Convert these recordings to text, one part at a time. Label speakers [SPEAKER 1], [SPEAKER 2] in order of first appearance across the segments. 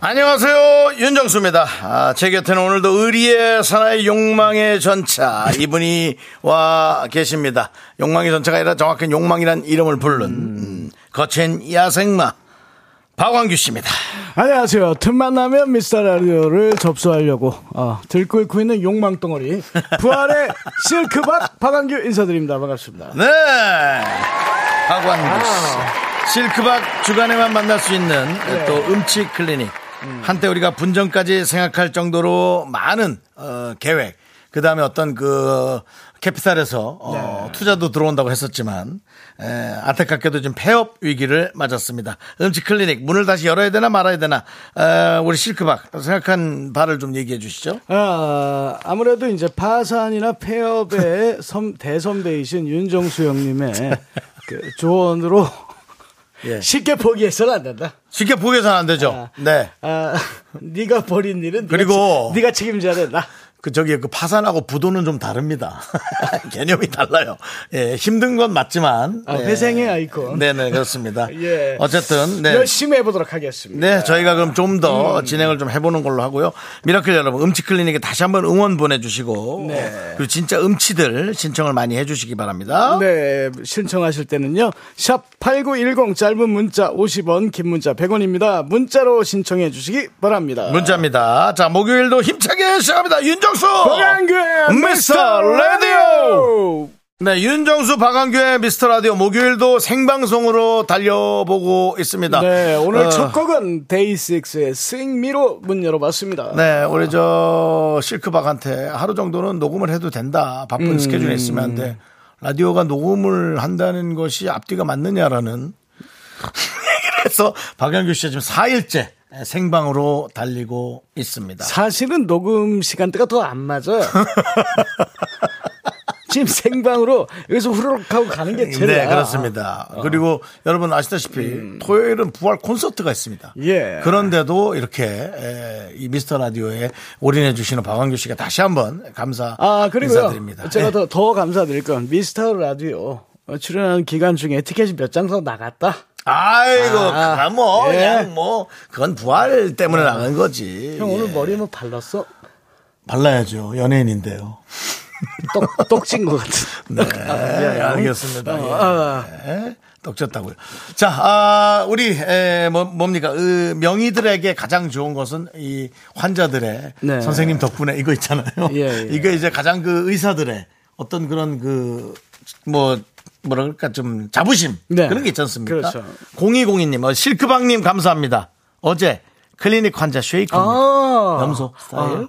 [SPEAKER 1] 안녕하세요 윤정수입니다 아, 제 곁에는 오늘도 의리의 사나이 욕망의 전차 이분이 와 계십니다 욕망의 전차가 아니라 정확한 욕망이란 이름을 부른 음, 거친 야생마 박광규 씨입니다
[SPEAKER 2] 안녕하세요. 틈만 나면 미스터 라디오를 접수하려고 어, 들끓고 있는 욕망 덩어리 부활의 실크박 박한규 인사드립니다. 반갑습니다.
[SPEAKER 1] 네 박광규 씨 실크박 주간에만 만날 수 있는 또 네. 음치 클리닉 한때 우리가 분전까지 생각할 정도로 많은 어, 계획 그 다음에 어떤 그 캐피탈에서 어, 투자도 들어온다고 했었지만 에, 안타깝게도 지금 폐업 위기를 맞았습니다. 음치 클리닉 문을 다시 열어야 되나 말아야 되나 에, 우리 실크박 생각한 바를 좀 얘기해 주시죠.
[SPEAKER 2] 아, 아무래도 이제 파산이나 폐업의 섬, 대선배이신 윤정수 형님의 그 조언으로
[SPEAKER 1] 예.
[SPEAKER 2] 쉽게 포기해서는 안 된다.
[SPEAKER 1] 쉽게 보게선 안 되죠. 네.
[SPEAKER 2] 아, 네가 벌인 일은 네가
[SPEAKER 1] 그리고-
[SPEAKER 2] 책- 네가 책임져야 된다.
[SPEAKER 1] 그 저기 그 파산하고 부도는 좀 다릅니다. 개념이 달라요. 예, 힘든 건 맞지만
[SPEAKER 2] 아,
[SPEAKER 1] 예.
[SPEAKER 2] 회생의 아이콘.
[SPEAKER 1] 네네 그렇습니다.
[SPEAKER 2] 예.
[SPEAKER 1] 어쨌든 네.
[SPEAKER 2] 열심히 해보도록 하겠습니다.
[SPEAKER 1] 네, 저희가 그럼 좀 더 진행을 좀 해보는 걸로 하고요. 미라클 여러분, 음치클리닉에 다시 한번 응원 보내주시고,
[SPEAKER 2] 네.
[SPEAKER 1] 그리고 진짜 음치들 신청을 많이 해주시기 바랍니다.
[SPEAKER 2] 네, 신청하실 때는요. 샵 8910 짧은 문자 50원, 긴 문자 100원입니다. 문자로 신청해 주시기 바랍니다.
[SPEAKER 1] 문자입니다. 자, 목요일도 힘차게 시작합니다. 윤정수!
[SPEAKER 2] 박한규의
[SPEAKER 1] 미스터
[SPEAKER 2] 미스터
[SPEAKER 1] 라디오!
[SPEAKER 2] 라디오!
[SPEAKER 1] 네, 윤정수, 박한규의 미스터 라디오 목요일도 생방송으로 달려보고 있습니다.
[SPEAKER 2] 네, 오늘
[SPEAKER 1] 어,
[SPEAKER 2] 첫 곡은 데이식스의 스윙 미로 문 열어봤습니다.
[SPEAKER 1] 네, 우리 저 실크박한테 하루 정도는 녹음을 해도 된다. 바쁜 스케줄에 있으면 안 돼. 라디오가 녹음을 한다는 것이 앞뒤가 맞느냐라는 얘기를 해서 박영규 씨가 지금 4일째 생방으로 달리고 있습니다.
[SPEAKER 2] 사실은 녹음 시간대가 더 안 맞아요. 지금 생방으로 여기서 후루룩 하고 가는 게 제일
[SPEAKER 1] 네,
[SPEAKER 2] 나아. 어. 음.
[SPEAKER 1] 그렇습니다. 그리고 여러분 아시다시피 토요일은 부활 콘서트가 있습니다.
[SPEAKER 2] 예.
[SPEAKER 1] 그런데도 이렇게 에, 이 미스터 라디오에 올인해 주시는 박광규 씨가 다시 한번 감사
[SPEAKER 2] 아, 그리고요.
[SPEAKER 1] 인사드립니다.
[SPEAKER 2] 제가
[SPEAKER 1] 예.
[SPEAKER 2] 더, 더 감사드릴 건 미스터 라디오 어, 출연하는 기간 중에 티켓이 몇 장 더 나갔다.
[SPEAKER 1] 아이고,
[SPEAKER 2] 아,
[SPEAKER 1] 그럼 뭐,
[SPEAKER 2] 예. 네.
[SPEAKER 1] 그냥 뭐, 그건 부활 때문에 나간 거지.
[SPEAKER 2] 형
[SPEAKER 1] 예.
[SPEAKER 2] 오늘 머리에 뭐 발랐어?
[SPEAKER 1] 발라야죠. 연예인인데요.
[SPEAKER 2] 똑, 아, 똑찐 것 같은.
[SPEAKER 1] 네, 알겠습니다.
[SPEAKER 2] 어,
[SPEAKER 1] 예. 예.
[SPEAKER 2] 아.
[SPEAKER 1] 떡졌다고요. 자, 아, 우리 에, 뭐, 뭡니까? 으, 명의들에게 가장 좋은 것은 이 환자들의
[SPEAKER 2] 네.
[SPEAKER 1] 선생님 덕분에 이거 있잖아요.
[SPEAKER 2] 예, 예.
[SPEAKER 1] 이게 이제 가장 그 의사들의 어떤 그런 그 뭐 뭐라 그럴까 좀 자부심
[SPEAKER 2] 네.
[SPEAKER 1] 그런 게 있지 않습니까?
[SPEAKER 2] 그렇죠.
[SPEAKER 1] 0202님, 어, 실크방님 감사합니다. 어제 클리닉 환자 쉐이크
[SPEAKER 2] 아.
[SPEAKER 1] 염소 스타일.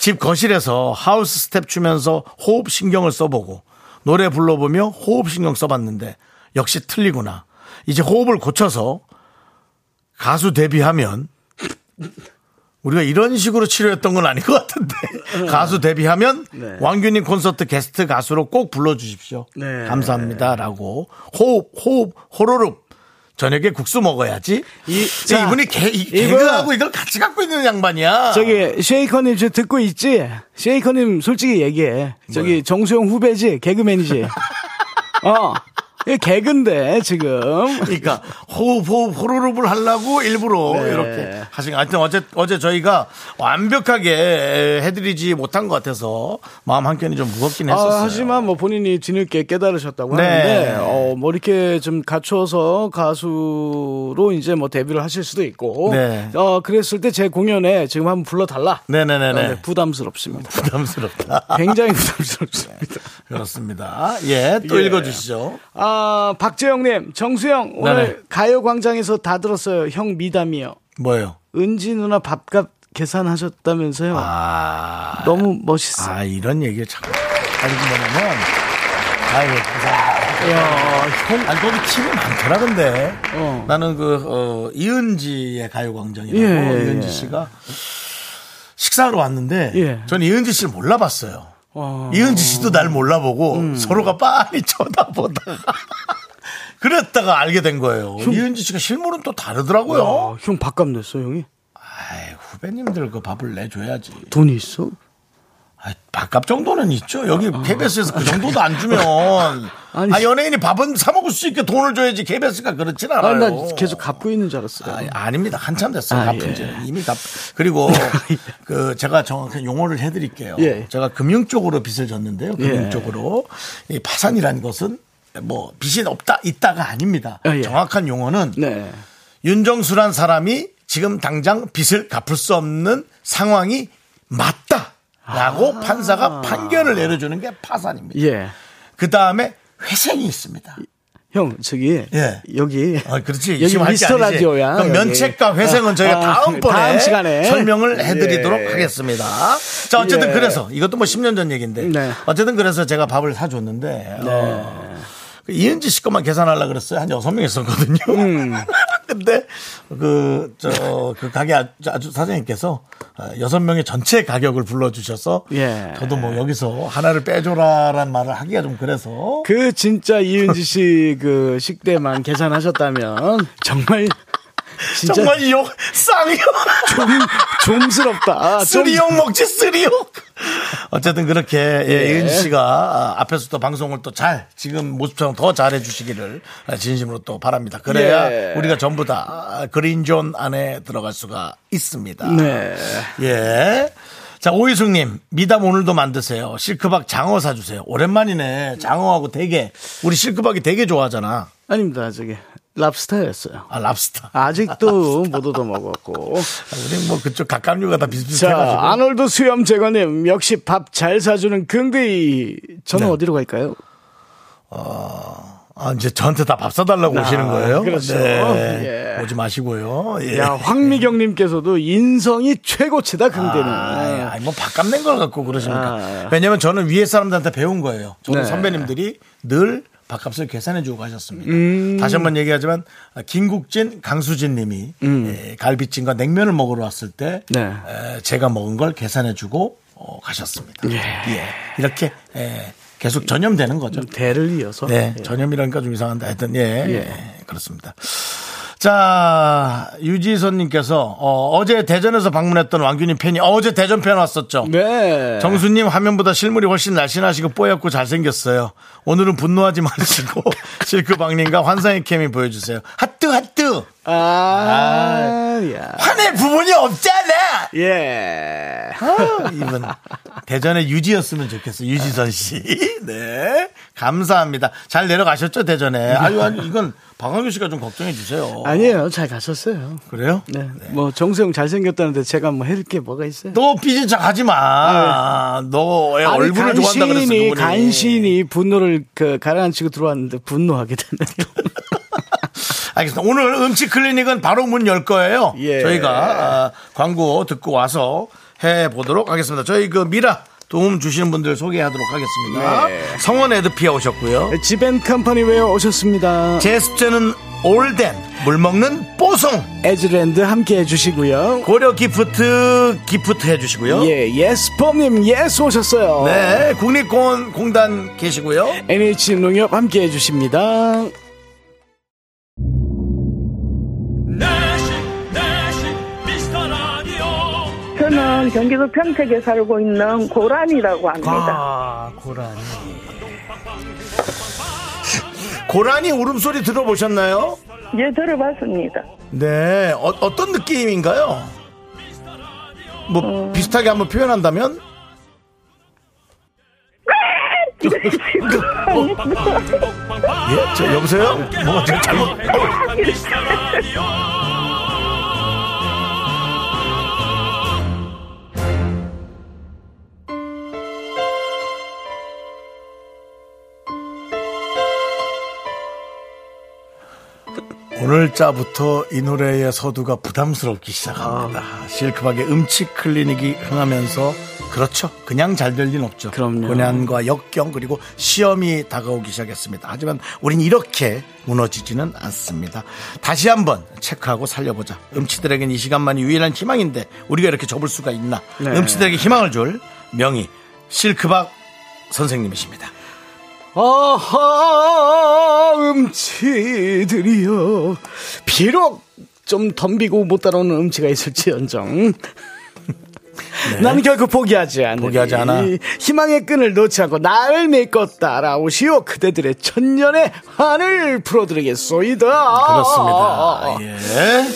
[SPEAKER 1] 집 거실에서 하우스 스텝 추면서 호흡 신경을 써보고 노래 불러보며 호흡 신경 써봤는데 역시 틀리구나. 이제 호흡을 고쳐서 가수 데뷔하면 우리가 이런 식으로 치료했던 건 아닌 것 같은데 가수 데뷔하면
[SPEAKER 2] 음. 네.
[SPEAKER 1] 왕규님 콘서트 게스트 가수로 꼭 불러주십시오.
[SPEAKER 2] 네.
[SPEAKER 1] 감사합니다라고 호흡 호흡 호로륵 저녁에 국수 먹어야지.
[SPEAKER 2] 이-
[SPEAKER 1] 자,
[SPEAKER 2] 자,
[SPEAKER 1] 이분이 개, 이
[SPEAKER 2] 이분-
[SPEAKER 1] 개그하고 이걸 같이 갖고 있는 양반이야.
[SPEAKER 2] 아. 저기 쉐이커님 지금 듣고 있지? 쉐이커님 솔직히 얘기해. 저기 정수영 후배지? 개그맨이지? 어. 이게 개그인데 지금.
[SPEAKER 1] 그러니까 호흡 호흡 호로롭을 하려고 일부러
[SPEAKER 2] 네.
[SPEAKER 1] 어, 이렇게 하신 거. 하여튼 어제 어제 저희가 완벽하게 해드리지 못한 것 같아서 마음 한 켠이 좀 무겁긴 했었어요.
[SPEAKER 2] 아, 하지만 뭐 본인이 뒤늦게 깨달으셨다고
[SPEAKER 1] 네.
[SPEAKER 2] 하는데 어, 뭐 이렇게 좀 갖춰서 가수로 이제 뭐 데뷔를 하실 수도 있고
[SPEAKER 1] 네.
[SPEAKER 2] 어 그랬을 때 제 공연에 지금 한번 불러달라.
[SPEAKER 1] 네네네네.
[SPEAKER 2] 어, 네, 부담스럽습니다.
[SPEAKER 1] 부담스럽다. 네,
[SPEAKER 2] 굉장히 부담스럽습니다.
[SPEAKER 1] 그렇습니다. 예, 또
[SPEAKER 2] 예.
[SPEAKER 1] 읽어주시죠.
[SPEAKER 2] 아, 박재영님, 정수영, 오늘
[SPEAKER 1] 네네.
[SPEAKER 2] 가요광장에서 다 들었어요. 형 미담이요.
[SPEAKER 1] 뭐예요?
[SPEAKER 2] 은지 누나 밥값 계산하셨다면서요.
[SPEAKER 1] 아,
[SPEAKER 2] 너무 멋있어.
[SPEAKER 1] 아 이런 얘기를 자꾸 가지고 뭐냐면, 아이고, 감사합니다.
[SPEAKER 2] 야, 형.
[SPEAKER 1] 아니, 거기 팀이 많더라, 근데.
[SPEAKER 2] 어.
[SPEAKER 1] 나는 그, 어, 이은지의 가요광장이라고,
[SPEAKER 2] 예, 예,
[SPEAKER 1] 이은지
[SPEAKER 2] 예.
[SPEAKER 1] 씨가 식사하러 왔는데
[SPEAKER 2] 예.
[SPEAKER 1] 저는 이은지 씨를 몰라봤어요.
[SPEAKER 2] 어. 음.
[SPEAKER 1] 이은지 씨도 날 몰라보고 서로가 빤히 쳐다보다가 그랬다가 알게 된 거예요. 이은지 씨가 실물은 또 다르더라고요.
[SPEAKER 2] 아, 형 밥값 냈어 형이?
[SPEAKER 1] 아이, 후배님들 그 밥을 내줘야지.
[SPEAKER 2] 돈이 있어?
[SPEAKER 1] 아, 밥값 정도는 있죠. 여기 KBS에서 그 정도도 안 주면
[SPEAKER 2] 아니.
[SPEAKER 1] 아 연예인이 밥은 사 먹을 수 있게 돈을 줘야지 KBS가 그렇진 않아요.
[SPEAKER 2] 아, 나 계속 갚고 있는 줄 알았어요.
[SPEAKER 1] 아, 닙니다 한참 됐어요.
[SPEAKER 2] 아,
[SPEAKER 1] 갚은
[SPEAKER 2] 예.
[SPEAKER 1] 지 이미 갚. 그리고 그 제가 정확한 용어를 해드릴게요.
[SPEAKER 2] 예.
[SPEAKER 1] 제가 금융 쪽으로 빚을 졌는데요. 금융
[SPEAKER 2] 예.
[SPEAKER 1] 쪽으로 이 파산이라는 것은 뭐 빚이 없다 있다가 아닙니다.
[SPEAKER 2] 아, 예.
[SPEAKER 1] 정확한 용어는
[SPEAKER 2] 네.
[SPEAKER 1] 윤정수란 사람이 지금 당장 빚을 갚을 수 없는 상황이 맞다. 라고 판사가 판결을 내려주는 게 파산입니다.
[SPEAKER 2] 아. 예.
[SPEAKER 1] 그 다음에 회생이 있습니다.
[SPEAKER 2] 형 저기
[SPEAKER 1] 예.
[SPEAKER 2] 여기
[SPEAKER 1] 아, 그렇지.
[SPEAKER 2] 여기
[SPEAKER 1] 지금 할게
[SPEAKER 2] 미스터
[SPEAKER 1] 아니지.
[SPEAKER 2] 라디오야.
[SPEAKER 1] 그럼
[SPEAKER 2] 여기.
[SPEAKER 1] 면책과 회생은 저희가
[SPEAKER 2] 아,
[SPEAKER 1] 다음번에
[SPEAKER 2] 다음 시간에
[SPEAKER 1] 설명을 해드리도록
[SPEAKER 2] 예.
[SPEAKER 1] 하겠습니다. 자, 어쨌든
[SPEAKER 2] 예.
[SPEAKER 1] 그래서 이것도 뭐 10년 전 얘기인데
[SPEAKER 2] 네.
[SPEAKER 1] 어쨌든 그래서 제가 밥을 사줬는데 어, 그 이은지 씨 것만 계산하려 그랬어요. 한 여섯 명 있었거든요. 근데 그 저 그 가게 아주- 아주 사장님께서 어, 여섯 명의 전체 가격을 불러주셔서
[SPEAKER 2] 예.
[SPEAKER 1] 저도 뭐 여기서 하나를 빼줘라란 말을 하기가 좀 그래서
[SPEAKER 2] 그 진짜 이은지 씨 그 식대만 계산하셨다면 정말 진짜
[SPEAKER 1] 정말 욕 쌍욕
[SPEAKER 2] 좀 좀스럽다. 아, 좀-
[SPEAKER 1] 쓰리욕 먹지 쓰리욕. 어쨌든 그렇게 예, 이은지 씨가 아, 앞에서 또 방송을 또 잘 지금 모습처럼 더 잘해 주시기를 진심으로 또 바랍니다. 그래야
[SPEAKER 2] 예.
[SPEAKER 1] 우리가 전부 다 아, 그린존 안에 들어갈 수가 있습니다.
[SPEAKER 2] 네.
[SPEAKER 1] 예. 자 오희숙님 미담 오늘도 만드세요. 실크박 장어 사주세요. 오랜만이네 장어하고 대게. 우리 실크박이 대게 좋아하잖아.
[SPEAKER 2] 아닙니다. 저기 랍스타였어요.
[SPEAKER 1] 아 랍스타.
[SPEAKER 2] 아직도 못 얻어 먹었고.
[SPEAKER 1] 우리 뭐 그쪽 각각류가 다 비슷비슷해가지고.
[SPEAKER 2] 자, 아놀드 수염 제거님 역시 밥 잘 사주는 긍디. 저는
[SPEAKER 1] 네.
[SPEAKER 2] 어디로 갈까요?
[SPEAKER 1] 아, 이제 저한테 다 밥 사달라고
[SPEAKER 2] 아,
[SPEAKER 1] 오시는 거예요?
[SPEAKER 2] 그렇죠.
[SPEAKER 1] 네.
[SPEAKER 2] 예.
[SPEAKER 1] 오지 마시고요. 예.
[SPEAKER 2] 야, 황미경님께서도 인성이 최고치다 긍디는. 예.
[SPEAKER 1] 아, 아이, 뭐 밥값 낸 걸 갖고 그러십니까?
[SPEAKER 2] 아.
[SPEAKER 1] 왜냐면 저는 위에 사람들한테 배운 거예요. 저는
[SPEAKER 2] 네.
[SPEAKER 1] 선배님들이 늘 밥값을 계산해 주고 가셨습니다.
[SPEAKER 2] 음.
[SPEAKER 1] 다시 한 번 얘기하지만 아, 김국진, 강수진 님이 예, 갈비찜과 냉면을 먹으러 왔을 때
[SPEAKER 2] 음. 네.
[SPEAKER 1] 에, 제가 먹은 걸 계산해 주고 어, 가셨습니다.
[SPEAKER 2] 예.
[SPEAKER 1] 예. 이렇게 예, 계속 전염되는 거죠.
[SPEAKER 2] 좀 대를 이어서.
[SPEAKER 1] 네,
[SPEAKER 2] 예.
[SPEAKER 1] 전염이라니까 좀 이상한데 하여튼 예, 예, 그렇습니다. 자 유지선님께서 어, 제 대전에서 방문했던 왕균님 팬이 어, 어제 대전 팬 왔었죠.
[SPEAKER 2] 네.
[SPEAKER 1] 정수님 화면보다 실물이 훨씬 날씬하시고 뽀얗고 잘생겼어요. 오늘은 분노하지 마시고 실크방님과 환상의 케미 보여주세요. 하트 하트
[SPEAKER 2] 아, 야.
[SPEAKER 1] 화낼 부분이 없잖아.
[SPEAKER 2] 예.
[SPEAKER 1] 아, 이분 대전의 유지였으면 좋겠어 요 유지선 씨. 네 감사합니다. 잘 내려가셨죠 대전에. 아유 아니 이건 방학규 씨가 좀 걱정해 주세요.
[SPEAKER 2] 아니에요. 잘 가셨어요.
[SPEAKER 1] 그래요?
[SPEAKER 2] 네. 뭐 정수영 잘생겼다는데 제가 뭐 해줄 게 뭐가 있어요?
[SPEAKER 1] 너 삐진 척 하지 마. 너애
[SPEAKER 2] 네.
[SPEAKER 1] 어,
[SPEAKER 2] 아니,
[SPEAKER 1] 예, 얼굴을 좋아한다 그랬어
[SPEAKER 2] 간신히
[SPEAKER 1] 누구니?
[SPEAKER 2] 간신히 분노를 그 가라앉히고 들어왔는데 분노하게 되네.
[SPEAKER 1] 알겠습니다. 오늘 음치 클리닉은 바로 문 열 거예요.
[SPEAKER 2] 예.
[SPEAKER 1] 저희가 아, 광고 듣고 와서 해 보도록 하겠습니다. 저희 그 미라 도움 주시는 분들 소개하도록 하겠습니다.
[SPEAKER 2] 네.
[SPEAKER 1] 성원 에드피아 오셨고요.
[SPEAKER 2] 지벤 컴퍼니 웨어 오셨습니다.
[SPEAKER 1] 제 숙제는 올덴 물 먹는 뽀송
[SPEAKER 2] 에즈랜드 함께 해주시고요.
[SPEAKER 1] 고려 기프트 기프트 해주시고요.
[SPEAKER 2] 예, 예스폼님 예스 오셨어요.
[SPEAKER 1] 네 국립공원 공단 계시고요.
[SPEAKER 2] NH 농협 함께 해주십니다.
[SPEAKER 3] 내식 내식 미스터 라디오
[SPEAKER 4] 저는 경기도 평택에 살고 있는 고란이라고 합니다.
[SPEAKER 1] 아 고라니 고라니 그 울음소리 들어보셨나요?
[SPEAKER 4] 예, 들어봤습니다.
[SPEAKER 1] 네 어, 떤 느낌인가요? 뭐 비슷하게 한번 표현한다면 아. 어.
[SPEAKER 3] 빵빵
[SPEAKER 1] 예, 저 여보세요? 뭐가 지금 잘못
[SPEAKER 3] 미스터 라디오
[SPEAKER 1] 오늘자부터 이
[SPEAKER 2] 아.
[SPEAKER 1] 노래의 서두가 부담스럽기 시작합니다. 실크박의 음치 클리닉이 흥하면서 그렇죠. 그냥 잘 될 일은 없죠.
[SPEAKER 2] 그럼요.
[SPEAKER 1] 고난과 역경 그리고 시험이 다가오기 시작했습니다. 하지만 우린 이렇게 무너지지는 않습니다. 다시 한번 체크하고 살려보자. 음치들에겐 이 시간만이 유일한 희망인데 우리가 이렇게 접을 수가 있나?
[SPEAKER 2] 네.
[SPEAKER 1] 음치들에게 희망을 줄 명의 실크박 선생님이십니다.
[SPEAKER 2] 아하 음치들이여 비록 좀 덤비고 못 따라오는 음치가 있을지언정 나는 결코 포기하지 않으리
[SPEAKER 1] 네. 포기하지 않아.
[SPEAKER 2] 희망의 끈을 놓지 않고 나를 믿고 따라오시오 그대들의 천년의 한을 풀어드리겠소이다
[SPEAKER 1] 아, 그렇습니다. 예.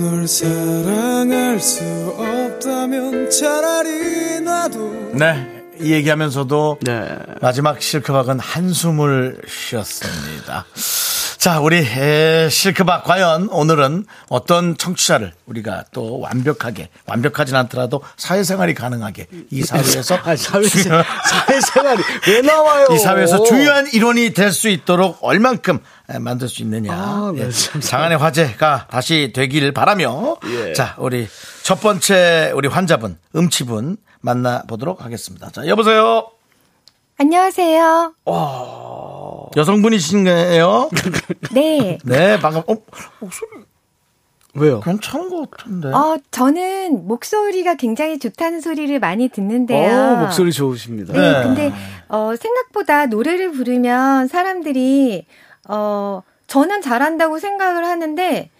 [SPEAKER 5] 널 사랑할 수 없다면 차라리 놔둬
[SPEAKER 1] 네. 이 얘기하면서도
[SPEAKER 2] 네.
[SPEAKER 1] 마지막 실크박은 한숨을 쉬었습니다. 자, 우리 에, 실크박 과연 오늘은 어떤 청취자를 우리가 또 완벽하게 완벽하진 않더라도 사회생활이 가능하게 이 사회에서
[SPEAKER 2] 아, 사회,
[SPEAKER 1] 중요-
[SPEAKER 2] 사회생활이 왜 나와요
[SPEAKER 1] 이 사회에서 중요한 이론이 될 수 있도록 얼만큼 에, 만들 수 있느냐. 예.
[SPEAKER 2] 아, 네, 참.
[SPEAKER 1] 장안의 화제가 다시 되길 바라며.
[SPEAKER 2] 예.
[SPEAKER 1] 자, 우리 첫 번째 우리 환자분, 음치분 만나보도록 하겠습니다. 자, 여보세요.
[SPEAKER 6] 안녕하세요.
[SPEAKER 1] 여성분이신가요?
[SPEAKER 6] 네.
[SPEAKER 1] 네, 방금, 어, 목소리
[SPEAKER 2] 왜요
[SPEAKER 1] 괜찮은 것
[SPEAKER 2] 네.
[SPEAKER 1] 같은데.
[SPEAKER 6] 어, 저는 목소리가 굉장히 좋다는 소리를 많이 듣는데요.
[SPEAKER 2] 어, 목소리 좋으십니다
[SPEAKER 6] 아. 네, 근데 어, 생각보다 노래를 부르면 사람들이 어, 저는 잘한다고 생각을 하는데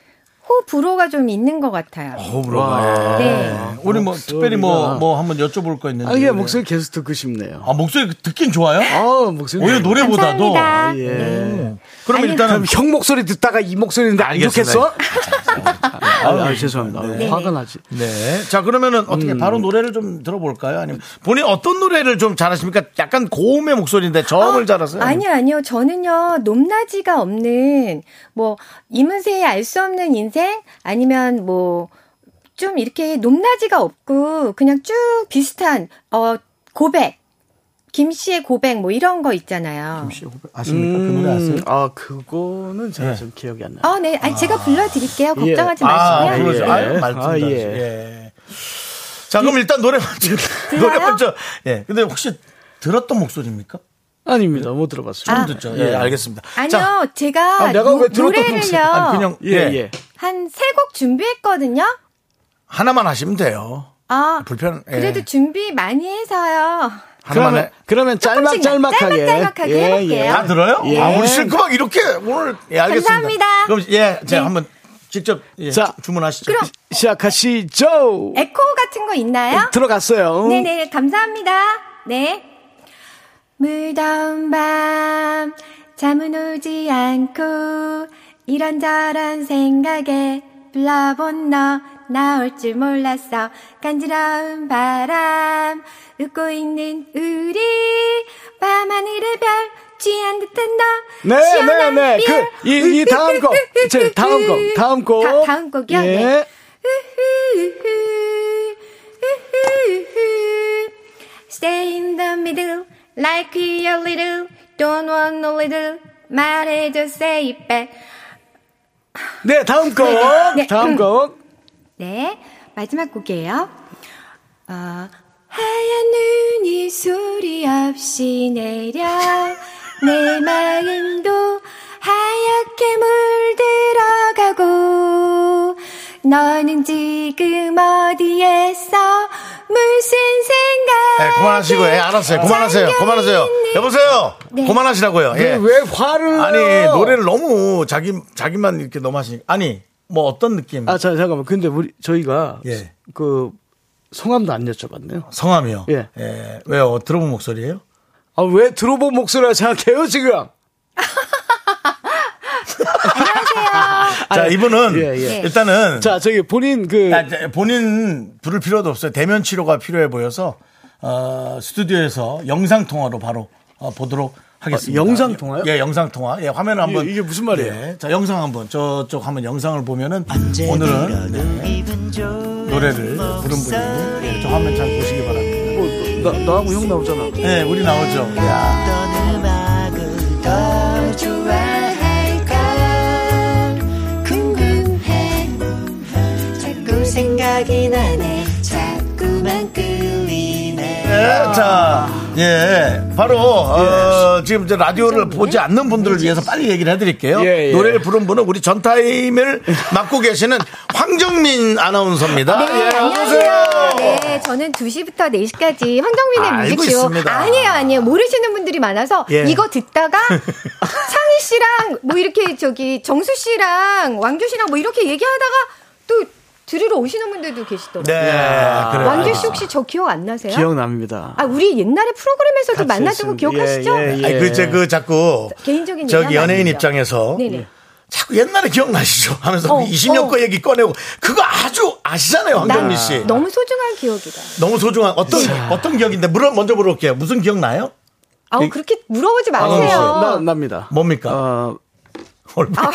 [SPEAKER 6] 호불호가 좀 있는 것 같아요.
[SPEAKER 1] 호불호가.
[SPEAKER 6] 네.
[SPEAKER 1] 예. 우리 뭐, 특별히 뭐, 뭐, 한번 여쭤볼 거 있는데.
[SPEAKER 2] 아, 이게 목소리 계속 듣고 싶네요
[SPEAKER 1] 아, 목소리 듣긴 좋아요?
[SPEAKER 2] 아 목소리
[SPEAKER 1] 오히려 노래보다도. 네.
[SPEAKER 6] 감사합니다.
[SPEAKER 2] 예.
[SPEAKER 1] 그러면
[SPEAKER 6] 아니,
[SPEAKER 1] 일단은
[SPEAKER 2] 그럼 형 목소리 듣다가 이 목소리인데 안
[SPEAKER 1] 알겠습니다.
[SPEAKER 2] 좋겠어? 아, 아, 죄송합니다.
[SPEAKER 6] 네.
[SPEAKER 2] 화가 나지.
[SPEAKER 1] 네. 자, 그러면은 어떻게 바로 노래를 좀 들어볼까요? 아니면 본인 어떤 노래를 좀 잘하십니까? 약간 고음의 목소리인데 저음을 잘하세요?
[SPEAKER 6] 아니요, 아니요. 저는요, 높낮이가 없는, 뭐, 이문세의 알 수 없는 인생? 아니면 뭐, 좀 이렇게 높낮이가 없고, 그냥 쭉 비슷한, 어, 고백. 김씨의 고백, 뭐 이런 거 있잖아요.
[SPEAKER 1] 아십니까? 그 노래 아세요?
[SPEAKER 2] 아, 그거는 제가 좀 기억이 안 나요.
[SPEAKER 6] 어, 네. 아니, 제가 불러드릴게요.
[SPEAKER 2] 예.
[SPEAKER 6] 걱정하지
[SPEAKER 1] 아,
[SPEAKER 6] 마시고요.
[SPEAKER 1] 그러죠.
[SPEAKER 2] 예.
[SPEAKER 1] 아유, 말씀
[SPEAKER 2] 아,
[SPEAKER 1] 아,
[SPEAKER 2] 예.
[SPEAKER 1] 예. 예. 자, 그럼 일단 노래 먼저. 노래 먼저. 예. 근데 혹시 들었던 목소리입니까? 네.
[SPEAKER 2] 아닙니다. 못 들어봤어요.
[SPEAKER 1] 처음 듣죠. 예, 알겠습니다.
[SPEAKER 6] 아니요,
[SPEAKER 1] 자,
[SPEAKER 6] 제가
[SPEAKER 2] 아, 내가 왜 들었던
[SPEAKER 6] 노래를요,
[SPEAKER 1] 아니, 그냥
[SPEAKER 2] 예,
[SPEAKER 1] 예.
[SPEAKER 2] 예.
[SPEAKER 6] 한 세 곡 준비했거든요.
[SPEAKER 1] 하나만 하시면 돼요.
[SPEAKER 6] 아,
[SPEAKER 1] 불편- 예.
[SPEAKER 6] 그래도 준비 많이 해서요.
[SPEAKER 1] 하나만
[SPEAKER 2] 그러면,
[SPEAKER 1] 해.
[SPEAKER 2] 그러면
[SPEAKER 6] 조금씩
[SPEAKER 2] 짤막짤막하게.
[SPEAKER 6] 짤막짤막하게 해볼게요.
[SPEAKER 1] 다 들어요?
[SPEAKER 2] 예.
[SPEAKER 1] 아, 우리 실크박 이렇게 오늘 예, 알겠습니다.
[SPEAKER 6] 감사합니다.
[SPEAKER 1] 그럼 예, 제가
[SPEAKER 6] 네.
[SPEAKER 1] 한번 직접 예,
[SPEAKER 2] 자,
[SPEAKER 1] 주- 주문하시죠.
[SPEAKER 6] 그럼
[SPEAKER 2] 시작하시죠.
[SPEAKER 6] 에코 같은 거 있나요?
[SPEAKER 2] 들어갔어요.
[SPEAKER 6] 네네, 감사합니다. 네. 무더운 밤, 잠은 오지 않고, 이런저런 생각에 불러본 너, 나올 줄 몰랐어. 간지러운 바람, 웃고 있는 우리, 밤하늘의 별, 취한 듯한 너.
[SPEAKER 2] 네,
[SPEAKER 6] 시원한
[SPEAKER 2] 네, 네.
[SPEAKER 6] 별.
[SPEAKER 2] 그, 이- 이 다음 곡. 이제 다음 곡, 다음 곡.
[SPEAKER 6] 다, 다음 곡이요?
[SPEAKER 2] 예.
[SPEAKER 6] 네. Stay in the middle, like you're little. Don't want no little. 말해줘, say it back.
[SPEAKER 2] 네, 다음 곡.
[SPEAKER 6] 네.
[SPEAKER 2] 다음
[SPEAKER 6] 음.
[SPEAKER 2] 곡.
[SPEAKER 6] 네, 마지막 곡이에요. 어, 하얀 눈이 소리 없이 내려 내 마음도 하얗게 물들어가고 너는 지금 어디에서 무슨
[SPEAKER 1] 예,
[SPEAKER 6] 생각?
[SPEAKER 1] 그만하시고, 예, 알았어요. 그만하세요. 그만하세요. 여보세요.
[SPEAKER 6] 네.
[SPEAKER 1] 그만하시라고요. 예.
[SPEAKER 2] 왜, 왜 화를.
[SPEAKER 1] 아니
[SPEAKER 2] 내요?
[SPEAKER 1] 노래를 너무 자기 자기만 이렇게 너무 하시니까 아니 뭐 어떤 느낌?
[SPEAKER 2] 아, 자, 잠깐만. 근데 우리, 저희가.
[SPEAKER 1] 예.
[SPEAKER 2] 그, 성함도 안 여쭤봤네요.
[SPEAKER 1] 성함이요.
[SPEAKER 2] 예.
[SPEAKER 1] 예. 왜요? 들어본 목소리예요?
[SPEAKER 2] 아, 왜 들어본 목소리라 생각해요, 지금?
[SPEAKER 1] 자
[SPEAKER 2] 아니,
[SPEAKER 1] 이분은
[SPEAKER 2] 예,
[SPEAKER 6] 네.
[SPEAKER 2] 예.
[SPEAKER 1] 일단은
[SPEAKER 2] 자, 저기 본인 그
[SPEAKER 1] 야, 이제 본인 부를 필요도 없어요. 대면 치료가 필요해 보여서 어, 스튜디오에서 영상 통화로 바로 어, 보도록 하겠습니다.
[SPEAKER 2] 어, 영상 통화요?
[SPEAKER 1] 예, 영상 통화. 예, 화면 한번
[SPEAKER 2] 이게 무슨 말이에요?
[SPEAKER 1] 예, 자, 영상 한번 저쪽 한번 영상을 보면은 오늘은 네, 노래를 부른 분이 예, 저 화면 잘 보시기 바랍니다.
[SPEAKER 2] 뭐, 나, 나하고 형 나오잖아.
[SPEAKER 1] 네, 우리 나오죠.
[SPEAKER 7] 궁금해 자꾸 생각이 나네 잘
[SPEAKER 1] 네, 자, 예. 바로, 어, 지금 이제 라디오를 보지 않는 분들을 위해서 빨리 얘기를 해드릴게요.
[SPEAKER 2] 예, 예.
[SPEAKER 1] 노래를 부른 분은 우리 전타임을 맡고 계시는 황정민 아나운서입니다. 예,
[SPEAKER 6] 네, 안녕하세요. 네, 저는 2시부터 4시까지 황정민의
[SPEAKER 1] 아, 알고
[SPEAKER 6] 뮤직쇼.
[SPEAKER 1] 있습니다.
[SPEAKER 6] 아니에요, 아니에요. 모르시는 분들이 많아서
[SPEAKER 1] 예.
[SPEAKER 6] 이거 듣다가 상희 씨랑 뭐 이렇게 저기 정수 씨랑 왕규 씨랑 뭐 이렇게 얘기하다가 또 들으러 오시는 분들도 계시더라고요.
[SPEAKER 1] 네, 그래요.
[SPEAKER 6] 왕규 씨 혹시 저 기억 안 나세요?
[SPEAKER 2] 기억납니다.
[SPEAKER 6] 아, 우리 옛날에 프로그램에서도
[SPEAKER 2] 같이
[SPEAKER 6] 만나던 거
[SPEAKER 2] 했습니다.
[SPEAKER 6] 기억하시죠?
[SPEAKER 2] 예, 예,
[SPEAKER 1] 아니, 그, 이제 그 자꾸
[SPEAKER 6] 개인적인
[SPEAKER 1] 저기
[SPEAKER 6] 얘기하면 안
[SPEAKER 1] 연예인
[SPEAKER 6] 되죠.
[SPEAKER 1] 입장에서
[SPEAKER 6] 네네.
[SPEAKER 1] 자꾸 옛날에 기억나시죠? 하면서
[SPEAKER 6] 어,
[SPEAKER 1] 20년
[SPEAKER 6] 어.
[SPEAKER 1] 거 얘기 꺼내고 그거 아주 아시잖아요, 황정민 네, 씨.
[SPEAKER 6] 너무 네. 소중한 기억이다.
[SPEAKER 1] 너무 소중한 어떤 어떤 기억인데 물어 먼저 물어볼게요. 무슨 기억 나요?
[SPEAKER 6] 아우 그렇게 물어보지
[SPEAKER 1] 황정민 씨,
[SPEAKER 6] 마세요.
[SPEAKER 2] 나, 납니다.
[SPEAKER 1] 뭡니까?
[SPEAKER 2] 어,
[SPEAKER 1] 얼마?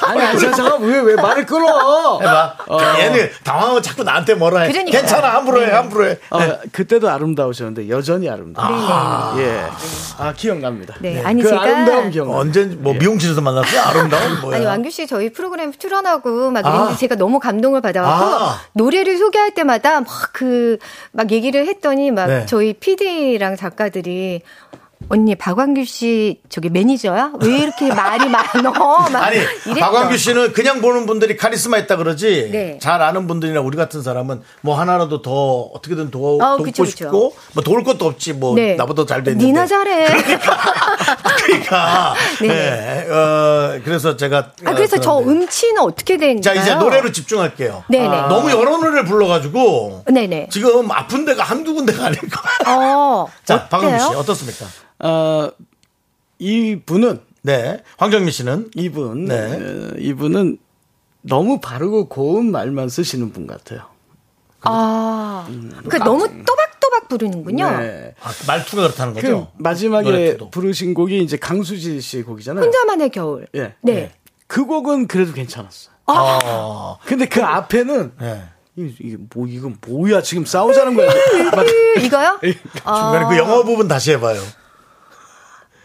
[SPEAKER 2] 아니, 아니, 잠깐, 왜, 왜 말을 끌어?
[SPEAKER 1] 해봐. 얘는 당황하고 자꾸 나한테 뭐라 해.
[SPEAKER 6] 그러니까요.
[SPEAKER 1] 괜찮아 함부로 해 함부로 해. 네.
[SPEAKER 2] 어, 그때도 아름다우셨는데 여전히 아름다워. 예. 아, 기억납니다.
[SPEAKER 6] 네, 아니,
[SPEAKER 2] 그 예.
[SPEAKER 6] 제가-
[SPEAKER 2] 아름다움 기억나.
[SPEAKER 1] 언제 뭐 미용실에서 만났어요? 아름다운 뭐야?
[SPEAKER 6] 아니 왕규 씨 저희 프로그램 출연하고 막 그랬는데
[SPEAKER 1] 아.
[SPEAKER 6] 제가 너무 감동을 받아갖고
[SPEAKER 1] 아.
[SPEAKER 6] 노래를 소개할 때마다 막 그 막 얘기를 했더니 막
[SPEAKER 1] 네.
[SPEAKER 6] 저희 PD랑 작가들이 언니 박완규 씨 저기 매니저야? 왜 이렇게 말이 많어? 막
[SPEAKER 1] 아니
[SPEAKER 6] 이랬죠.
[SPEAKER 1] 박광규 씨는 그냥 보는 분들이 카리스마 있다 그러지
[SPEAKER 6] 네.
[SPEAKER 1] 잘 아는 분들이나 우리 같은 사람은 뭐 하나라도 더 어떻게든 도와,
[SPEAKER 6] 어,
[SPEAKER 1] 돕고
[SPEAKER 6] 그쵸, 그쵸.
[SPEAKER 1] 싶고 뭐 도울 것도 없지 뭐
[SPEAKER 6] 네.
[SPEAKER 1] 나보다 잘 됐는데
[SPEAKER 6] 니나 잘해.
[SPEAKER 1] 그러니까 네.
[SPEAKER 6] 네.
[SPEAKER 1] 어, 그래서 제가 어,
[SPEAKER 6] 아 그래서 저
[SPEAKER 1] 그런데.
[SPEAKER 6] 음치는 어떻게 된가요?
[SPEAKER 1] 자 이제 노래로 집중할게요 아,
[SPEAKER 6] 네네.
[SPEAKER 1] 너무 여러 노래를 불러가지고
[SPEAKER 6] 네네.
[SPEAKER 1] 지금 아픈 데가 한두 군데가 아닐 거야
[SPEAKER 6] 어.
[SPEAKER 1] 자 박광규 씨
[SPEAKER 6] 어때요?
[SPEAKER 1] 어떻습니까
[SPEAKER 2] 어, 이 분은,
[SPEAKER 1] 네 황정민 씨는
[SPEAKER 2] 이분,
[SPEAKER 1] 네.
[SPEAKER 2] 어, 이분은 너무 바르고 고운 말만 쓰시는 분 같아요.
[SPEAKER 6] 아. 그 너무 또박또박 부르는군요.
[SPEAKER 2] 네.
[SPEAKER 1] 아, 말투가 그렇다는
[SPEAKER 2] 그
[SPEAKER 1] 거죠
[SPEAKER 2] 마지막에
[SPEAKER 1] 노래도.
[SPEAKER 2] 부르신 곡이 이제 강수지 씨 곡이잖아요.
[SPEAKER 6] 혼자만의 겨울.
[SPEAKER 2] 예.
[SPEAKER 6] 네.
[SPEAKER 2] 그 곡은 그래도 괜찮았어. 요
[SPEAKER 1] 어,
[SPEAKER 2] 근데 그 앞에는
[SPEAKER 1] 네.
[SPEAKER 2] 이- 이게 뭐 이건 뭐야 지금 싸우자는 거야. 예. 막
[SPEAKER 6] 이거요? 아.
[SPEAKER 1] 중간에 그 영어 부분 다시 해봐요.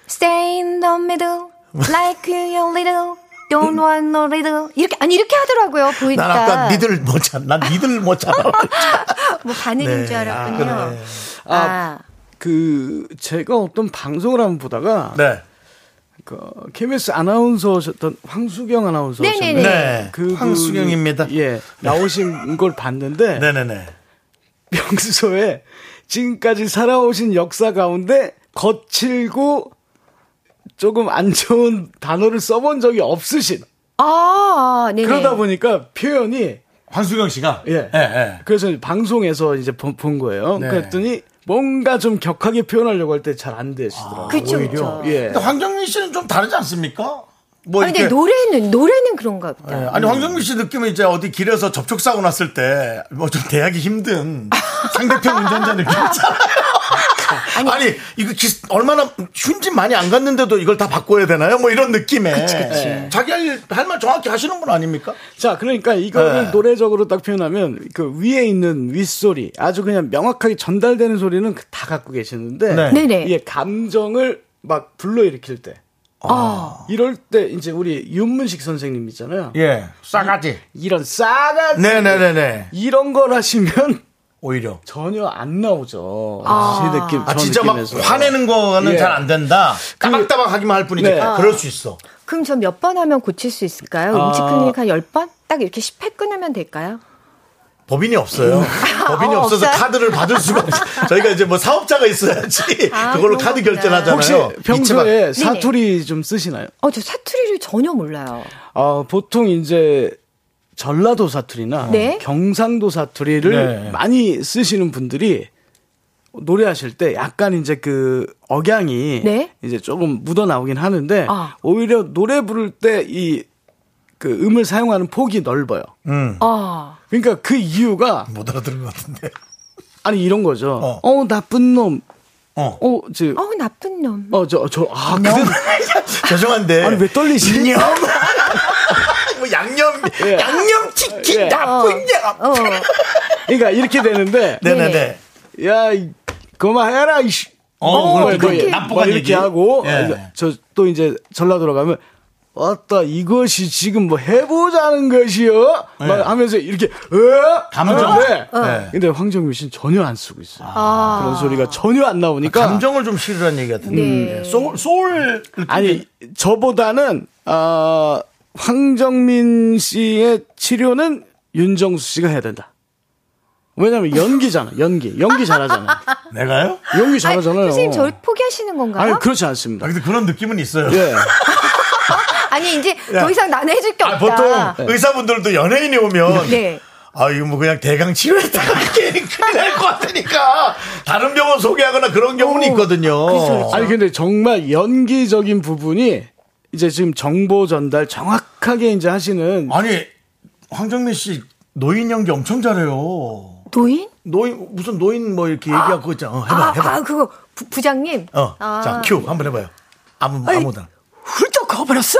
[SPEAKER 6] Stay in the middle, like you little, don't want no little. 이렇게, 아니, 이렇게 하더라고요, 보니까.
[SPEAKER 1] 난 아까 니들 못 참, 난 니들 못 참.
[SPEAKER 6] 뭐 바늘인
[SPEAKER 1] 네,
[SPEAKER 6] 줄 알았군요.
[SPEAKER 1] 아,
[SPEAKER 6] 아,
[SPEAKER 1] 그래.
[SPEAKER 2] 그 제가 어떤 방송을 한번 보다가
[SPEAKER 1] 네.
[SPEAKER 2] 그 KBS 아나운서셨던 황수경 아나운서셨는데
[SPEAKER 6] 네네네.
[SPEAKER 1] 네.
[SPEAKER 2] 그분이-
[SPEAKER 1] 황수경입니다. 네.
[SPEAKER 2] 예 나오신 걸 봤는데
[SPEAKER 1] 네네네.
[SPEAKER 2] 평소에 지금까지 살아오신 역사 가운데 거칠고 조금 안 좋은 단어를 써본 적이 없으신
[SPEAKER 6] 아, 네네.
[SPEAKER 2] 그러다 보니까 표현이
[SPEAKER 1] 황수경 씨가?
[SPEAKER 2] 예. 그래서 방송에서 이제 본, 본 거예요.
[SPEAKER 1] 네.
[SPEAKER 2] 그랬더니 뭔가 좀 격하게 표현하려고 할 때 잘 안 되시더라고요.
[SPEAKER 6] 아, 그쵸, 그쵸.
[SPEAKER 2] 예.
[SPEAKER 1] 근데 황정민 씨는 좀 다르지 않습니까? 뭐
[SPEAKER 6] 아니,
[SPEAKER 1] 이렇게.
[SPEAKER 6] 근데 노래는, 노래는 그런가 보다.
[SPEAKER 1] 예, 아니, 황정민 씨 느낌은 이제 어디 길에서 접촉사고 났을 때 뭐 좀 대하기 힘든 상대편 운전자 느낌 있잖아요. 아니, 이거 기- 얼마나 흉진 많이 안 갔는데도 이걸 다 바꿔야 되나요? 뭐 이런 느낌에. 예. 자기 할 말 정확히 하시는 분 아닙니까?
[SPEAKER 2] 자, 그러니까 이거를
[SPEAKER 1] 예.
[SPEAKER 2] 노래적으로 딱 표현하면 그 위에 있는 윗소리 아주 그냥 명확하게 전달되는 소리는 그 다 갖고 계시는데
[SPEAKER 1] 네.
[SPEAKER 6] 네네.
[SPEAKER 2] 예, 감정을 막 불러일으킬 때
[SPEAKER 6] 아.
[SPEAKER 2] 이럴 때 이제 우리 윤문식 선생님 있잖아요.
[SPEAKER 1] 예. 싸가지.
[SPEAKER 2] 이런 싸가지
[SPEAKER 1] 네네네네.
[SPEAKER 2] 이런 걸 하시면
[SPEAKER 1] 오히려.
[SPEAKER 2] 전혀 안 나오죠.
[SPEAKER 6] 아.
[SPEAKER 2] 제 느낌,
[SPEAKER 1] 아,
[SPEAKER 2] 저
[SPEAKER 1] 진짜 막
[SPEAKER 2] 느낌에서.
[SPEAKER 1] 화내는 거는
[SPEAKER 2] 예.
[SPEAKER 1] 잘 안 된다. 따박따박 하기만 할 뿐이지.
[SPEAKER 2] 네.
[SPEAKER 1] 그럴 수 있어.
[SPEAKER 6] 음. 그럼 저 몇 번 하면 고칠 수 있을까요?
[SPEAKER 2] 아.
[SPEAKER 6] 음치 클리닉 한 10번? 딱 이렇게 10회 끊으면 될까요?
[SPEAKER 1] 법인이 없어요. 법인이
[SPEAKER 6] 어,
[SPEAKER 1] 없어서
[SPEAKER 6] 없어요?
[SPEAKER 1] 카드를 받을 수가 없어. 저희가 이제 뭐 사업자가 있어야지.
[SPEAKER 6] 아,
[SPEAKER 1] 그걸로
[SPEAKER 6] 그런
[SPEAKER 1] 카드
[SPEAKER 6] 거구나.
[SPEAKER 1] 결제하잖아요.
[SPEAKER 2] 혹시
[SPEAKER 1] 이치만.
[SPEAKER 2] 평소에 사투리 좀 쓰시나요?
[SPEAKER 6] 어, 저 사투리를 전혀 몰라요.
[SPEAKER 2] 어, 보통 이제 전라도 사투리나
[SPEAKER 6] 네.
[SPEAKER 2] 경상도 사투리를
[SPEAKER 1] 네.
[SPEAKER 2] 많이 쓰시는 분들이 노래하실 때 약간 이제 그 억양이
[SPEAKER 6] 네.
[SPEAKER 2] 이제 조금 묻어 나오긴 하는데
[SPEAKER 6] 아.
[SPEAKER 2] 오히려 노래 부를 때 이 그 음을 사용하는 폭이 넓어요.
[SPEAKER 6] 아.
[SPEAKER 2] 그러니까 그 이유가
[SPEAKER 1] 음. 못 알아들은 것 같은데.
[SPEAKER 2] 아니 이런 거죠.
[SPEAKER 1] 어.
[SPEAKER 2] 어, 나쁜 놈.
[SPEAKER 1] 어.
[SPEAKER 2] 어, 저,
[SPEAKER 6] 어우, 나쁜 놈.
[SPEAKER 2] 어, 저, 저, 아, 그대
[SPEAKER 1] 죄송한데.
[SPEAKER 2] 아니, 왜 떨리지?
[SPEAKER 1] 인형. 뭐 양념,
[SPEAKER 2] 예.
[SPEAKER 1] 양념치킨
[SPEAKER 2] 예.
[SPEAKER 1] 나쁜 양.
[SPEAKER 6] 어.
[SPEAKER 2] 그러니까 이렇게 되는데, 예.
[SPEAKER 1] 네네네.
[SPEAKER 2] 야, 이- 그만해라, 이씨.
[SPEAKER 1] 어,
[SPEAKER 2] 뭐
[SPEAKER 1] 그렇게
[SPEAKER 2] 이렇게
[SPEAKER 1] 나쁘간
[SPEAKER 2] 뭐 이렇게
[SPEAKER 1] 얘기.
[SPEAKER 2] 하고
[SPEAKER 1] 예.
[SPEAKER 2] 저 또 이제 전라도로 가면 왔다 이것이 지금 뭐 해보자는 것이요
[SPEAKER 1] 예.
[SPEAKER 2] 막 하면서 이렇게 으
[SPEAKER 1] 감정.
[SPEAKER 2] 하는데
[SPEAKER 1] 네.
[SPEAKER 2] 근데 황정민 씨는 전혀 안 쓰고 있어요
[SPEAKER 6] 아. 네.
[SPEAKER 2] 그런 소리가 전혀 안 나오니까
[SPEAKER 1] 아, 감정을 좀 실으라는 얘기 같은데. 예, 소울, 소울.
[SPEAKER 2] 아니 저보다는 아 황정민 씨의 치료는 윤정수 씨가 해야 된다 왜냐면 연기잖아 연기 연기 잘하잖아
[SPEAKER 1] 내가요?
[SPEAKER 2] 연기
[SPEAKER 6] 아니,
[SPEAKER 2] 잘하잖아요
[SPEAKER 6] 선생님 저를 포기하시는 건가요?
[SPEAKER 2] 어. 아니
[SPEAKER 6] 아니,
[SPEAKER 2] 그렇지
[SPEAKER 1] 아,
[SPEAKER 2] 않습니다
[SPEAKER 1] 근데 그런 느낌은 있어요.
[SPEAKER 6] 이제
[SPEAKER 1] 야.
[SPEAKER 6] 더 이상 나는 해줄 게
[SPEAKER 1] 아,
[SPEAKER 6] 없다.
[SPEAKER 1] 보통 의사분들도 연예인이 오면.
[SPEAKER 6] 네.
[SPEAKER 1] 아, 이거 뭐 그냥 대강 치료했다가 이렇게 큰일 날 것 같으니까. 다른 병원 소개하거나 그런 경우는 있거든요.
[SPEAKER 2] 아니 근데 정말 연기적인 부분이 이제 지금 정보 전달 정확하게 이제 하시는
[SPEAKER 1] 아니, 황정민 씨 노인 연기 엄청 잘해요.
[SPEAKER 6] 도인?
[SPEAKER 1] 노인, 무슨 노인 뭐 이렇게 얘기하고 그거 있잖아. 어, 해봐,
[SPEAKER 6] 아,
[SPEAKER 1] 해봐.
[SPEAKER 6] 아, 그거 부, 부장님.
[SPEAKER 1] 어,
[SPEAKER 6] 아.
[SPEAKER 1] 자, 큐. 한번 해봐요. 아무, 아무나.
[SPEAKER 7] 훌쩍 커버렸어.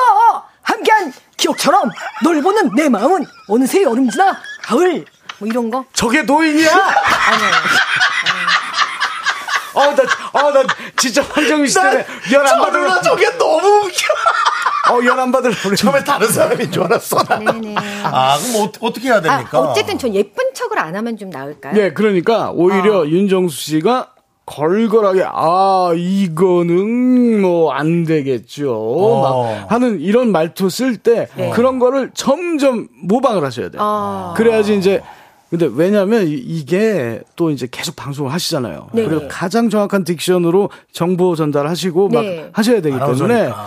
[SPEAKER 7] 함께한 기억처럼 널 보는 내 마음은 어느새 여름 지나 가을.
[SPEAKER 6] 뭐 이런 거? 아,
[SPEAKER 2] 저게 노인이야? 아니. 어나 어, 나 진짜 황정민 씨 때문에 열안 받을
[SPEAKER 1] 저누나 저게 너무 웃겨.
[SPEAKER 2] 어 열안 받을
[SPEAKER 1] 처음에 다른 사람인 줄 알았어. 나.
[SPEAKER 6] 네네.
[SPEAKER 1] 아, 그럼 어, 어떻게 해야
[SPEAKER 6] 아,
[SPEAKER 1] 됩니까? 네,
[SPEAKER 6] 어쨌든 전 예쁜 척을 안 하면 좀 나을까요? 어.
[SPEAKER 2] 예, 그러니까 오히려 윤정수 씨가 걸걸하게 아 이거는 뭐 안 되겠죠
[SPEAKER 1] 어.
[SPEAKER 2] 막 하는 이런 말투 쓸 때
[SPEAKER 6] 네.
[SPEAKER 2] 그런 거를 점점 모방을 하셔야 돼요.
[SPEAKER 6] 아.
[SPEAKER 2] 그래야지 이제 근데 왜냐하면 이- 이게 또 이제 계속 방송을 하시잖아요.
[SPEAKER 6] 네.
[SPEAKER 2] 그리고 가장 정확한 딕션으로 정보 전달하시고
[SPEAKER 6] 네.
[SPEAKER 2] 막 하셔야 되기 때문에
[SPEAKER 1] 아나운서니까.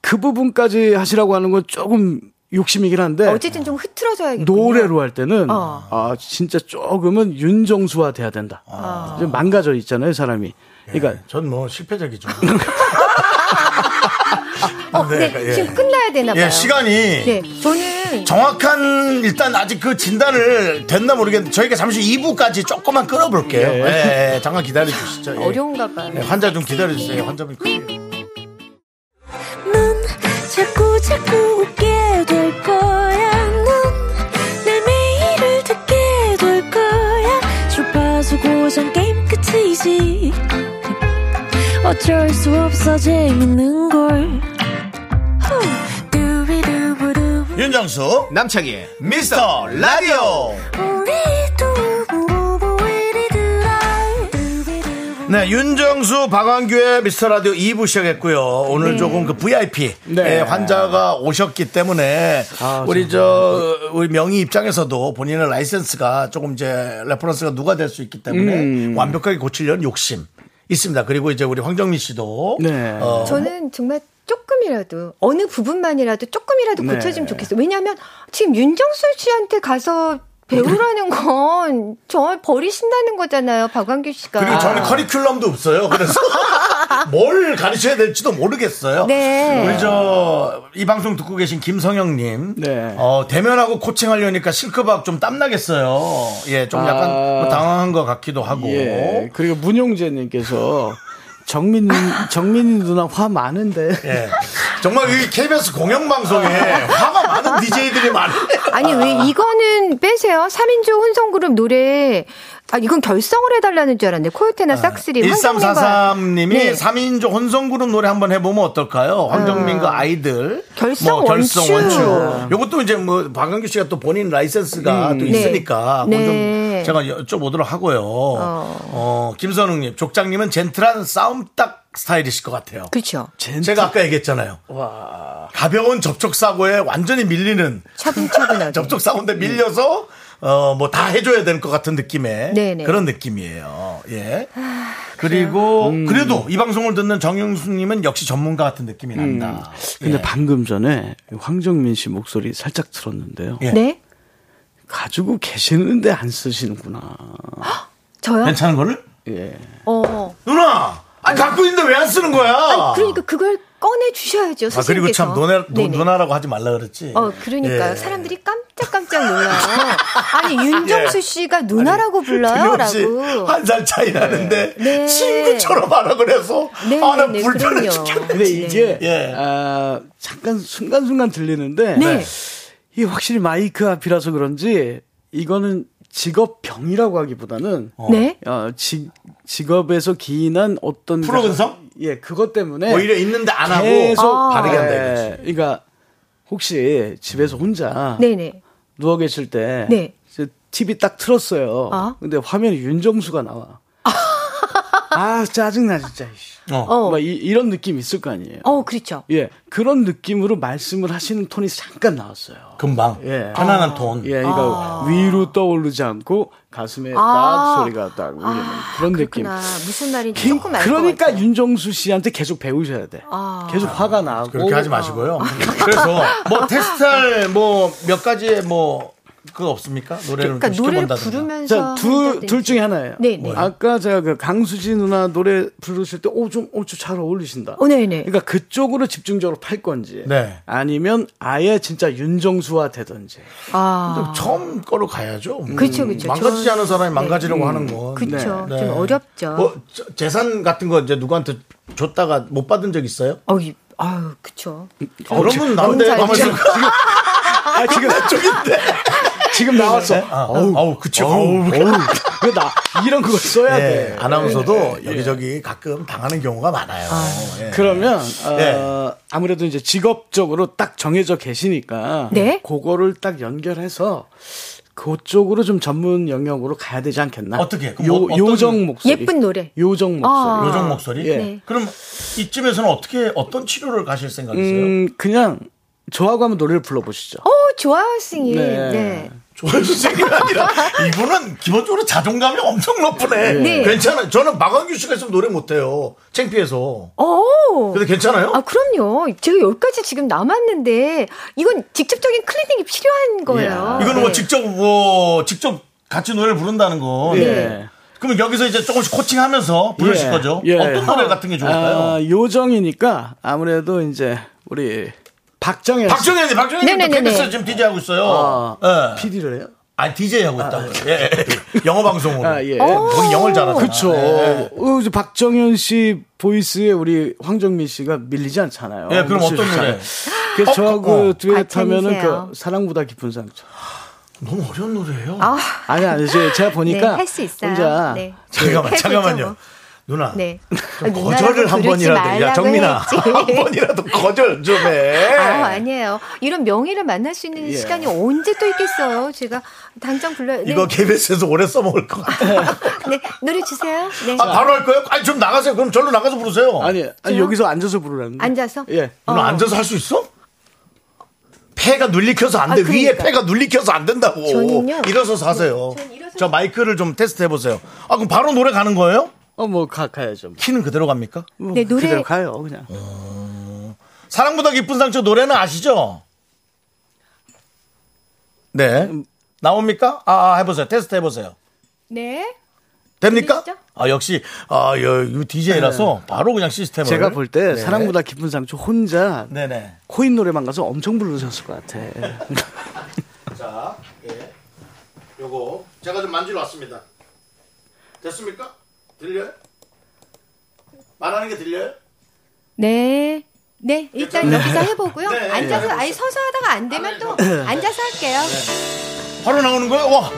[SPEAKER 2] 그 부분까지 하시라고 하는 건 조금 욕심이긴 한데
[SPEAKER 6] 어쨌든 좀 흐트러져야겠군요.
[SPEAKER 2] 노래로 할 때는
[SPEAKER 6] 어.
[SPEAKER 2] 아 진짜 조금은 윤정수화 돼야 된다.
[SPEAKER 6] 아.
[SPEAKER 2] 좀 망가져 있잖아요 사람이. 그러니까
[SPEAKER 1] 아. 전 뭐 실패적이죠.
[SPEAKER 6] 어, 네.
[SPEAKER 1] 네, 예.
[SPEAKER 6] 지금 끝나야 되나 봐요.
[SPEAKER 1] 예, 시간이
[SPEAKER 6] 네. 저는
[SPEAKER 1] 정확한 일단 아직 그 진단을 됐나 모르겠는데 저희가 잠시 2부까지 조금만 끌어볼게요. 예, 예, 잠깐 기다려 주시죠. 예.
[SPEAKER 6] 어려운가 봐요.
[SPEAKER 1] 예, 환자 좀 기다려 주세요. 환자분. 그-
[SPEAKER 8] 넌 자꾸 자꾸 웃게 될 거야. 넌내 매일을 듣게 될 거야. 주파수 고정 게임 끝이지. 어쩔 수 없어 재밌는 걸. 후. 두비두부두.
[SPEAKER 1] 윤정수 남창희 미스터 라디오.
[SPEAKER 8] 우리 두부부부 우리 두라. 두비두부.
[SPEAKER 1] 네, 윤정수 박완규의 미스터 라디오 2부 시작했고요. 오늘 조금 그 VIP
[SPEAKER 2] 네.
[SPEAKER 1] 예, 환자가 오셨기 때문에
[SPEAKER 2] 아,
[SPEAKER 1] 우리 저 우리 명의 입장에서도 본인의 라이센스가 조금 이제 레퍼런스가 누가 될 수 있기 때문에
[SPEAKER 2] 음.
[SPEAKER 1] 완벽하게 고치려는 욕심 있습니다. 그리고 이제 우리 황정민 씨도
[SPEAKER 2] 네.
[SPEAKER 1] 어,
[SPEAKER 6] 저는 정말 조금이라도 어느 부분만이라도 조금이라도
[SPEAKER 1] 네.
[SPEAKER 6] 고쳐지면 좋겠어요. 왜냐하면 지금 윤정수 씨한테 가서 배우라는 건 저를 버리신다는 거잖아요, 박완규 씨가. 아,
[SPEAKER 1] 그리고 저는
[SPEAKER 2] 아.
[SPEAKER 1] 커리큘럼도 없어요. 그래서 뭘 가르쳐야 될지도 모르겠어요.
[SPEAKER 6] 네.
[SPEAKER 1] 우리 저 이 방송 듣고 계신 김성영님,
[SPEAKER 2] 네.
[SPEAKER 1] 어, 대면하고 코칭하려니까 실크박 좀 땀나겠어요. 예, 좀 약간
[SPEAKER 2] 아.
[SPEAKER 1] 뭐 당황한 것 같기도 하고.
[SPEAKER 2] 예
[SPEAKER 1] 예.
[SPEAKER 2] 그리고 문용재님께서 정민 정민 누나 화 많은데
[SPEAKER 1] 예. 정말 이 KBS 공영방송에 화가 많은 DJ들이 많은데.
[SPEAKER 6] 아니 왜 이거는 빼세요? 3인조 혼성그룹 노래 아 이건 결성을 해달라는 줄 알았는데
[SPEAKER 1] 아,
[SPEAKER 6] 코요테나 싹쓸이 황정민과
[SPEAKER 1] 1343님이
[SPEAKER 6] 네. 아.
[SPEAKER 1] 3인조 혼성그룹 노래 한번 해보면 어떨까요? 황정민과 아이들.
[SPEAKER 6] 결성
[SPEAKER 1] 뭐 결성
[SPEAKER 6] 원추.
[SPEAKER 1] 원추. 요것도 이제 뭐, 박은규 씨가 또 본인 라이센스가 또 있으니까.
[SPEAKER 6] 음. 네.
[SPEAKER 1] 그건 좀
[SPEAKER 6] 네.
[SPEAKER 1] 제가 여쭤보도록 하고요. 어, 김선웅님, 족장님은 젠틀한 싸움딱 스타일이실 것 같아요.
[SPEAKER 6] 그렇죠.
[SPEAKER 1] 제가 아까 얘기했잖아요. 가벼운 접촉사고에 완전히 밀리는
[SPEAKER 6] 차분차분하게.
[SPEAKER 1] 접촉사고인데 밀려서 어 뭐 다 해줘야 될 것 같은 느낌의
[SPEAKER 6] 네네.
[SPEAKER 1] 그런 느낌이에요. 예. 그리고 그래도 이 방송을 듣는 정영수님은 역시 전문가 같은 느낌이 난다.
[SPEAKER 2] 근데
[SPEAKER 1] 예.
[SPEAKER 2] 방금 전에 황정민 씨 목소리 살짝 들었는데요.
[SPEAKER 1] 예.
[SPEAKER 6] 네?
[SPEAKER 2] 가지고 계시는데 안 쓰시는구나.
[SPEAKER 6] 저요?
[SPEAKER 1] 괜찮은 거를
[SPEAKER 2] 예.
[SPEAKER 6] 어.
[SPEAKER 1] 누나, 아 갖고 있는데 왜 안 쓰는 거야?
[SPEAKER 6] 그러니까 그걸 꺼내 주셔야죠.
[SPEAKER 1] 아, 그리고 아, 참 누나, 누, 누나라고 하지 말라 그랬지.
[SPEAKER 6] 어, 그러니까 요
[SPEAKER 1] 예.
[SPEAKER 6] 사람들이 깜짝깜짝 놀라요. 아니 윤정수
[SPEAKER 1] 예.
[SPEAKER 6] 씨가 누나라고
[SPEAKER 1] 틀림없이
[SPEAKER 6] 불러요라고.
[SPEAKER 1] 한 살 차이 나는데
[SPEAKER 6] 네.
[SPEAKER 1] 친구처럼 하라 그래서
[SPEAKER 6] 네,
[SPEAKER 1] 아 나
[SPEAKER 6] 네,
[SPEAKER 1] 불편해
[SPEAKER 6] 그럼요.
[SPEAKER 1] 죽겠네.
[SPEAKER 2] 근데 이게
[SPEAKER 1] 예.
[SPEAKER 2] 아, 잠깐 순간순간 들리는데
[SPEAKER 6] 네.
[SPEAKER 2] 이 확실히 마이크 앞이라서 그런지 이거는 직업병이라고 하기보다는
[SPEAKER 6] 네.
[SPEAKER 2] 어, 지- 직업에서 기인한 어떤
[SPEAKER 1] 프로근성?
[SPEAKER 2] 네. 예 그것 때문에
[SPEAKER 1] 오히려 있는데 안 하고
[SPEAKER 2] 계속
[SPEAKER 6] 아.
[SPEAKER 1] 바르게 한다
[SPEAKER 2] 예,
[SPEAKER 1] 이거지.
[SPEAKER 2] 그러니까 혹시 집에서 혼자
[SPEAKER 6] 아. 네네.
[SPEAKER 2] 누워 계실 때
[SPEAKER 6] 네.
[SPEAKER 2] 이제 TV 딱 틀었어요.
[SPEAKER 6] 아.
[SPEAKER 2] 근데 화면에 윤정수가 나와. 아 짜증나 진짜. 이씨.
[SPEAKER 6] 어.
[SPEAKER 2] 막 이, 이런 느낌 있을 거 아니에요.
[SPEAKER 6] 어, 그렇죠.
[SPEAKER 2] 예 그런 느낌으로 말씀을 하시는 톤이 잠깐 나왔어요.
[SPEAKER 1] 금방
[SPEAKER 2] 예.
[SPEAKER 1] 편안한 톤.
[SPEAKER 2] 예, 그러니까 위로 떠오르지 않고 가슴에 딱
[SPEAKER 6] 아.
[SPEAKER 2] 소리가 딱 울리는 그런 느낌.
[SPEAKER 6] 그렇구나. 무슨 말인지
[SPEAKER 2] 그-
[SPEAKER 6] 조금 알것
[SPEAKER 2] 그러니까
[SPEAKER 6] 같아요.
[SPEAKER 2] 윤정수 씨한테 계속 배우셔야 돼.
[SPEAKER 6] 아.
[SPEAKER 2] 계속 화가 나고.
[SPEAKER 1] 그렇게 하지 마시고요. 그래서 뭐 테스트할 뭐 몇 가지의 뭐 그거 없습니까? 노래를
[SPEAKER 6] 그러니까
[SPEAKER 1] 좀
[SPEAKER 6] 노래를
[SPEAKER 1] 시켜본다든가.
[SPEAKER 6] 부르면서
[SPEAKER 2] 자, 둘,
[SPEAKER 6] 한다든지.
[SPEAKER 2] 둘 중에 하나예요.
[SPEAKER 6] 네, 네.
[SPEAKER 2] 아까 제가 그 강수지 누나 노래 부르실 때, 오, 좀, 오, 좀잘 어울리신다.
[SPEAKER 6] 어, 네, 네.
[SPEAKER 2] 그러니까 그쪽으로 집중적으로 팔 건지.
[SPEAKER 1] 네.
[SPEAKER 2] 아니면 아예 진짜 윤정수화 되든지.
[SPEAKER 6] 아.
[SPEAKER 1] 처음 거로 가야죠. 음,
[SPEAKER 6] 그렇죠, 그렇죠.
[SPEAKER 1] 망가지지
[SPEAKER 6] 저-
[SPEAKER 1] 않은 사람이
[SPEAKER 6] 네.
[SPEAKER 1] 망가지려고 하는 건.
[SPEAKER 2] 네.
[SPEAKER 6] 그쵸. 좀 어렵죠.
[SPEAKER 1] 뭐 저- 재산 같은 거 이제 누구한테 줬다가 못 받은 적 있어요? 어,
[SPEAKER 6] 어, 이- 아유, 그쵸.
[SPEAKER 1] 그러면 나한테
[SPEAKER 6] 잘
[SPEAKER 1] 가만히 있을 거야.
[SPEAKER 2] 아, 지금 쪽인데.
[SPEAKER 6] 네.
[SPEAKER 2] 지금 나왔어.
[SPEAKER 1] 아, 어우, 어우, 그쵸. 어우,
[SPEAKER 2] 그 나, 이런 그걸 써야
[SPEAKER 1] 예,
[SPEAKER 2] 돼. 네.
[SPEAKER 1] 아나운서도 여기저기 가끔 당하는 경우가 많아요. 예.
[SPEAKER 2] 그러면 어,
[SPEAKER 1] 예.
[SPEAKER 2] 아무래도 이제 직업적으로 딱 정해져 계시니까
[SPEAKER 6] 네?
[SPEAKER 2] 그거를 딱 연결해서 그쪽으로 좀 전문 영역으로 가야 되지 않겠나?
[SPEAKER 1] 어떻게? 그럼
[SPEAKER 2] 요,
[SPEAKER 1] 어- 어떤-
[SPEAKER 2] 요정 목소리.
[SPEAKER 6] 예쁜 노래. 아.
[SPEAKER 2] 요정 목소리.
[SPEAKER 1] 요정 목소리.
[SPEAKER 2] 예.
[SPEAKER 6] 네.
[SPEAKER 1] 그럼 이쯤에서는 어떻게 어떤 치료를 가실 생각이세요?
[SPEAKER 2] 음, 그냥 저하고 한번 노래를 불러보시죠.
[SPEAKER 6] 오, 어, 좋아요, 선생님.
[SPEAKER 2] 네.
[SPEAKER 6] 네.
[SPEAKER 1] 조현수 선생님이 아니라 이분은 기본적으로 자존감이 엄청 높으네.
[SPEAKER 6] 네.
[SPEAKER 1] 괜찮아요. 저는 마광규 씨가 있으면 노래 못해요. 창피해서.
[SPEAKER 6] 오!
[SPEAKER 1] 근데 괜찮아요?
[SPEAKER 6] 아, 그럼요. 제가 여기까지 지금 남았는데, 이건 직접적인 클리닉이 필요한 거예요.
[SPEAKER 1] 이거는 뭐
[SPEAKER 6] 네.
[SPEAKER 1] 직접 뭐 직접 같이 노래를 부른다는 건.
[SPEAKER 2] 예.
[SPEAKER 1] 그러면 여기서 이제 조금씩 코칭하면서 부르실
[SPEAKER 2] 예.
[SPEAKER 1] 거죠?
[SPEAKER 2] 예.
[SPEAKER 1] 어떤 노래 같은 게 좋을까요?
[SPEAKER 2] 아, 요정이니까 아무래도 이제 우리 박정현 씨.
[SPEAKER 1] 박정현 님, 박정현 님도
[SPEAKER 6] 네네네네.
[SPEAKER 1] KBS 에서 지금 DJ 하고 있어요.
[SPEAKER 2] 아,
[SPEAKER 1] 예.
[SPEAKER 2] PD를 해요?
[SPEAKER 1] 아니 DJ 하고 있다고. 예. 영어 방송으로.
[SPEAKER 2] 아, 예.
[SPEAKER 1] 거기 영어를 잘하잖아.
[SPEAKER 2] 그쵸.
[SPEAKER 1] 예.
[SPEAKER 2] 어, 이제 박정현 씨 보이스에 우리 황정민 씨가 밀리지 않잖아요.
[SPEAKER 1] 예, 그럼 어떤
[SPEAKER 2] 목소리
[SPEAKER 1] 노래?
[SPEAKER 2] 좋잖아요. 그래서 저하고
[SPEAKER 1] 어.
[SPEAKER 2] 듀엣 하면은
[SPEAKER 6] 과찬이세요.
[SPEAKER 2] 그 사랑보다 깊은 상처.
[SPEAKER 1] 너무 어려운 노래예요.
[SPEAKER 2] 아니, 아니, 제가, 제가 보니까.
[SPEAKER 6] 네, 할수 있어요.
[SPEAKER 2] 혼자.
[SPEAKER 6] 네.
[SPEAKER 1] 잠깐만,
[SPEAKER 6] 해보죠,
[SPEAKER 1] 잠깐만요.
[SPEAKER 6] 뭐.
[SPEAKER 1] 누나.
[SPEAKER 6] 네.
[SPEAKER 1] 좀
[SPEAKER 6] 누나라고
[SPEAKER 1] 거절을 한
[SPEAKER 6] 부르지
[SPEAKER 1] 번이라도 야
[SPEAKER 6] 말라고
[SPEAKER 1] 정민아
[SPEAKER 6] 했지.
[SPEAKER 1] 한 번이라도 거절 좀 해.
[SPEAKER 6] 아, 아니에요. 이런 명예를 만날 수 있는 시간이 언제 또 있겠어요. 제가 당장 불러요. 네.
[SPEAKER 1] 이거 KBS에서 오래 써먹을 것 같아.
[SPEAKER 6] 네, 노래 주세요. 네.
[SPEAKER 1] 아, 바로 할 거예요? 아니 좀 나가세요. 그럼 절로 나가서 부르세요.
[SPEAKER 2] 아니, 아니, 여기서 앉아서 부르라는.
[SPEAKER 6] 음. 앉아서?
[SPEAKER 2] 예.
[SPEAKER 1] 누나 앉아서 할 수 있어? 폐가 눌리켜서 안 돼.
[SPEAKER 6] 아,
[SPEAKER 1] 위에
[SPEAKER 6] 그러니까.
[SPEAKER 1] 폐가 눌리켜서 안 된다고.
[SPEAKER 6] 저는요. 네,
[SPEAKER 1] 일어서서 하세요.
[SPEAKER 6] 전 일어서서-
[SPEAKER 1] 저 마이크를 좀 테스트 해보세요. 아 그럼 바로 노래 가는 거예요?
[SPEAKER 2] 어, 뭐, 가, 가야죠. 뭐.
[SPEAKER 1] 키는 그대로 갑니까? 어.
[SPEAKER 2] 뭐
[SPEAKER 6] 네, 노래-
[SPEAKER 2] 그대로 가요, 그냥.
[SPEAKER 1] 사랑보다 깊은 상처 노래는 아시죠? 네.
[SPEAKER 2] 음.
[SPEAKER 1] 나옵니까? 아, 아, 해보세요. 테스트 해보세요.
[SPEAKER 6] 네.
[SPEAKER 1] 됩니까?
[SPEAKER 6] 들리시죠?
[SPEAKER 1] 아, 역시, 아, 여, 이 DJ라서 바로 그냥 시스템을.
[SPEAKER 2] 네. 제가 볼 때
[SPEAKER 1] 네.
[SPEAKER 2] 사랑보다 깊은 상처 혼자
[SPEAKER 1] 네네.
[SPEAKER 2] 코인 노래방 가서 엄청 부르셨을 것 같아.
[SPEAKER 1] 자, 예. 요거. 제가 좀 만지러 왔습니다. 됐습니까? 들려요? 말하는 게 들려요?
[SPEAKER 6] 네. 네, 일단 여기서 해보고요.
[SPEAKER 1] 네,
[SPEAKER 6] 앉아서,
[SPEAKER 1] 네.
[SPEAKER 6] 아예 서서 하다가 안 되면 또 앉아서 할게요.
[SPEAKER 1] 바로 나오는 거예요? 와.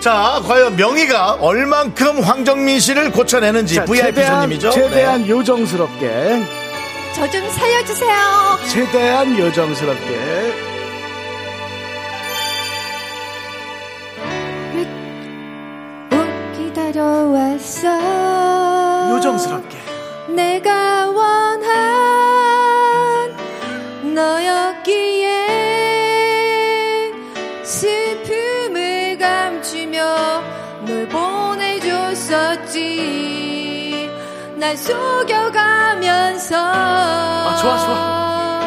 [SPEAKER 1] 자, 과연 명희가 얼만큼 황정민 씨를 고쳐내는지
[SPEAKER 2] 자,
[SPEAKER 1] VIP
[SPEAKER 2] 최대한-
[SPEAKER 1] 손님이죠?
[SPEAKER 2] 최대한
[SPEAKER 1] 네.
[SPEAKER 2] 요정스럽게.
[SPEAKER 6] 저 좀 살려주세요.
[SPEAKER 2] 최대한 요정스럽게.
[SPEAKER 6] 올 기다려왔어.
[SPEAKER 2] 요정스럽게.
[SPEAKER 6] 내가 원한 너였기에 슬픔을 감추며 널 보내줬었지 날 속여가면서
[SPEAKER 2] 좋아,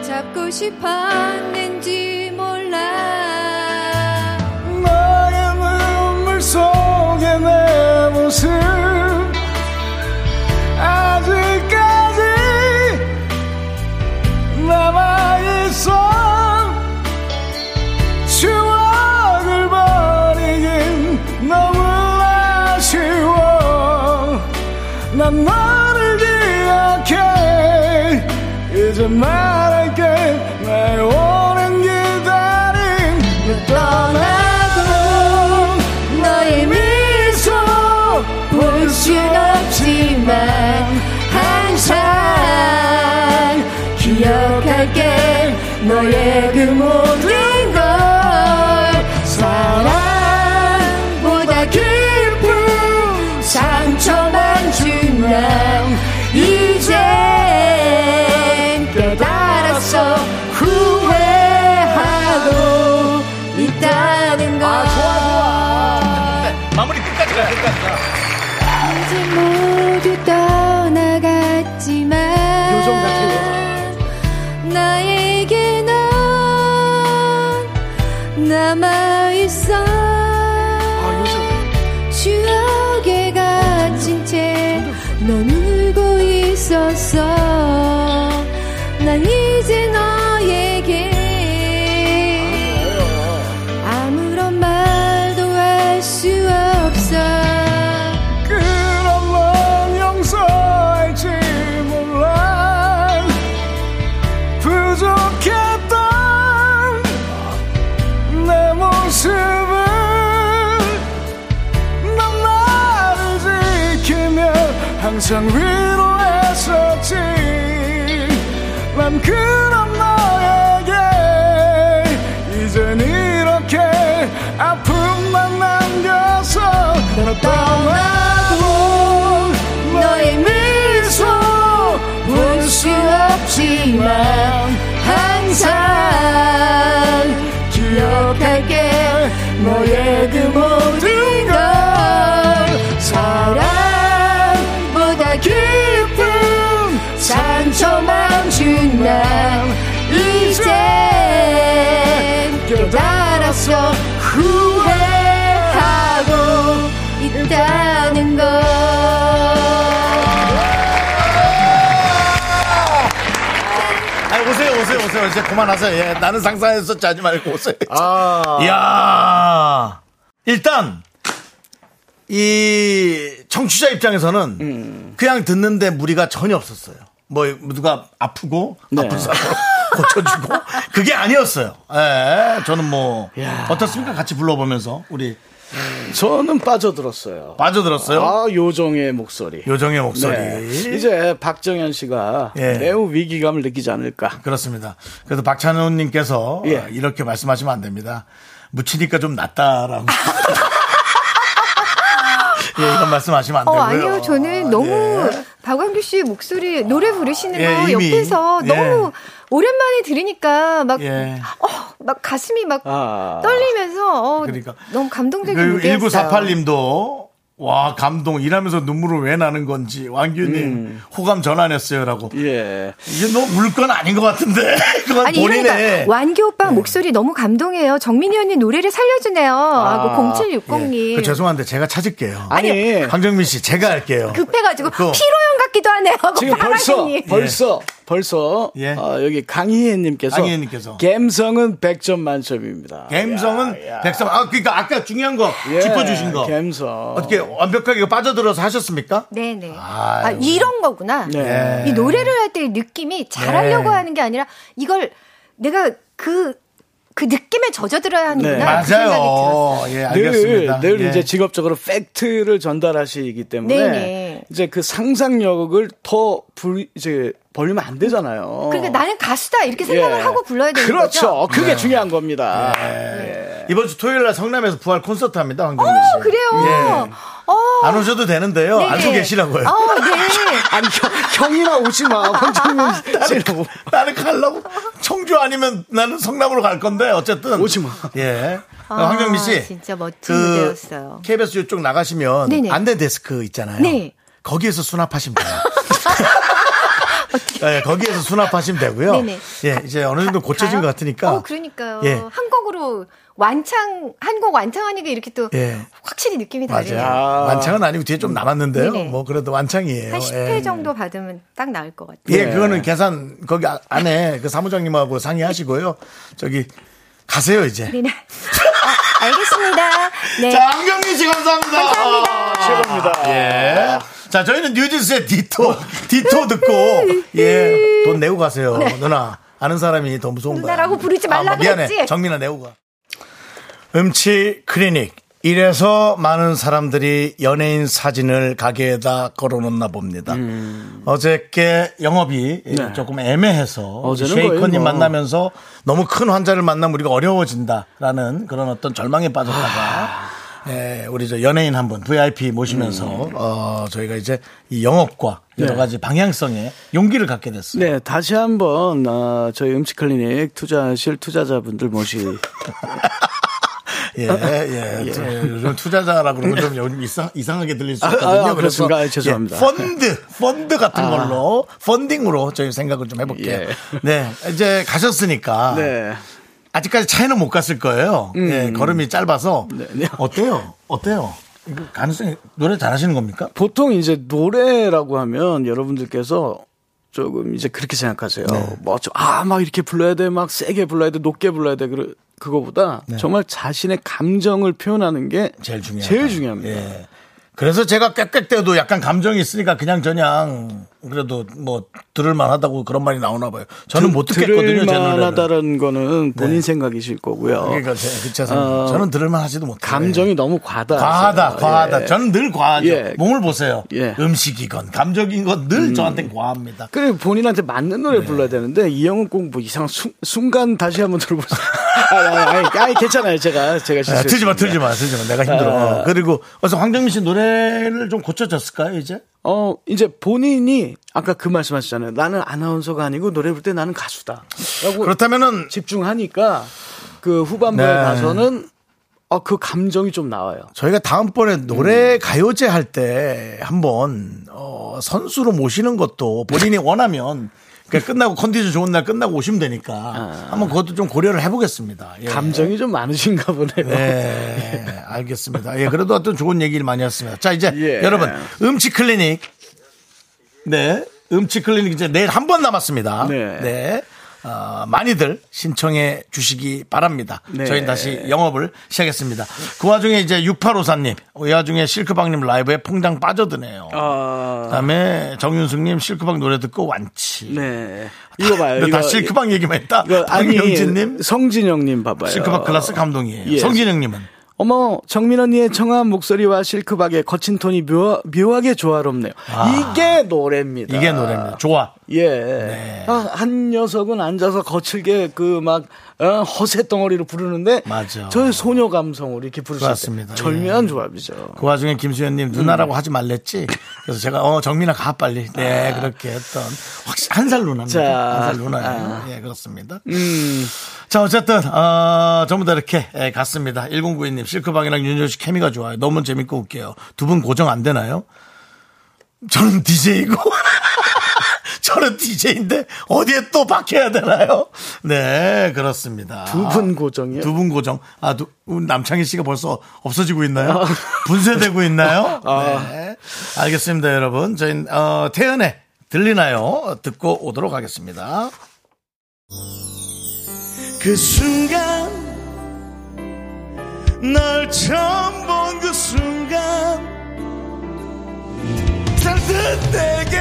[SPEAKER 6] 잡고 싶었는지 몰라
[SPEAKER 5] 나의 눈물 속에 내 모습 아직까지 남아있어 추억을 버리긴 너무 아쉬워 난 너를 기억해 이제 말할게 나의 오랜 기다림 너 떠나고 너의 미소 볼
[SPEAKER 7] 너의 그 모든 걸 사랑보다 깊은 상처만 준 난 이젠 깨달았어 후회하고 있다는 걸
[SPEAKER 9] 마무리 끝까지 가, 끝까지 가.
[SPEAKER 8] 이제 모두 떠나갔지만
[SPEAKER 2] 요정 같은
[SPEAKER 8] 나에게 넌 남아있어 추억에 갇힌 채넌 울고 있었어 난 이제 너에게 아무런 말도 할 수 없어
[SPEAKER 5] 그런 건 용서할지 몰라 부족했던 내 모습을 넌 나를 지키며 항상 위로했었지 난 그런 너에게 이젠 이렇게 아픔만 남겨서 널 떠나고 너의 미소 볼 수 없지만 항상 기억할게 너의 그 모든 걸 사랑보다 깊은 상처만 준난 이젠 깨달았어 후회하고
[SPEAKER 8] 있다는 걸
[SPEAKER 1] 아 오세요 오세요 오세요 이제 그만하세요 예, 나는 상상했었지 하지 말고 오세요
[SPEAKER 2] 아.
[SPEAKER 1] 아. 이야 일단 이 청취자 입장에서는
[SPEAKER 2] 음.
[SPEAKER 1] 그냥 듣는데 무리가 전혀 없었어요 뭐 누가 아프고
[SPEAKER 2] 네.
[SPEAKER 1] 아픈 사람 고쳐주고 그게 아니었어요 예 저는 뭐 어떻습니까 같이 불러보면서 우리
[SPEAKER 2] 저는 빠져들었어요.
[SPEAKER 1] 빠져들었어요
[SPEAKER 2] 아 요정의 목소리.
[SPEAKER 1] 요정의 목소리
[SPEAKER 2] 네. 이제 박정현 씨가
[SPEAKER 1] 예.
[SPEAKER 2] 매우 위기감을 느끼지 않을까.
[SPEAKER 1] 그렇습니다. 그래도 박찬호님께서
[SPEAKER 2] 예.
[SPEAKER 1] 아, 이렇게 말씀하시면 안 됩니다. 묻히니까 좀 낫다라고. 예, 이런 말씀하시면 안
[SPEAKER 6] 어,
[SPEAKER 1] 되고요. 네.
[SPEAKER 6] 아니요. 저는 너무 박완규 씨 목소리, 노래 부르시는
[SPEAKER 1] 예,
[SPEAKER 6] 거
[SPEAKER 1] 이미.
[SPEAKER 6] 옆에서
[SPEAKER 1] 예.
[SPEAKER 6] 너무 오랜만에 들으니까 막,
[SPEAKER 1] 예.
[SPEAKER 6] 어, 막 가슴이 막
[SPEAKER 2] 아.
[SPEAKER 6] 떨리면서 어,
[SPEAKER 1] 그러니까.
[SPEAKER 6] 너무 감동적인
[SPEAKER 1] 그리고
[SPEAKER 6] 무대였어요.
[SPEAKER 1] 1948님도 와 감동 일하면서 눈물을 왜 나는 건지 왕규님
[SPEAKER 6] 음.
[SPEAKER 1] 호감 전환했어요라고
[SPEAKER 2] 예.
[SPEAKER 1] 이게 너무 물건 아닌 것 같은데 그건
[SPEAKER 6] 아니
[SPEAKER 1] 본인의 네.
[SPEAKER 6] 이러니까 완규 오빠 목소리 너무 감동해요. 정민이 언니 노래를 살려주네요. 하고 0760님.
[SPEAKER 1] 아,
[SPEAKER 6] 그
[SPEAKER 1] 예. 그 죄송한데 제가 찾을게요
[SPEAKER 2] 아니,
[SPEAKER 1] 강정민 씨 제가 할게요
[SPEAKER 6] 급해가지고
[SPEAKER 1] 그거.
[SPEAKER 6] 피로연 같기도 하네요.
[SPEAKER 2] 지금 벌써
[SPEAKER 6] 파라디님.
[SPEAKER 2] 벌써 벌써
[SPEAKER 1] 예.
[SPEAKER 2] 아, 여기 강희애님께서
[SPEAKER 1] 강희애님께서.
[SPEAKER 2] 감성은 100점 만점입니다.
[SPEAKER 1] 갬성은
[SPEAKER 2] 야, 야.
[SPEAKER 1] 백성 아 그러니까 아까 중요한 거
[SPEAKER 2] 예,
[SPEAKER 1] 짚어주신 거
[SPEAKER 2] 감성.
[SPEAKER 1] 어떻게 완벽하게 빠져들어서 하셨습니까?
[SPEAKER 6] 네네.
[SPEAKER 1] 아유.
[SPEAKER 6] 아, 이런 거구나.
[SPEAKER 2] 네.
[SPEAKER 6] 이 노래를 할 때 느낌이 잘하려고
[SPEAKER 1] 네.
[SPEAKER 6] 하는 게 아니라 이걸 내가 그, 그 느낌에 젖어들어야 하는구나.
[SPEAKER 2] 네.
[SPEAKER 6] 그 생각이 들었어요.
[SPEAKER 1] 맞아요. 예 알겠습니다.
[SPEAKER 2] 늘, 늘
[SPEAKER 1] 예.
[SPEAKER 2] 이제 직업적으로 팩트를 전달하시기 때문에
[SPEAKER 6] 네네.
[SPEAKER 2] 이제 그 상상력을 더 불, 이제 벌리면 안 되잖아요.
[SPEAKER 6] 그러니까 나는 가수다 이렇게 생각을
[SPEAKER 2] 어. 예.
[SPEAKER 6] 하고 불러야 되는 거죠.
[SPEAKER 2] 그렇죠. 그게 중요한 겁니다.
[SPEAKER 1] 네.
[SPEAKER 2] 네.
[SPEAKER 1] 이번 주 토요일 날 성남에서 부활 콘서트 합니다. 황정민
[SPEAKER 6] 어,
[SPEAKER 1] 씨.
[SPEAKER 6] 그래요.
[SPEAKER 1] 예.
[SPEAKER 6] 어,
[SPEAKER 1] 안 오셔도 되는데요.
[SPEAKER 6] 네.
[SPEAKER 1] 안고 계시라고요.
[SPEAKER 6] 어,
[SPEAKER 2] 아,
[SPEAKER 6] 네.
[SPEAKER 2] 아니, 형, 형이나 오지 마. 황정민 씨라고.
[SPEAKER 1] 나는 가려고 청주 아니면 나는 성남으로 갈 건데 어쨌든
[SPEAKER 2] 오지 마.
[SPEAKER 1] 예. 황정민 씨.
[SPEAKER 6] 아,
[SPEAKER 1] 그
[SPEAKER 6] 진짜 멋진 무대였어요.
[SPEAKER 1] KBS 이쪽 나가시면
[SPEAKER 6] 네네.
[SPEAKER 1] 안내 데스크 있잖아요.
[SPEAKER 6] 네.
[SPEAKER 1] 거기에서 수납하시면 돼요. 예, 거기에서 수납하시면 되고요.
[SPEAKER 6] 네네.
[SPEAKER 1] 예, 이제 어느 정도 고쳐진
[SPEAKER 6] 가요?
[SPEAKER 1] 것 같으니까.
[SPEAKER 6] 어, 그러니까요.
[SPEAKER 1] 예.
[SPEAKER 6] 한 곡으로 완창, 한 곡 완창하니까 이렇게 또
[SPEAKER 1] 예.
[SPEAKER 6] 확실히 느낌이
[SPEAKER 1] 맞아요.
[SPEAKER 6] 다르네요.
[SPEAKER 1] 완창은 아니고 뒤에 좀 남았는데요.
[SPEAKER 6] 네네.
[SPEAKER 1] 뭐 그래도 완창이에요.
[SPEAKER 6] 한 10회
[SPEAKER 1] 예.
[SPEAKER 6] 정도 받으면 딱 나을 것 같아요.
[SPEAKER 1] 예, 그거는 계산 거기 아- 안에 그 사무장님하고 상의하시고요. 저기 가세요 이제.
[SPEAKER 6] 네네. 아, 알겠습니다. 네.
[SPEAKER 1] 자, 안경민 씨 감사합니다. 최고입니다. 예. 자, 저희는 뉴진스의 디토, 디토 듣고,
[SPEAKER 6] 네.
[SPEAKER 1] 예, 돈 내고 가세요. 누나, 아는 사람이 더 무서운 거야.
[SPEAKER 6] 누나라고 부르지 말라
[SPEAKER 1] 아, 미안해.
[SPEAKER 6] 그랬지?
[SPEAKER 1] 정민아 내고 가. 음치 클리닉 이래서 많은 사람들이 연예인 사진을 가게에다 걸어놓나 봅니다.
[SPEAKER 2] 음.
[SPEAKER 1] 어저께 영업이 조금 애매해서
[SPEAKER 2] 네. 어제는
[SPEAKER 1] 쉐이커님
[SPEAKER 2] 거의 뭐.
[SPEAKER 1] 만나면서 너무 큰 환자를 만나면 우리가 어려워진다라는 그런 어떤 절망에
[SPEAKER 2] 아.
[SPEAKER 1] 빠졌다가 예, 우리 저 연예인 한 분 VIP 모시면서 어, 저희가 이제 이 영업과 여러
[SPEAKER 2] 음. 네.
[SPEAKER 1] 가지 방향성에 용기를 갖게 됐어요.
[SPEAKER 2] 네, 다시 한번 아, 저희 음식 클리닉 투자실 투자자분들 모시
[SPEAKER 1] 예, 예. 저, 요즘 투자자라 그러면 좀 요- 이상, 이상하게 들릴 수
[SPEAKER 2] 아,
[SPEAKER 1] 있거든요.
[SPEAKER 2] 아,
[SPEAKER 1] 그래서
[SPEAKER 2] 그렇습니까? 죄송합니다.
[SPEAKER 1] 예, 펀드, 펀드 같은 걸로 펀딩으로 저희 생각을 좀 해볼게요.
[SPEAKER 2] 예.
[SPEAKER 1] 네, 이제 가셨으니까
[SPEAKER 2] 네.
[SPEAKER 1] 아직까지 차이는 못 갔을 거예요. 예, 걸음이 짧아서
[SPEAKER 2] 네.
[SPEAKER 1] 어때요? 어때요? 이거 가능성이 노래 잘하시는 겁니까?
[SPEAKER 2] 보통 이제 노래라고 하면 여러분들께서 조금 이제 그렇게 생각하세요.
[SPEAKER 1] 네.
[SPEAKER 2] 뭐아막 이렇게 불러야 돼, 막 세게 불러야 돼, 높게 불러야 돼. 그 그거보다
[SPEAKER 1] 네.
[SPEAKER 2] 정말 자신의 감정을 표현하는 게
[SPEAKER 1] 제일 중요하다.
[SPEAKER 2] 합니다
[SPEAKER 1] 예. 그래서 제가 꽥꽥대도 약간 감정이 있으니까 그냥 저냥 그래도 뭐 들을만 하다고 그런 말이 나오나 봐요. 저는 못 듣겠거든요, 제 노래를. 네.
[SPEAKER 2] 들을만하다는 거는 본인 생각이실 거고요.
[SPEAKER 1] 그러니까 제, 그 죄송합니다.
[SPEAKER 2] 어,
[SPEAKER 1] 저는 들을만 하지도 못해요. 예.
[SPEAKER 2] 감정이 너무 과다.
[SPEAKER 1] 과하다, 과하다. 저는 늘 과하죠.
[SPEAKER 2] 예.
[SPEAKER 1] 몸을 보세요.
[SPEAKER 2] 예.
[SPEAKER 1] 음식이건 감정인 건 늘 저한테 과합니다. 네.
[SPEAKER 2] 그래 본인한테 맞는 노래 불러야 되는데 이 형은 꼭 뭐 이상한 순, 순간 다시 한번 들어보세요. 아, 아, 아니, 아니, 괜찮아요. 제가 제가
[SPEAKER 1] 아, 틀지 마,
[SPEAKER 2] 실수했습니다.
[SPEAKER 1] 틀지 마, 틀지 마. 내가 힘들어.
[SPEAKER 2] 아.
[SPEAKER 1] 어, 그리고 그래서 황정민 씨 노래를 좀 고쳐졌을까요 이제?
[SPEAKER 2] 어, 이제 본인이 아까 그 말씀하셨잖아요. 나는 아나운서가 아니고 노래 부를 때 나는 가수다. 라고
[SPEAKER 1] 그렇다면은
[SPEAKER 2] 집중하니까 그 후반부에
[SPEAKER 1] 네.
[SPEAKER 2] 가서는 어, 그 감정이 좀 나와요.
[SPEAKER 1] 저희가 다음번에 노래 가요제 할 때 한번 어, 선수로 모시는 것도 본인이 원하면 그 끝나고 컨디션 좋은 날 끝나고 오시면 되니까 한번 그것도 좀 고려를 해보겠습니다. 예.
[SPEAKER 2] 감정이 좀 많으신가 보네요.
[SPEAKER 1] 네, 알겠습니다. 예, 그래도 어떤 좋은 얘기를 많이 했습니다. 자, 이제
[SPEAKER 2] 예.
[SPEAKER 1] 여러분 음치 클리닉, 네, 음치 클리닉 이제 내일 한 번 남았습니다. 네,
[SPEAKER 2] 네.
[SPEAKER 1] 어, 많이들 신청해 주시기 바랍니다.
[SPEAKER 2] 네.
[SPEAKER 1] 저희 는 다시 영업을 시작했습니다. 그 와중에 이제 6854님, 어, 이 와중에 실크박님 라이브에 퐁당 빠져드네요.
[SPEAKER 2] 아,
[SPEAKER 1] 그다음에 정윤숙님 실크박 노래 듣고 완치.
[SPEAKER 2] 네. 이거 봐요.
[SPEAKER 1] 근데 그 다
[SPEAKER 2] 이거-
[SPEAKER 1] 실크박 얘기만 했다.
[SPEAKER 2] 이거 아니, 네.
[SPEAKER 1] 박영진님
[SPEAKER 2] 성진영님 봐봐요.
[SPEAKER 1] 실크박 클라스 감동이에요.
[SPEAKER 2] 예.
[SPEAKER 1] 성진영님은
[SPEAKER 2] 어머, 정민 언니의 청아한 목소리와 실크박의 거친 톤이 묘, 묘하게 조화롭네요. 이게 노래입니다.
[SPEAKER 1] 아. 이게 노래입니다. 네. 좋아.
[SPEAKER 2] 예. 아, 한 녀석은 앉아서 거칠게 그 막 허세 덩어리로 부르는데
[SPEAKER 1] 맞아.
[SPEAKER 2] 저의 소녀 감성으로 이렇게 부를 수
[SPEAKER 1] 그렇습니다.
[SPEAKER 2] 있습니다. 절묘한 조합이죠.
[SPEAKER 1] 그 와중에 김수현님 누나라고
[SPEAKER 2] 음.
[SPEAKER 1] 하지 말랬지. 그래서 제가 어 정민아 가 빨리. 네 그렇게 했던 확실 한살 누나입니다.
[SPEAKER 2] 아. 자. 아.
[SPEAKER 1] 한 살 누나예요.
[SPEAKER 10] 아,
[SPEAKER 2] 네.
[SPEAKER 1] 예 그렇습니다. 자 어쨌든 어, 전부 다 이렇게 예, 갔습니다. 1092님 실크방이랑 윤조 씨 케미가 좋아요. 너무 재밌고 웃겨요. 두 분 고정 안 되나요? 저는 DJ고. 저는 DJ인데 어디에 또 박혀야 되나요? 네 그렇습니다.
[SPEAKER 2] 두 분 고정이요?
[SPEAKER 1] 두 분 고정. 아, 두, 우리 남창희 씨가 벌써 없어지고
[SPEAKER 2] 아.
[SPEAKER 1] 있나요? 분쇄되고
[SPEAKER 2] 어?
[SPEAKER 1] 있나요?
[SPEAKER 10] 어.
[SPEAKER 1] 네. 알겠습니다, 여러분. 저희 어, 태연의 들리나요? 듣고 오도록 하겠습니다. 그 순간 널 처음 본 그 순간 산뜻 내게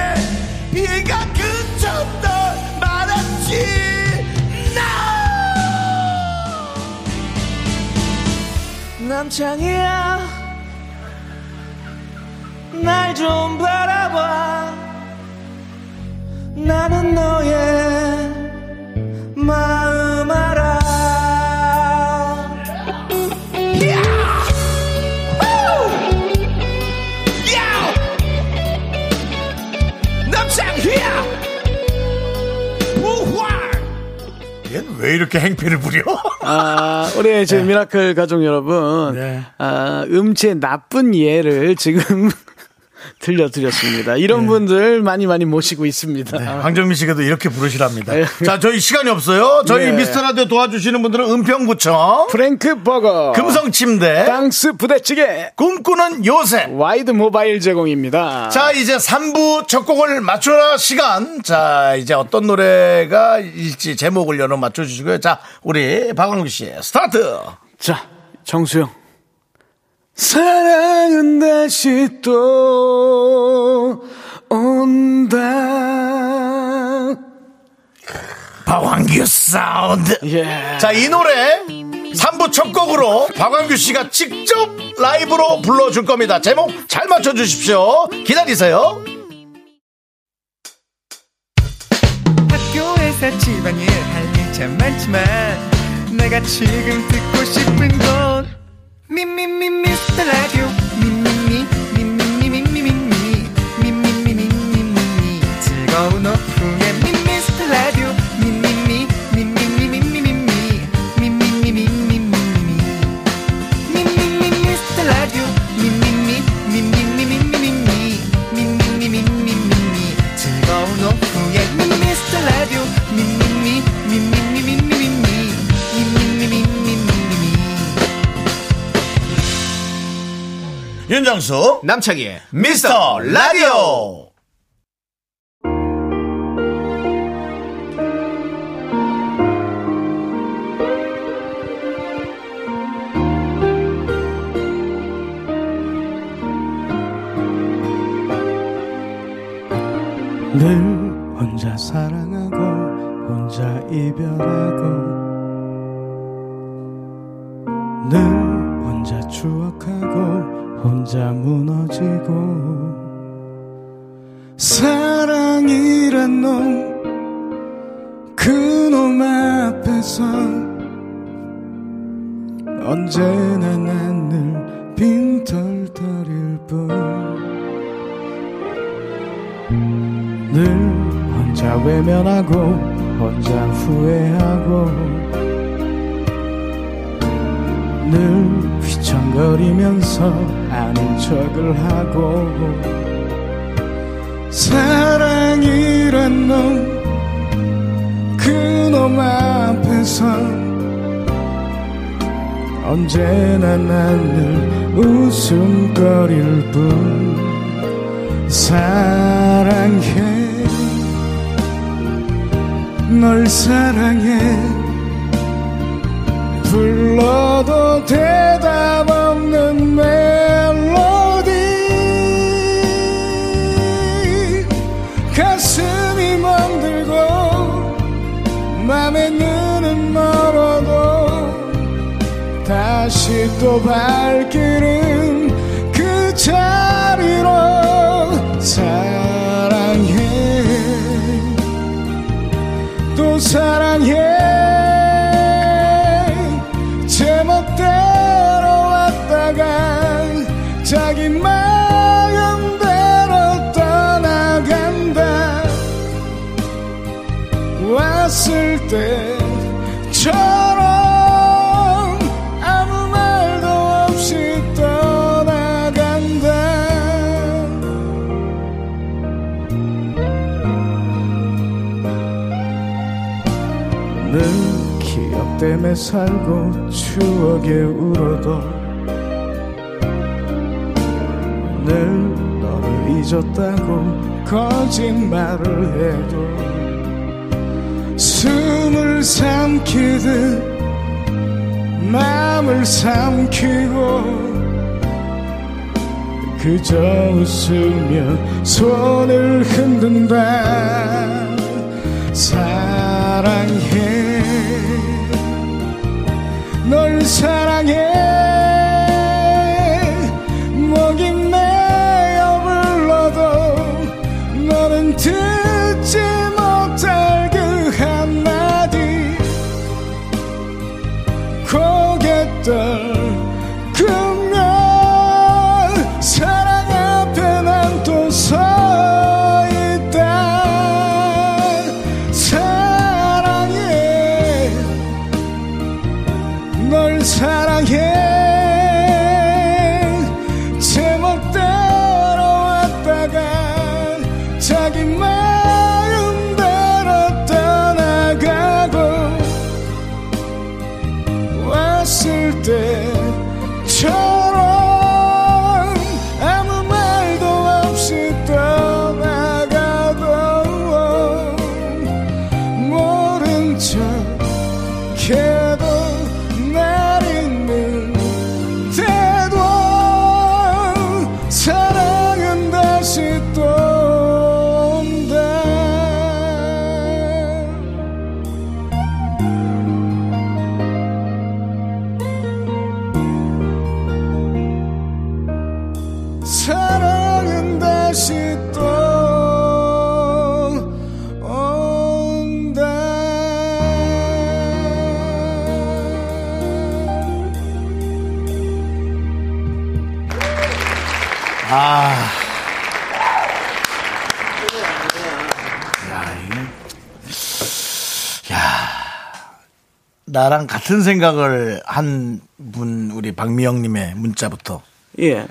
[SPEAKER 1] 비가 그쳤던 말았지
[SPEAKER 2] 남창이야 날 좀 바라봐 나는 너의 마음 알아
[SPEAKER 1] 얘는 왜 이렇게 행패를 부려?
[SPEAKER 2] 아, 우리 저 미라클 가족 여러분
[SPEAKER 1] 네.
[SPEAKER 2] 아, 음치의 나쁜 예를 지금 들려드렸습니다 이런 분들 많이 많이 모시고 있습니다
[SPEAKER 1] 네, 황정민 씨가도 이렇게 부르시랍니다.
[SPEAKER 2] 예.
[SPEAKER 1] 자, 저희 시간이 없어요. 저희
[SPEAKER 2] 네.
[SPEAKER 1] 미스터 라디오 도와주시는 분들은 은평구청,
[SPEAKER 2] 프랭크 버거
[SPEAKER 1] 금성 침대,
[SPEAKER 2] 땅스 부대찌개
[SPEAKER 1] 꿈꾸는 요새.
[SPEAKER 2] 와이드 모바일 제공입니다
[SPEAKER 1] 자, 이제 3부 첫 곡을 맞춰라 시간. 자, 이제 어떤 노래가 일지 제목을 여러 맞춰주시고요. 자, 우리 박원국 씨, 스타트!
[SPEAKER 2] 자, 정수영. 사랑은 다시 또 온다.
[SPEAKER 1] 박원규 사운드.
[SPEAKER 2] 예.
[SPEAKER 1] 자, 이 노래 3부 첫 곡으로 박완규 씨가 직접 라이브로 불러줄 겁니다. 제목 잘 맞춰주십시오. 기다리세요.
[SPEAKER 4] 학교에서 집안일 할 일 참 많지만 내가 지금 듣고 싶은 건 미미미 미스터 라디오 미미미 미미미 미미미 미미미 미미미 즐거운 오후에 미스터 라디오 미미미 미미미 미미미 미미미 미미미 미미미 미스터 라디오 미미미 미미미 미미미 미미미 미미미 즐거운 오후에 미스터 라디오 미미미 미미미 미미미 미미미 미미미
[SPEAKER 1] 윤정수
[SPEAKER 11] 남창희의
[SPEAKER 1] 미스터 라디오
[SPEAKER 5] 늘 혼자 사랑하고 혼자 이별하고 늘 혼자 추억하고 혼자 무너지고 사랑이란 놈 그놈 앞에서 언제나 난 늘 빈털터릴 뿐 늘 혼자 외면하고 혼자 후회하고 늘 휘청거리면서 아는 척을 하고 사랑이란 놈 그놈 앞에서 언제나 난 늘 웃음거릴 뿐 사랑해 널 사랑해 불러도 대답 없는 멜로디 가슴이 멍들고 맘의 눈은 멀어도 다시 또 발길은 그 자리로 사랑해 또 사랑해 제멋대로 왔다가 자기 마음대로 떠나간다 왔을 때처럼 아무 말도 없이 떠나간다 늘 기억 때문에 살고 추억에 울어도 늘 너를 잊었다고 거짓말을 해도 숨을 삼키듯 마음을 삼키고 그저 웃으며 손을 흔든다 사랑해 널 사랑해 목이 메어 불러도 너는 듣지 못할 그 한마디 고개 떨구면 사랑 앞에 난 또 서 있다
[SPEAKER 1] 아. 나랑 같은 생각을 한 분 우리 박미영님의 문자부터
[SPEAKER 2] 예.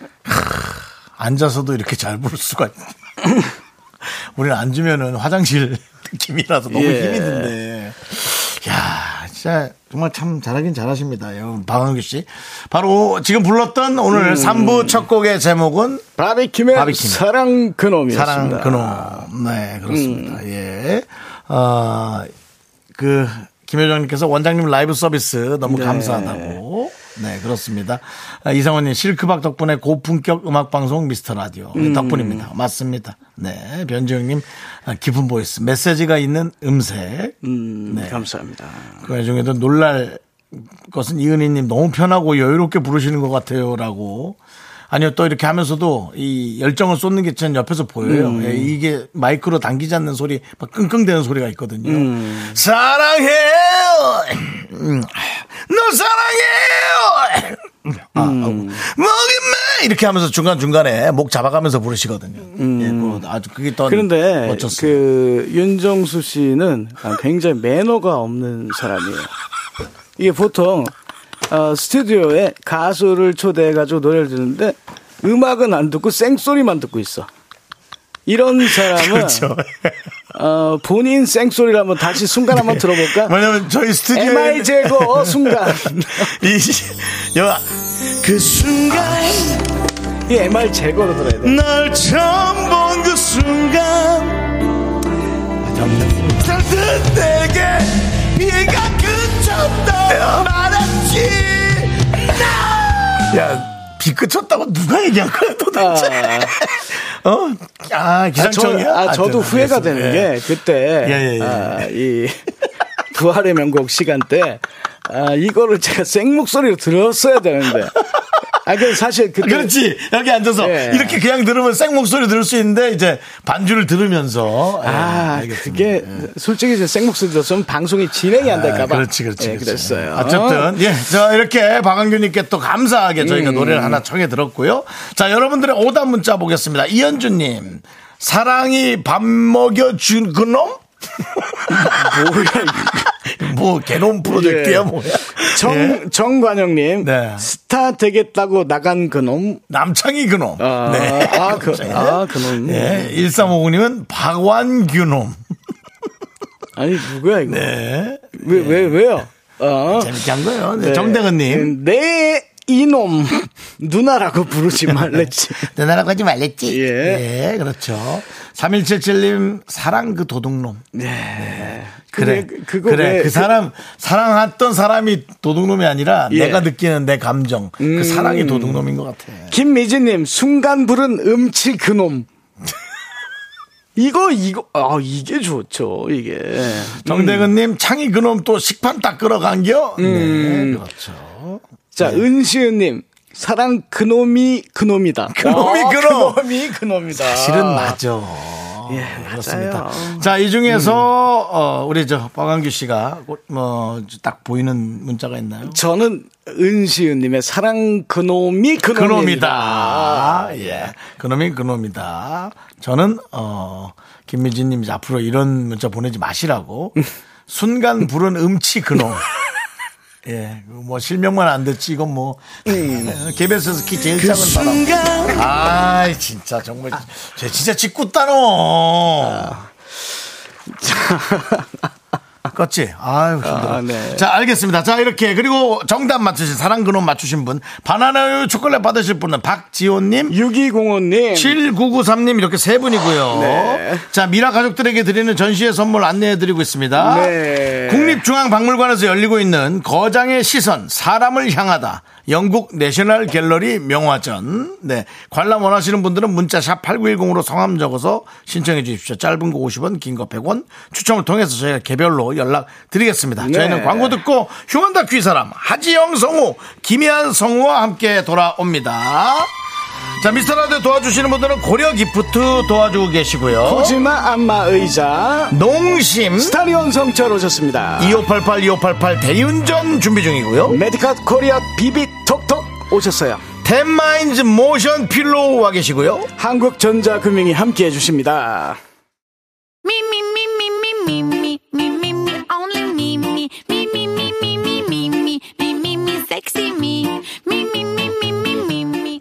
[SPEAKER 1] 앉아서도 이렇게 잘 부를 수가 있 우리는 앉으면은 화장실 느낌이라서 너무
[SPEAKER 2] 예.
[SPEAKER 1] 힘이 든데. 야 진짜 정말 참 잘하긴 잘하십니다. 여러분, 박은규 씨. 바로 지금 불렀던 오늘 3부 첫 곡의 제목은
[SPEAKER 2] 음. 바비킴의
[SPEAKER 1] 바비킴.
[SPEAKER 2] 사랑 그놈이었습니다. 아, 음.
[SPEAKER 1] 사랑 그놈. 네, 그렇습니다. 예. 어, 그, 김효정님께서 원장님 라이브 서비스 너무
[SPEAKER 2] 네.
[SPEAKER 1] 감사하다고. 네, 그렇습니다. 아, 이상원님, 실크박 덕분에 고품격 음악방송 미스터 라디오. 예, 덕분입니다. 맞습니다. 네, 변지영님, 아, 깊은 보이스. 메시지가 있는 음색. 네.
[SPEAKER 2] 음, 감사합니다.
[SPEAKER 1] 그 와중에도 놀랄 것은 이은희님 너무 편하고 여유롭게 부르시는 것 같아요라고. 아니요 또 이렇게 하면서도 이 열정을 쏟는 게 전 옆에서 보여요.
[SPEAKER 2] 음.
[SPEAKER 1] 예, 이게 마이크로 당기지 않는 소리, 막 끙끙대는 소리가 있거든요.
[SPEAKER 2] 음.
[SPEAKER 1] 사랑해요. 음. 너 사랑해요. 아,
[SPEAKER 2] 음.
[SPEAKER 1] 먹임매 네, 이렇게 하면서 중간 중간에 목 잡아가면서 부르시거든요. 예, 뭐 아주 그게 더
[SPEAKER 2] 음. 그런데
[SPEAKER 1] 멋졌어요.
[SPEAKER 2] 그 윤정수 씨는 아, 굉장히 매너가 없는 사람이에요. 이게 보통 어, 스튜디오에 가수를 초대해가지고 노래를 듣는데 음악은 안 듣고 생소리만 듣고 있어. 이런 사람은
[SPEAKER 1] 그렇죠.
[SPEAKER 2] 어, 본인 생소리를 한번 다시 순간 한번 들어볼까?
[SPEAKER 1] 네. 왜냐면 저희 스튜디오에
[SPEAKER 2] MI 제거 어, 순간.
[SPEAKER 1] 이, 여, 그 순간,
[SPEAKER 2] 이 MR 제거로 들어야 돼.
[SPEAKER 1] 널 처음 본 그 순간, 살듯 내게 비가 그쳤다 말았지,
[SPEAKER 2] 그
[SPEAKER 1] 나! 야, 비 그쳤다고 누가 얘기한 거야 도대체? 어? 아,
[SPEAKER 2] 아, 저,
[SPEAKER 1] 기상청이야?
[SPEAKER 2] 아,
[SPEAKER 1] 하여튼
[SPEAKER 2] 저도 후회가
[SPEAKER 1] 알겠습니다.
[SPEAKER 2] 되는
[SPEAKER 1] 예.
[SPEAKER 2] 게 그때
[SPEAKER 1] 예, 예, 예.
[SPEAKER 2] 아, 이 부활의 명곡 시간 때 아, 이거를 제가 생목소리로 들었어야 되는데. 아, 그 사실 그때
[SPEAKER 1] 그렇지. 여기 앉아서
[SPEAKER 2] 예.
[SPEAKER 1] 이렇게 그냥 들으면 생 목소리 들을 수 있는데 이제 반주를 들으면서 예,
[SPEAKER 2] 아,
[SPEAKER 1] 알겠습니다.
[SPEAKER 2] 그게 솔직히 제 생목소리 들었으면 방송이 진행이 안 될까 봐.
[SPEAKER 1] 아, 그렇지, 그렇지.
[SPEAKER 2] 예,
[SPEAKER 1] 그렇지.
[SPEAKER 2] 그랬어요.
[SPEAKER 1] 어쨌든, 예. 자, 이렇게 박한규님께 또 감사하게 저희가
[SPEAKER 2] 음.
[SPEAKER 1] 노래를 하나 청해 들었고요. 자, 여러분들의 오답 문자 보겠습니다. 이현주님, 사랑이 밥 먹여준 그놈?
[SPEAKER 2] 뭐야,
[SPEAKER 1] 뭐, 개놈 프로젝트야,
[SPEAKER 2] 예.
[SPEAKER 1] 뭐야.
[SPEAKER 2] 정
[SPEAKER 1] 예.
[SPEAKER 2] 정관영님
[SPEAKER 1] 네.
[SPEAKER 2] 스타 되겠다고 나간 그놈.
[SPEAKER 1] 남창희 그놈.
[SPEAKER 2] 아, 아, 그, 아, 그놈.
[SPEAKER 1] 네. 그렇죠. 예. 1359님은 박완규놈.
[SPEAKER 2] 아니 누구야 이거?
[SPEAKER 1] 네.
[SPEAKER 2] 왜 왜 왜, 요 어.
[SPEAKER 1] 재밌게 한 거예요. 네,
[SPEAKER 2] 네.
[SPEAKER 1] 정대근님.
[SPEAKER 2] 내 네, 이놈 누나라고 부르지 말랬지.
[SPEAKER 1] 내 나라 가지 말랬지?
[SPEAKER 2] 예.
[SPEAKER 1] 예, 그렇죠. 3177님, 사랑 그 도둑놈. 그래,
[SPEAKER 2] 근데
[SPEAKER 1] 그
[SPEAKER 2] 네. 그거 왜-
[SPEAKER 1] 래그 사람 사랑했던 사람이 도둑놈이 아니라
[SPEAKER 2] 예. 음.
[SPEAKER 1] 내가 느끼는 내 감정 그 사랑이 도둑놈인 것 같아.
[SPEAKER 2] 김미진님 순간 부른 음치 그놈. 이거 이거 아 이게 좋죠 이게. 음.
[SPEAKER 1] 정대근님 창이 그놈 또 식판 딱 끌어간겨. 네, 그렇죠.
[SPEAKER 2] 자
[SPEAKER 10] 네.
[SPEAKER 2] 은시은님 사랑 그놈이 그놈이다.
[SPEAKER 1] 그놈이
[SPEAKER 2] 아,
[SPEAKER 1] 어, 그놈.
[SPEAKER 2] 그놈이 그놈이다.
[SPEAKER 1] 실은 맞아.
[SPEAKER 2] 예,
[SPEAKER 1] 그렇습니다.
[SPEAKER 2] 맞아요. 음.
[SPEAKER 1] 자, 이 중에서, 어, 우리 저, 박광규 씨가, 곧 뭐, 딱 보이는 문자가 있나요?
[SPEAKER 2] 저는 은시은님의 사랑 그놈이 그놈이다.
[SPEAKER 1] 그놈이다. 예. 그놈이 그놈이다. 저는, 어, 김미진 님, 앞으로 이런 문자 보내지 마시라고. 순간 부른 음치 그놈. 예. 뭐, 실명만 안 됐지. 이건 뭐,
[SPEAKER 2] 네.
[SPEAKER 1] 개별에서 키
[SPEAKER 2] 그
[SPEAKER 1] 제일 작은 사람. 아 진짜, 정말. 쟤 진짜
[SPEAKER 2] 아.
[SPEAKER 1] 짓궂다노. 껐지? 아유, 힘들어.
[SPEAKER 2] 아, 네.
[SPEAKER 1] 자, 알겠습니다. 자, 이렇게. 그리고 정답 맞추신, 사랑 그놈 맞추신 분, 바나나우유 초콜릿 받으실 분은 박지호님,
[SPEAKER 2] 6205님
[SPEAKER 1] 7993님 이렇게 세 분이고요.
[SPEAKER 2] 네.
[SPEAKER 1] 자, 미라 가족들에게 드리는 전시회 선물 안내해 드리고 있습니다.
[SPEAKER 2] 네.
[SPEAKER 1] 국립중앙박물관에서 열리고 있는 거장의 시선, 사람을 향하다. 영국 내셔널 갤러리 명화전. 네. 관람 원하시는 분들은 문자 샵 8910으로 성함 적어서 신청해 주십시오. 짧은 거 50원, 긴 거 100원. 추첨을 통해서 저희가 개별로 연락 드리겠습니다.
[SPEAKER 2] 네.
[SPEAKER 1] 저희는 광고 듣고 휴먼 다큐 이 사람 하지영 성우, 김희한 성우와 함께 돌아옵니다. 자, 미스터라디오 도와주시는 분들은 고려 기프트 도와주고 계시고요.
[SPEAKER 10] 어?
[SPEAKER 2] 코지마 안마 의자
[SPEAKER 1] 농심
[SPEAKER 2] 스타리온 성철 오셨습니다.
[SPEAKER 1] 2588 2588 대운전 준비 중이고요.
[SPEAKER 2] 메디카 코리아 비비톡톡 오셨어요.
[SPEAKER 1] 텐마인즈 모션 필로우와 계시고요.
[SPEAKER 2] 한국전자금융이 함께해 주십니다.
[SPEAKER 8] 미미미미미미 me, me, me, me, me, only me, me, me, me, me, me, me, me, me, me, me, me, sexy me, me, me, me, me, me, me, me.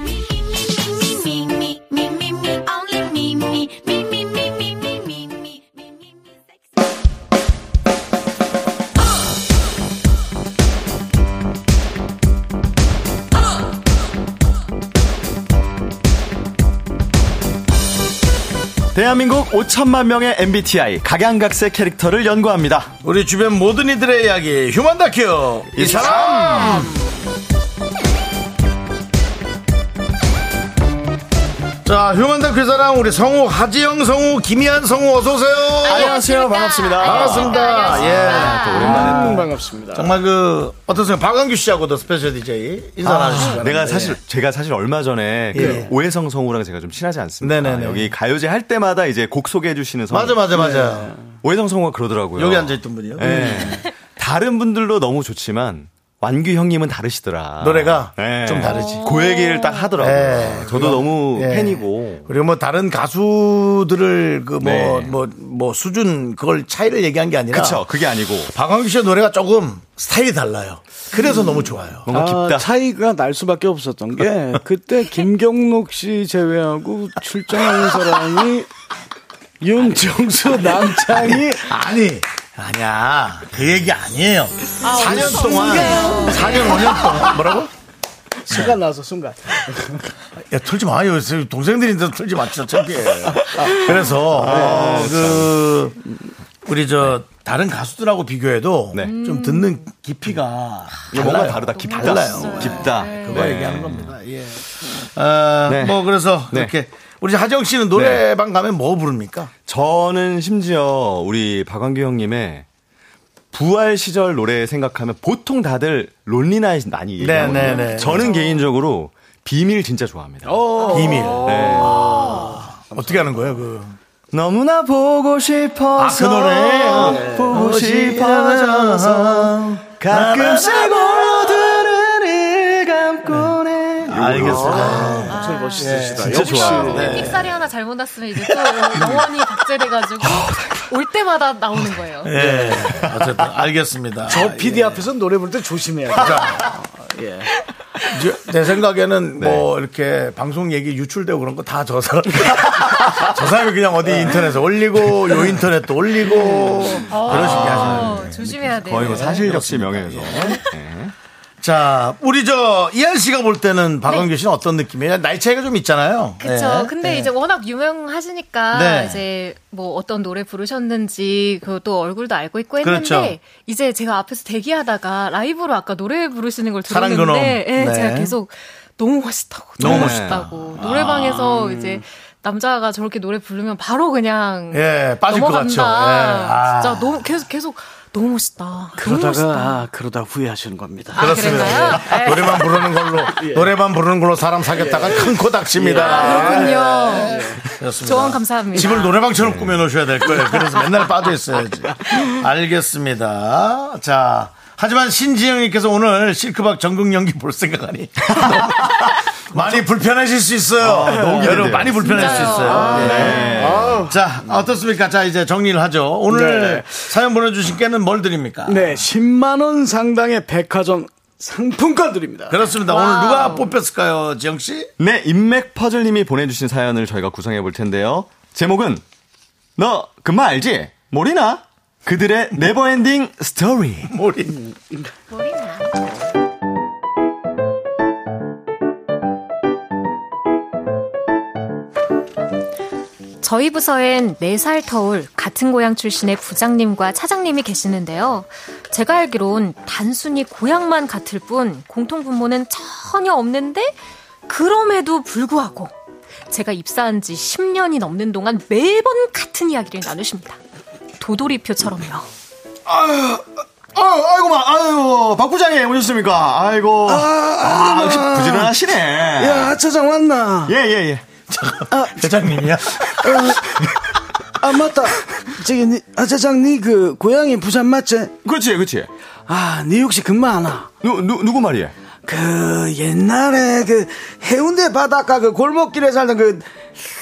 [SPEAKER 8] Me, me, me, me, me, me, me, me, only me, me, me, me, me, me, me, me, me, me, me, me, sexy.
[SPEAKER 12] 대한민국 5천만 명의 MBTI 각양각색 캐릭터를 연구합니다.
[SPEAKER 1] 우리 주변 모든 이들의 이야기 휴먼 다큐 이 사람 자 휴먼 다큐 이 사람 우리 성우 하지영 성우 김희한 성우 어서 오세요
[SPEAKER 12] 안녕하세요. 반갑습니다. 아, 네,
[SPEAKER 1] 반갑습니다 예
[SPEAKER 12] 오랜만에 또.
[SPEAKER 2] 반갑습니다.
[SPEAKER 1] 정말 그 어떠세요 박광규 씨하고도 스페셜 DJ 인사 나누시죠
[SPEAKER 12] 아, 내가 사실 제가 사실 얼마 전에 그
[SPEAKER 1] 예.
[SPEAKER 12] 오해성 성우랑 제가 좀 친하지 않습니까?
[SPEAKER 1] 네네네.
[SPEAKER 12] 여기 가요제 할 때마다 이제 곡 소개해 주시는 성우. 네.
[SPEAKER 1] 맞아 맞아 맞아
[SPEAKER 12] 오해성 성우가 그러더라고요.
[SPEAKER 1] 여기 앉아있던 분이요 음.
[SPEAKER 12] 예. 다른 분들도 너무 좋지만 완규 형님은 다르시더라.
[SPEAKER 1] 노래가
[SPEAKER 12] 예.
[SPEAKER 1] 좀 다르지.
[SPEAKER 12] 그 얘기를 딱 하더라고요.
[SPEAKER 1] 예.
[SPEAKER 12] 저도 너무
[SPEAKER 1] 예.
[SPEAKER 12] 팬이고.
[SPEAKER 1] 그리고 뭐 다른 가수들을 그 뭐 뭐
[SPEAKER 12] 네.
[SPEAKER 1] 뭐 수준 그걸 차이를 얘기한 게 아니라
[SPEAKER 12] 그쵸. 그게 아니고.
[SPEAKER 1] 박광규 씨의 노래가 조금 스타일이 달라요. 그래서 너무 좋아요.
[SPEAKER 12] 너무 음. 깊다.
[SPEAKER 2] 아, 차이가 날 수밖에 없었던 게 그때 김경록 씨 제외하고 출전하는 사람이 윤정수 남창이
[SPEAKER 1] 아니 아니야 그 얘기 아니에요. 4년 동안 4년 5년 동안 뭐라고?
[SPEAKER 2] 순간 나서 순간
[SPEAKER 1] 야 털지 마요. 동생들인데 털지 마. 진짜 창피해. 그래서 그 우리 저 다른 가수들하고 비교해도
[SPEAKER 12] 네.
[SPEAKER 1] 좀 듣는 깊이가
[SPEAKER 12] 뭔가
[SPEAKER 1] 달라요.
[SPEAKER 12] 다르다. 깊다.
[SPEAKER 1] 달라요.
[SPEAKER 12] 깊다.
[SPEAKER 1] 그거
[SPEAKER 12] 네.
[SPEAKER 1] 얘기하는 겁니다. 예. 아,
[SPEAKER 12] 네.
[SPEAKER 1] 뭐 그래서
[SPEAKER 12] 네.
[SPEAKER 1] 이렇게 우리 하정 씨는 노래방 가면 뭐 부릅니까?
[SPEAKER 12] 저는 심지어 우리 박완규 형님의 부활 시절 노래 생각하면 보통 다들 론리나잇 많이 얘기하거든요.
[SPEAKER 1] 네네네.
[SPEAKER 12] 저는 개인적으로 비밀 진짜 좋아합니다.
[SPEAKER 1] 비밀.
[SPEAKER 12] 네.
[SPEAKER 1] 아. 어떻게 하는 거예요? 그
[SPEAKER 12] 너무나 보고 싶어서
[SPEAKER 1] 아, 그 노래. 네.
[SPEAKER 12] 보고 싶어져서 가끔씩 울어 들은 일 감고 해
[SPEAKER 1] 알겠습니다.
[SPEAKER 2] 목소리 멋있으시다. 뭐.
[SPEAKER 12] 진짜 좋아요.
[SPEAKER 1] 네.
[SPEAKER 13] 삑사리 하나 잘못 났으면 이제 또 영원히 박제돼가지고
[SPEAKER 2] 아,
[SPEAKER 13] 올 때마다 나오는 거예요.
[SPEAKER 1] 예. 어쨌든 알겠습니다.
[SPEAKER 2] 저 PD 앞에서 노래 부를 때 조심해야 돼.
[SPEAKER 1] 저- 내 생각에는 뭐 이렇게 방송 얘기 유출되고 그런 거 다 저 사람. 저 사람이 그냥 어디 인터넷에 올리고 요 인터넷도 올리고 그러시게 하시는.
[SPEAKER 13] 어, 조심해야 돼.
[SPEAKER 12] 거의 뭐 사실 역시 명예훼손. 네.
[SPEAKER 1] 자, 우리 저 이한 씨가 볼 때는 박원규 씨는 어떤 느낌이에요? 나이 차이가 좀 있잖아요.
[SPEAKER 13] 네. 그렇죠.
[SPEAKER 1] 예.
[SPEAKER 13] 근데 이제 워낙 유명하시니까
[SPEAKER 1] 네.
[SPEAKER 13] 이제 뭐 어떤 노래 부르셨는지 그또 얼굴도 알고 있고 했는데
[SPEAKER 1] 그렇죠.
[SPEAKER 13] 이제 제가 앞에서 대기하다가 라이브로 아까 노래 부르시는 걸
[SPEAKER 1] 사랑
[SPEAKER 13] 들었는데
[SPEAKER 1] 그놈.
[SPEAKER 13] 예,
[SPEAKER 1] 네.
[SPEAKER 13] 제가 계속 너무 멋있다고 너무
[SPEAKER 1] 네.
[SPEAKER 13] 멋있다고 노래방에서 이제 남자가 저렇게 노래 부르면 바로 그냥
[SPEAKER 1] 예, 빠질 것
[SPEAKER 13] 넘어간다.
[SPEAKER 1] 같죠. 예. 아.
[SPEAKER 13] 진짜 너무 계속 계속 너무 멋있다. 너무
[SPEAKER 2] 그러다가
[SPEAKER 13] 멋있다. 아,
[SPEAKER 2] 아, 그러다 후회하시는 겁니다.
[SPEAKER 13] 그랬나요?
[SPEAKER 1] 예. 노래만 부르는 걸로 노래만 부르는 걸로 사람 사귀었다가 큰 코닥칩니다.
[SPEAKER 13] 아,
[SPEAKER 1] 네.
[SPEAKER 13] 그렇군요.
[SPEAKER 1] 그렇습니다.
[SPEAKER 13] 조언 감사합니다.
[SPEAKER 1] 예. 집을 노래방처럼 꾸며놓으셔야 될 거예요. 그래서 맨날 빠져 있어야지. 알겠습니다. 자. 하지만 신지영님께서 오늘 실크박 전국 연기 볼 생각하니 너무 많이 불편하실 수 있어요. 여러분 많이 불편할 수 있어요.
[SPEAKER 13] 아,
[SPEAKER 1] 네. 자 어떻습니까? 자 이제 정리를 하죠. 오늘
[SPEAKER 2] 네.
[SPEAKER 1] 사연 보내주신 께는 뭘 드립니까?
[SPEAKER 2] 네, 10만 원 상당의 백화점 상품권 드립니다.
[SPEAKER 1] 그렇습니다. 오늘 누가 뽑혔을까요, 지영 씨?
[SPEAKER 12] 네, 인맥 퍼즐님이 보내주신 사연을 저희가 구성해 볼 텐데요. 제목은 너 그만 알지? 모리나? 그들의 네버엔딩 스토리.
[SPEAKER 1] 모리.
[SPEAKER 14] 저희 부서엔 4살 터울 같은 고향 출신의 부장님과 차장님이 계시는데요. 제가 알기론 단순히 고향만 같을 뿐 공통분모는 전혀 없는데 그럼에도 불구하고 제가 입사한 지 10년이 넘는 동안 매번 같은 이야기를 나누십니다. 도돌이표처럼요.
[SPEAKER 1] 아유, 아유, 아이고, 마, 아유, 박 부장님 오셨습니까? 아이고. 아, 역시 부지런하시네.
[SPEAKER 9] 야, 차장 왔나?
[SPEAKER 1] 예, 예, 예. 차장님이야?
[SPEAKER 9] 아, 맞다. 저기, 니, 아, 차장, 니 그, 고향이 부산 맞지?
[SPEAKER 12] 그렇지, 그렇지.
[SPEAKER 9] 아, 니 혹시 근무 안 와?
[SPEAKER 12] 누, 누, 누구 말이야?
[SPEAKER 9] 그, 옛날에 그, 해운대 바닷가 그 골목길에 살던 그,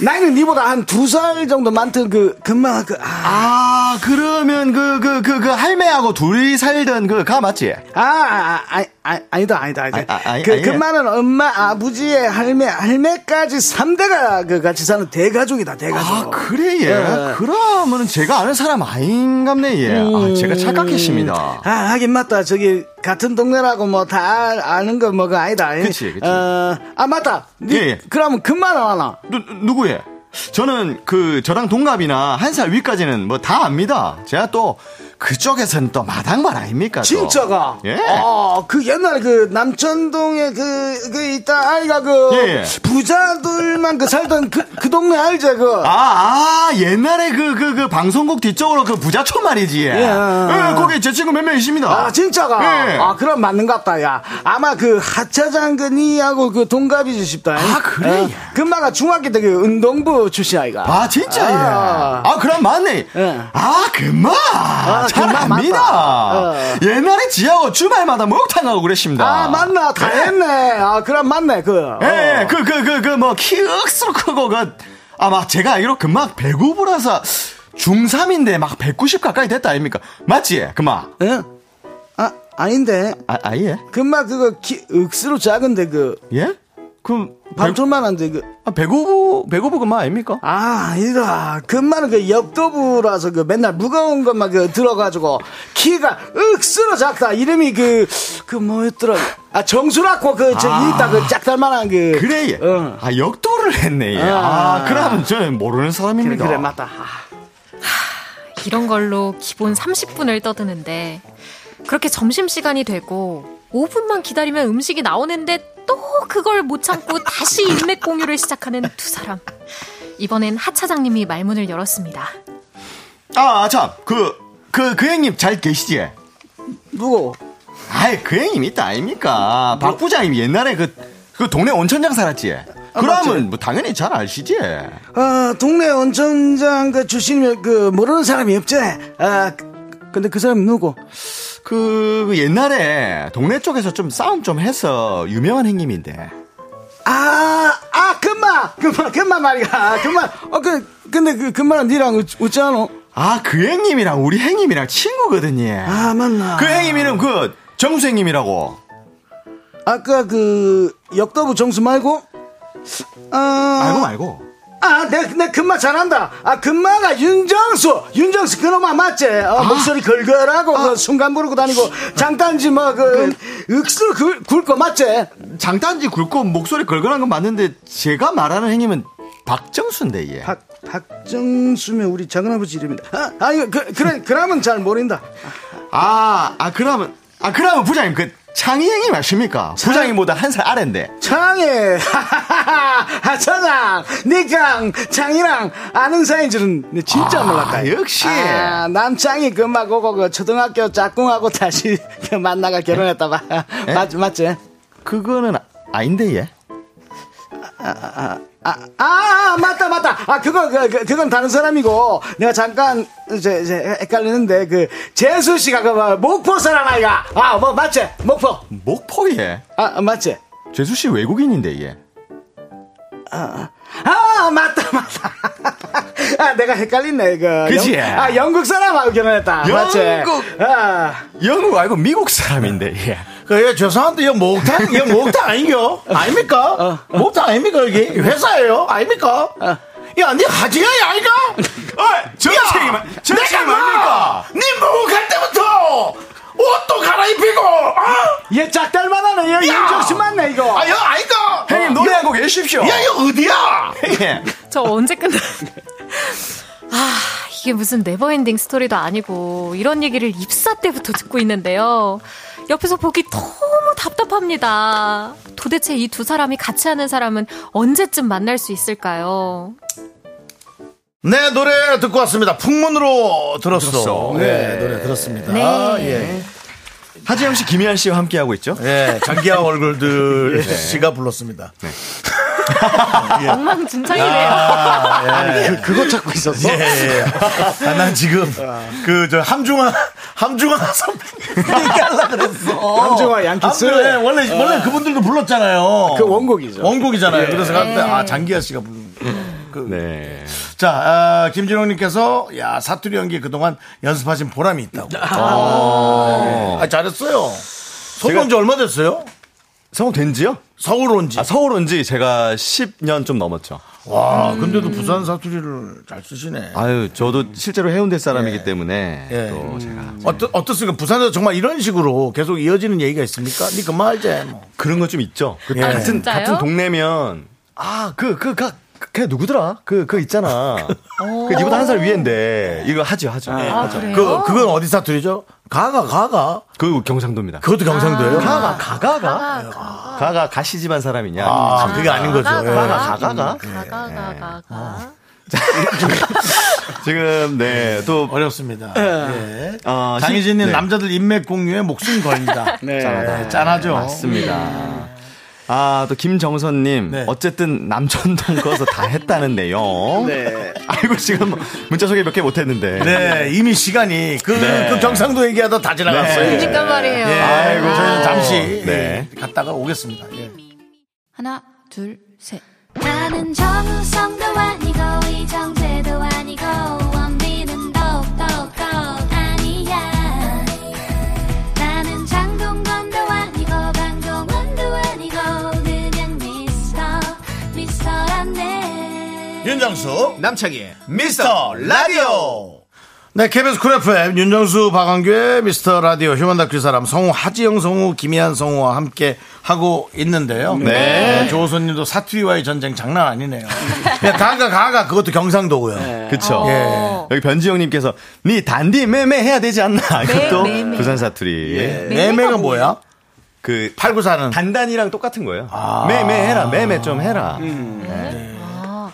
[SPEAKER 9] 나이는 니보다 한 두 살 정도 많던 그, 금방 그, 아,
[SPEAKER 12] 아, 그러면 그, 그, 그, 그 할매하고 둘이 살던 그 가 맞지?
[SPEAKER 9] 아, 아, 아, 아, 아니다, 아니다, 아니다.
[SPEAKER 12] 아, 아, 아니,
[SPEAKER 9] 그,
[SPEAKER 12] 아니에요.
[SPEAKER 9] 그만은 엄마, 아버지의 할매, 할매까지 삼대가그 같이 사는 대가족이다, 대가족. 아,
[SPEAKER 12] 그래, 예. 그러면은 제가 아는 사람 아닌갑네, 예. 아, 제가 착각했습니다.
[SPEAKER 9] 음. 아, 하긴 맞다. 저기, 같은 동네라고 뭐 다 아는 거 뭐가 아니다. 예.
[SPEAKER 12] 그치, 그치.
[SPEAKER 9] 어, 아, 맞다. 니,
[SPEAKER 12] 예, 예.
[SPEAKER 9] 그러면 금만 하나.
[SPEAKER 12] 누, 누구예? 저는 그 저랑 동갑이나 한 살 위까지는 뭐 다 압니다. 제가 또 그쪽에서는 또 마당발 아닙니까? 또.
[SPEAKER 9] 진짜가.
[SPEAKER 12] 예.
[SPEAKER 9] 아, 그 옛날에 그 남천동에 그, 그 있다 아이가 그
[SPEAKER 12] 예, 예.
[SPEAKER 9] 부자들만 그 살던 그, 그 동네 알죠, 그.
[SPEAKER 12] 아, 아, 옛날에 그, 그, 그, 방송국 뒤쪽으로 그 부자촌 말이지. 예. 예, 거기 제 친구 몇 명 있습니다.
[SPEAKER 9] 아, 진짜가?
[SPEAKER 12] 예.
[SPEAKER 9] 아, 그럼 맞는 것 같다, 야. 아마 그, 하차장 근이하고 그 동갑이지 싶다. 아, 그래? 금마가 중학교 때 그 운동부 출신 아이가. 예.
[SPEAKER 12] 아, 진짜, 예. 아, 그럼 맞네. 아,
[SPEAKER 1] 음,
[SPEAKER 12] 금마.
[SPEAKER 1] 뭐?
[SPEAKER 12] 잘
[SPEAKER 9] 금마 맞다. 어.
[SPEAKER 12] 압니다. 옛날에 지하고 주말마다 목탕하고 그랬습니다.
[SPEAKER 9] 아, 맞나? 다 했네. 아, 그럼 맞네, 그.
[SPEAKER 12] 예, 예. 그, 그, 그, 그, 뭐, 키 억수로 크고, 그, 아마 제가 알기로 그 금막 105라서 중3인데 막 190 가까이 됐다 아닙니까? 맞지? 그 금막.
[SPEAKER 9] 응. 아, 아닌데.
[SPEAKER 12] 아, 아예?
[SPEAKER 9] 금마 그거 키, 억수로 작은데, 그.
[SPEAKER 12] 예? 그럼.
[SPEAKER 9] 반톨만 한데, 그.
[SPEAKER 12] 아, 배고부, 배고부 금마 아닙니까?
[SPEAKER 9] 아, 아니다. 금마는 그 옆도부라서 그 맨날 무거운 것만 그 들어가지고 키가 억수로 작다. 이름이 그, 그 뭐였더라. 아, 정수라고 그, 저기
[SPEAKER 12] 아.
[SPEAKER 9] 있다. 그 짝달만한 그.
[SPEAKER 12] 그래, 예. 아, 역도를 했네, 예.
[SPEAKER 9] 아.
[SPEAKER 12] 아, 그러면 저는 모르는 사람입니다.
[SPEAKER 9] 그래, 그래, 맞다. 아,
[SPEAKER 14] 이런 걸로 기본 30분을 떠드는데 그렇게 점심시간이 되고 5분만 기다리면 음식이 나오는데 또 그걸 못 참고 다시 인맥 공유를 시작하는 두 사람. 이번엔 하 차장님이 말문을 열었습니다.
[SPEAKER 12] 아, 참, 그, 그, 그 형님 잘 계시지?
[SPEAKER 9] 누구?
[SPEAKER 12] 아이, 그 형님 있다, 아닙니까? 박 부장님 옛날에 그, 그 동네 온천장 살았지?
[SPEAKER 9] 아,
[SPEAKER 12] 그러면 뭐 당연히 잘 아시지?
[SPEAKER 9] 어, 동네 원천장 그 출신이면 그 모르는 사람이 없지. 아, 근데 그 사람이 누구?
[SPEAKER 12] 그, 옛날에 동네 쪽에서 좀 싸움 좀 해서 유명한 형님인데.
[SPEAKER 9] 아, 아, 금마, 금마, 금마 말이야, 금마. 어, 그, 근데 그 금마는 니랑 웃- 웃지 않아?
[SPEAKER 12] 아, 그 형님이랑 우리 형님이랑 친구거든요.
[SPEAKER 9] 아, 맞나.
[SPEAKER 12] 그 형님 이름 그, 정수 형님이라고.
[SPEAKER 9] 아까 그 역도부 정수 말고? 아,
[SPEAKER 12] 알고 말고.
[SPEAKER 9] 아, 내, 내 금마 잘한다. 아, 금마가 윤정수, 윤정수 그놈아 맞지? 어, 목소리 걸걸하고
[SPEAKER 12] 아.
[SPEAKER 9] 그 순간 부르고 다니고 장단지 뭐그 억수로 굵- 굵고 맞지?
[SPEAKER 12] 장단지 굵고 목소리 걸걸한 건 맞는데, 제가 말하는 형님은 박정수인데, 얘.
[SPEAKER 9] 박, 박정수면 우리 작은아버지 이름인데. 아, 아 이거 그, 그래, 그러면 잘 모른다.
[SPEAKER 12] 아, 아, 그러면, 아, 그러면 부장님, 그, 창희 형님 아십니까? 부장님보다 한 살 아래인데.
[SPEAKER 9] 창해 하하하 저랑 니랑 장이랑 아는 사이인 줄은 내 진짜
[SPEAKER 12] 아,
[SPEAKER 9] 몰랐다
[SPEAKER 12] 역시.
[SPEAKER 9] 아, 난 장이 금방 오고 그 초등학교 짝꿍하고 다시 그 만나가 결혼했다 봐 맞, 맞지?
[SPEAKER 12] 그거는 아닌데, 얘.
[SPEAKER 9] 아, 아, 아, 맞다 맞다 아 그거 그, 그, 그건 다른 사람이고 내가 잠깐 이제, 이제 헷갈리는데 그 재수 씨가 그 뭐 목포 사람 아이가 아 뭐 맞지 목포
[SPEAKER 12] 목포 얘.
[SPEAKER 9] 아 맞지
[SPEAKER 12] 재수 씨 외국인인데, 얘.
[SPEAKER 9] 아, 아, 맞다, 맞다. 아, 내가 헷갈리네, 이거.
[SPEAKER 12] 그치?
[SPEAKER 9] 영, 아, 영국 사람하고 결혼했다. 맞지?
[SPEAKER 12] 영국.
[SPEAKER 9] 아.
[SPEAKER 12] 영국 말고 미국 사람인데, 얘.
[SPEAKER 1] 그, 예, 죄송한데, 이거 목탕, 이거 목탕 아닌겨?
[SPEAKER 12] 어.
[SPEAKER 1] 아닙니까? 목탕 아닙니까, 이게? 회사예요? 아닙니까? 야, 니 하지야, 아이가? 어,
[SPEAKER 12] 정책이 말- 정책이 뭡니까?
[SPEAKER 1] 니 보고 갈 때부터 옷도 갈아입히고, 어?
[SPEAKER 9] 얘 짝달만 하네, 얘
[SPEAKER 1] 야!
[SPEAKER 9] 윤정수 맞네, 이거.
[SPEAKER 1] 아, 여, 아이가? 어,
[SPEAKER 12] 형님, 노래 한곡 해주십시오.
[SPEAKER 1] 야, 이거 어디야?
[SPEAKER 12] 예.
[SPEAKER 14] 저 언제 끝나? 아, 이게 무슨 네버엔딩 스토리도 아니고 이런 얘기를 입사 때부터 듣고 있는데요. 옆에서 보기 너무 답답합니다. 도대체 이 두 사람이 같이 하는 사람은 언제쯤 만날 수 있을까요?
[SPEAKER 1] 네, 노래 듣고 왔습니다. 풍문으로 들었어. 네, 노래 들었습니다.
[SPEAKER 14] 네.
[SPEAKER 1] 아, 예.
[SPEAKER 12] 하지영 씨, 김희한 씨와 함께 하고 있죠?
[SPEAKER 1] 예, 장기하 얼굴들
[SPEAKER 12] 네.
[SPEAKER 1] 씨가 불렀습니다.
[SPEAKER 14] 엉망진창이네요.
[SPEAKER 1] 예. 아, 예.
[SPEAKER 12] 아니, 그- 그거 찾고 있었어?
[SPEAKER 1] 예, 예. 아, 난 지금 그 저 함중아 함중아 선배 얘기하려 그랬어.
[SPEAKER 15] 함중아, 양키스?
[SPEAKER 1] 함중아, 예, 원래
[SPEAKER 15] 아.
[SPEAKER 1] 원래 그분들도 불렀잖아요.
[SPEAKER 15] 그 원곡이죠.
[SPEAKER 1] 원곡이잖아요.
[SPEAKER 15] 예.
[SPEAKER 1] 그래서 갔는데 아 장기하 씨가 부른. 그,
[SPEAKER 12] 네.
[SPEAKER 1] 자, 아, 김진홍님께서 야 사투리 연기 그동안 연습하신 보람이 있다고. 아, 아, 잘했어요. 성공한 지 얼마 됐어요?
[SPEAKER 12] 성공된 지요?
[SPEAKER 1] 서울 온지.
[SPEAKER 12] 아, 서울 온지 제가 10년 좀 넘었죠.
[SPEAKER 1] 와, 아, 근데도 부산 사투리를 잘 쓰시네.
[SPEAKER 12] 아유, 저도 실제로 해운대 사람이기 때문에
[SPEAKER 1] 예.
[SPEAKER 12] 또 제가
[SPEAKER 1] 어떻, 어떻습니까? 부산에서 정말 이런 식으로 계속 이어지는 얘기가 있습니까? 니그말제 뭐.
[SPEAKER 12] 그런 건 좀 있죠. 그
[SPEAKER 1] 예.
[SPEAKER 12] 같은
[SPEAKER 1] 진짜요?
[SPEAKER 12] 같은 동네면 아, 그 그 그 걔 누구더라? 그 그 있잖아. 그 니보다 한 살 위인데 이거 하죠, 하죠.
[SPEAKER 1] 예,
[SPEAKER 12] 하죠.
[SPEAKER 1] 맞아요. 그, 그건 어디 사투리죠? 가가, 가가.
[SPEAKER 12] 그 경상도입니다.
[SPEAKER 1] 그것도 경상도예요?
[SPEAKER 12] 아, 가가 가가가 가가 가시 집안 사람이냐?
[SPEAKER 1] 아, 그게 아닌 거죠.
[SPEAKER 12] 가가 음,
[SPEAKER 1] 예.
[SPEAKER 12] 가가가 예.
[SPEAKER 14] 가가가가.
[SPEAKER 12] 지금 네 또
[SPEAKER 1] 어렵습니다. 예.
[SPEAKER 12] 아,
[SPEAKER 1] 장희진님
[SPEAKER 12] 네.
[SPEAKER 1] 남자들 인맥 공유에 목숨 걸린다. 네, 짠하죠. 음.
[SPEAKER 12] 맞습니다. 아, 또 김정선님.
[SPEAKER 1] 네.
[SPEAKER 12] 어쨌든 남천동 거서 다 했다는데요.
[SPEAKER 1] 네.
[SPEAKER 12] 아이고, 지금 문자 소개 몇 개 못했는데.
[SPEAKER 1] 네, 이미 시간이 그,
[SPEAKER 12] 네.
[SPEAKER 1] 그 경상도 얘기하다 다 지나갔어요.
[SPEAKER 12] 네. 그러니까
[SPEAKER 14] 말이에요.
[SPEAKER 1] 예,
[SPEAKER 14] 아이고.
[SPEAKER 1] 저희는 잠시
[SPEAKER 12] 네.
[SPEAKER 1] 예, 갔다가 오겠습니다. 예.
[SPEAKER 8] 하나, 둘, 셋. 나는 정우성도 아니고, 이정재도 아니고, 원빈은 더욱더 아니야. 나는 장동건도 아니고, 방종원도 아니고, 그냥 미스터, 미스터란데.
[SPEAKER 1] 윤정수 남창희 미스터 라디오 네, KBS 쿨 FM 윤정수 박완규의 미스터 라디오 휴먼 다큐 사람 성우 하지영 성우 김희한 성우와 함께 하고 있는데요.
[SPEAKER 12] 네.
[SPEAKER 1] 조호선님도 사투리와의 전쟁 장난 아니네요. 야, 가가 가가 그것도 경상도고요.
[SPEAKER 12] 그쵸.
[SPEAKER 1] 예.
[SPEAKER 12] 여기 변지영님께서, 니 단디 매매 해야 되지 않나. 이것도
[SPEAKER 1] 매매. 예.
[SPEAKER 12] 부산 사투리.
[SPEAKER 1] 매매가 매매가 뭐야?
[SPEAKER 12] 그,
[SPEAKER 1] 팔고 사는. 아.
[SPEAKER 12] 단단이랑 똑같은 거예요.
[SPEAKER 2] 아.
[SPEAKER 12] 매매 해라, 매매 좀 해라.
[SPEAKER 2] 음.
[SPEAKER 12] 네.
[SPEAKER 2] 네.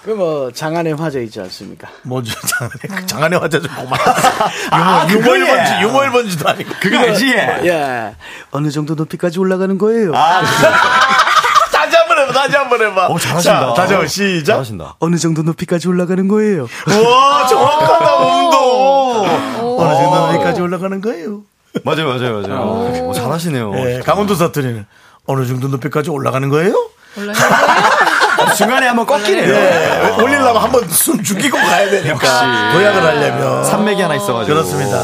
[SPEAKER 2] 그뭐 장안의 화제 있지 않습니까? 아,
[SPEAKER 1] 뭐죠
[SPEAKER 12] 그
[SPEAKER 1] 장안의 장안의 화제 좀 고만.
[SPEAKER 12] 아,
[SPEAKER 1] 유머
[SPEAKER 2] 그거예.
[SPEAKER 1] 1번지 유머 1번지도 아니고.
[SPEAKER 2] 예. 어느 정도 높이까지 올라가는 거예요?
[SPEAKER 1] 아,
[SPEAKER 12] 아,
[SPEAKER 1] 다시 한번 해봐. 다시 한번 해봐. 자, 다시 한번 시작.
[SPEAKER 2] 어느 정도 높이까지 올라가는 거예요?
[SPEAKER 12] 아.
[SPEAKER 1] 와 정확하다 운동. 어느 정도 여기까지 올라가는 거예요.
[SPEAKER 12] 맞아요, 맞아요, 맞아요. 오, 잘하시네요.
[SPEAKER 1] 예, 강원도 사투리는 어느 정도 높이까지 올라가는 거예요?
[SPEAKER 12] 중간에 한번 꺾이네요.
[SPEAKER 1] 예, 올리려면 한번 숨 죽이고 가야 되니까.
[SPEAKER 12] 역시.
[SPEAKER 1] 도약을 하려면.
[SPEAKER 12] 산맥이 하나 있어가지고.
[SPEAKER 1] 그렇습니다.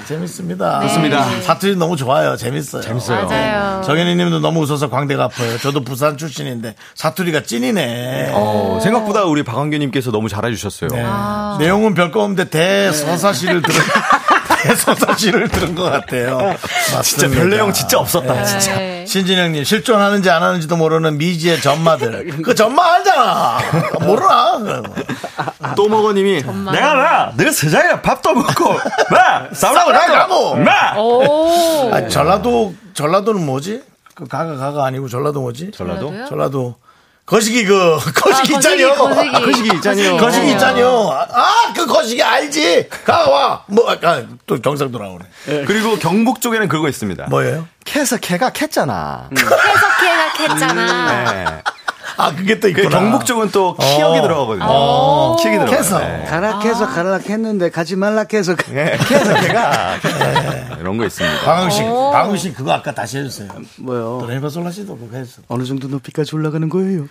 [SPEAKER 1] 예, 재밌습니다.
[SPEAKER 12] 네. 좋습니다.
[SPEAKER 1] 사투리 너무 좋아요. 재밌어요.
[SPEAKER 12] 재밌어요. 맞아요.
[SPEAKER 1] 정현희 님도 너무 웃어서 광대가 아파요. 저도 부산 출신인데 사투리가 찐이네.
[SPEAKER 12] 어, 생각보다 우리 박완규님께서 너무 잘해주셨어요.
[SPEAKER 1] 네.
[SPEAKER 14] 아.
[SPEAKER 12] 아.
[SPEAKER 1] 내용은 별거 없는데 네, 대서사시를 들은 네, 대서사시를 들은 것 같아요.
[SPEAKER 12] 진짜 별 내용 진짜 없었다, 네. 진짜.
[SPEAKER 1] 신진영님 실존하는지 안 하는지도 모르는 미지의 전마들. 그 전마 알잖아. 모르나?
[SPEAKER 12] 또 먹어님이 내가 나, 늘 세상에 밥도 먹고, 나, 싸우라고 나가고, 나!
[SPEAKER 1] 아, 전라도 전라도는 뭐지? 그 가가 가가 아니고 전라도 뭐지?
[SPEAKER 12] 전라도요?
[SPEAKER 1] 전라도 거시기 그 거시기
[SPEAKER 12] 거시기,
[SPEAKER 1] 있잖여.
[SPEAKER 12] 거시기. 아, 거시기 있잖여.
[SPEAKER 1] 거시기 있잖여. 아, 그 거시기 알지? 가가 와. 뭐 아, 또 경상도 나오네.
[SPEAKER 12] 그리고 경북 쪽에는 그거 있습니다.
[SPEAKER 1] 뭐예요?
[SPEAKER 12] 캐서 캐가 캤잖아.
[SPEAKER 14] 음. 해석해가 했잖아.
[SPEAKER 1] 아, 그게 또
[SPEAKER 12] 있구나. 경북 쪽은 또 키역이 들어가거든요. 키역이 들어가요. 네.
[SPEAKER 2] 가라 캐서 가라 했는데 가지 말라 캐서
[SPEAKER 12] 예, 캐서 캐가. 네, 이런 거 있습니다.
[SPEAKER 1] 방흥식,
[SPEAKER 12] 어.
[SPEAKER 2] 오.
[SPEAKER 1] 방흥식 그거 아까 다시 해주세요.
[SPEAKER 2] 뭐요?
[SPEAKER 1] 드라이버 솔라 씨도 그거 했어.
[SPEAKER 2] 어느 정도 높이까지 올라가는 거예요?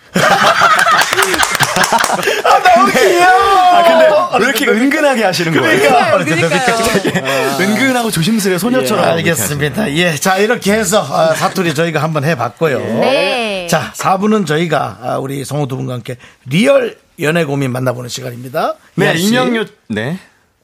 [SPEAKER 12] 아, 근데 왜 이렇게 은근하게 하시는
[SPEAKER 1] 그러니까 그러니까요,
[SPEAKER 12] 거예요? 네, 되게 은근하고 그러니까. 조심스레 소녀처럼.
[SPEAKER 1] 예,
[SPEAKER 12] 이렇게
[SPEAKER 1] 알겠습니다. 예, 자 이렇게 해서 아, 사투리 저희가 한번 해봤고요.
[SPEAKER 12] 예.
[SPEAKER 14] 네.
[SPEAKER 1] 자 4부는 저희가 아, 우리 성우 두 분과 함께 리얼 연애 고민 만나보는 시간입니다.
[SPEAKER 12] 네,
[SPEAKER 1] 이한 씨.
[SPEAKER 12] 임영요. 네.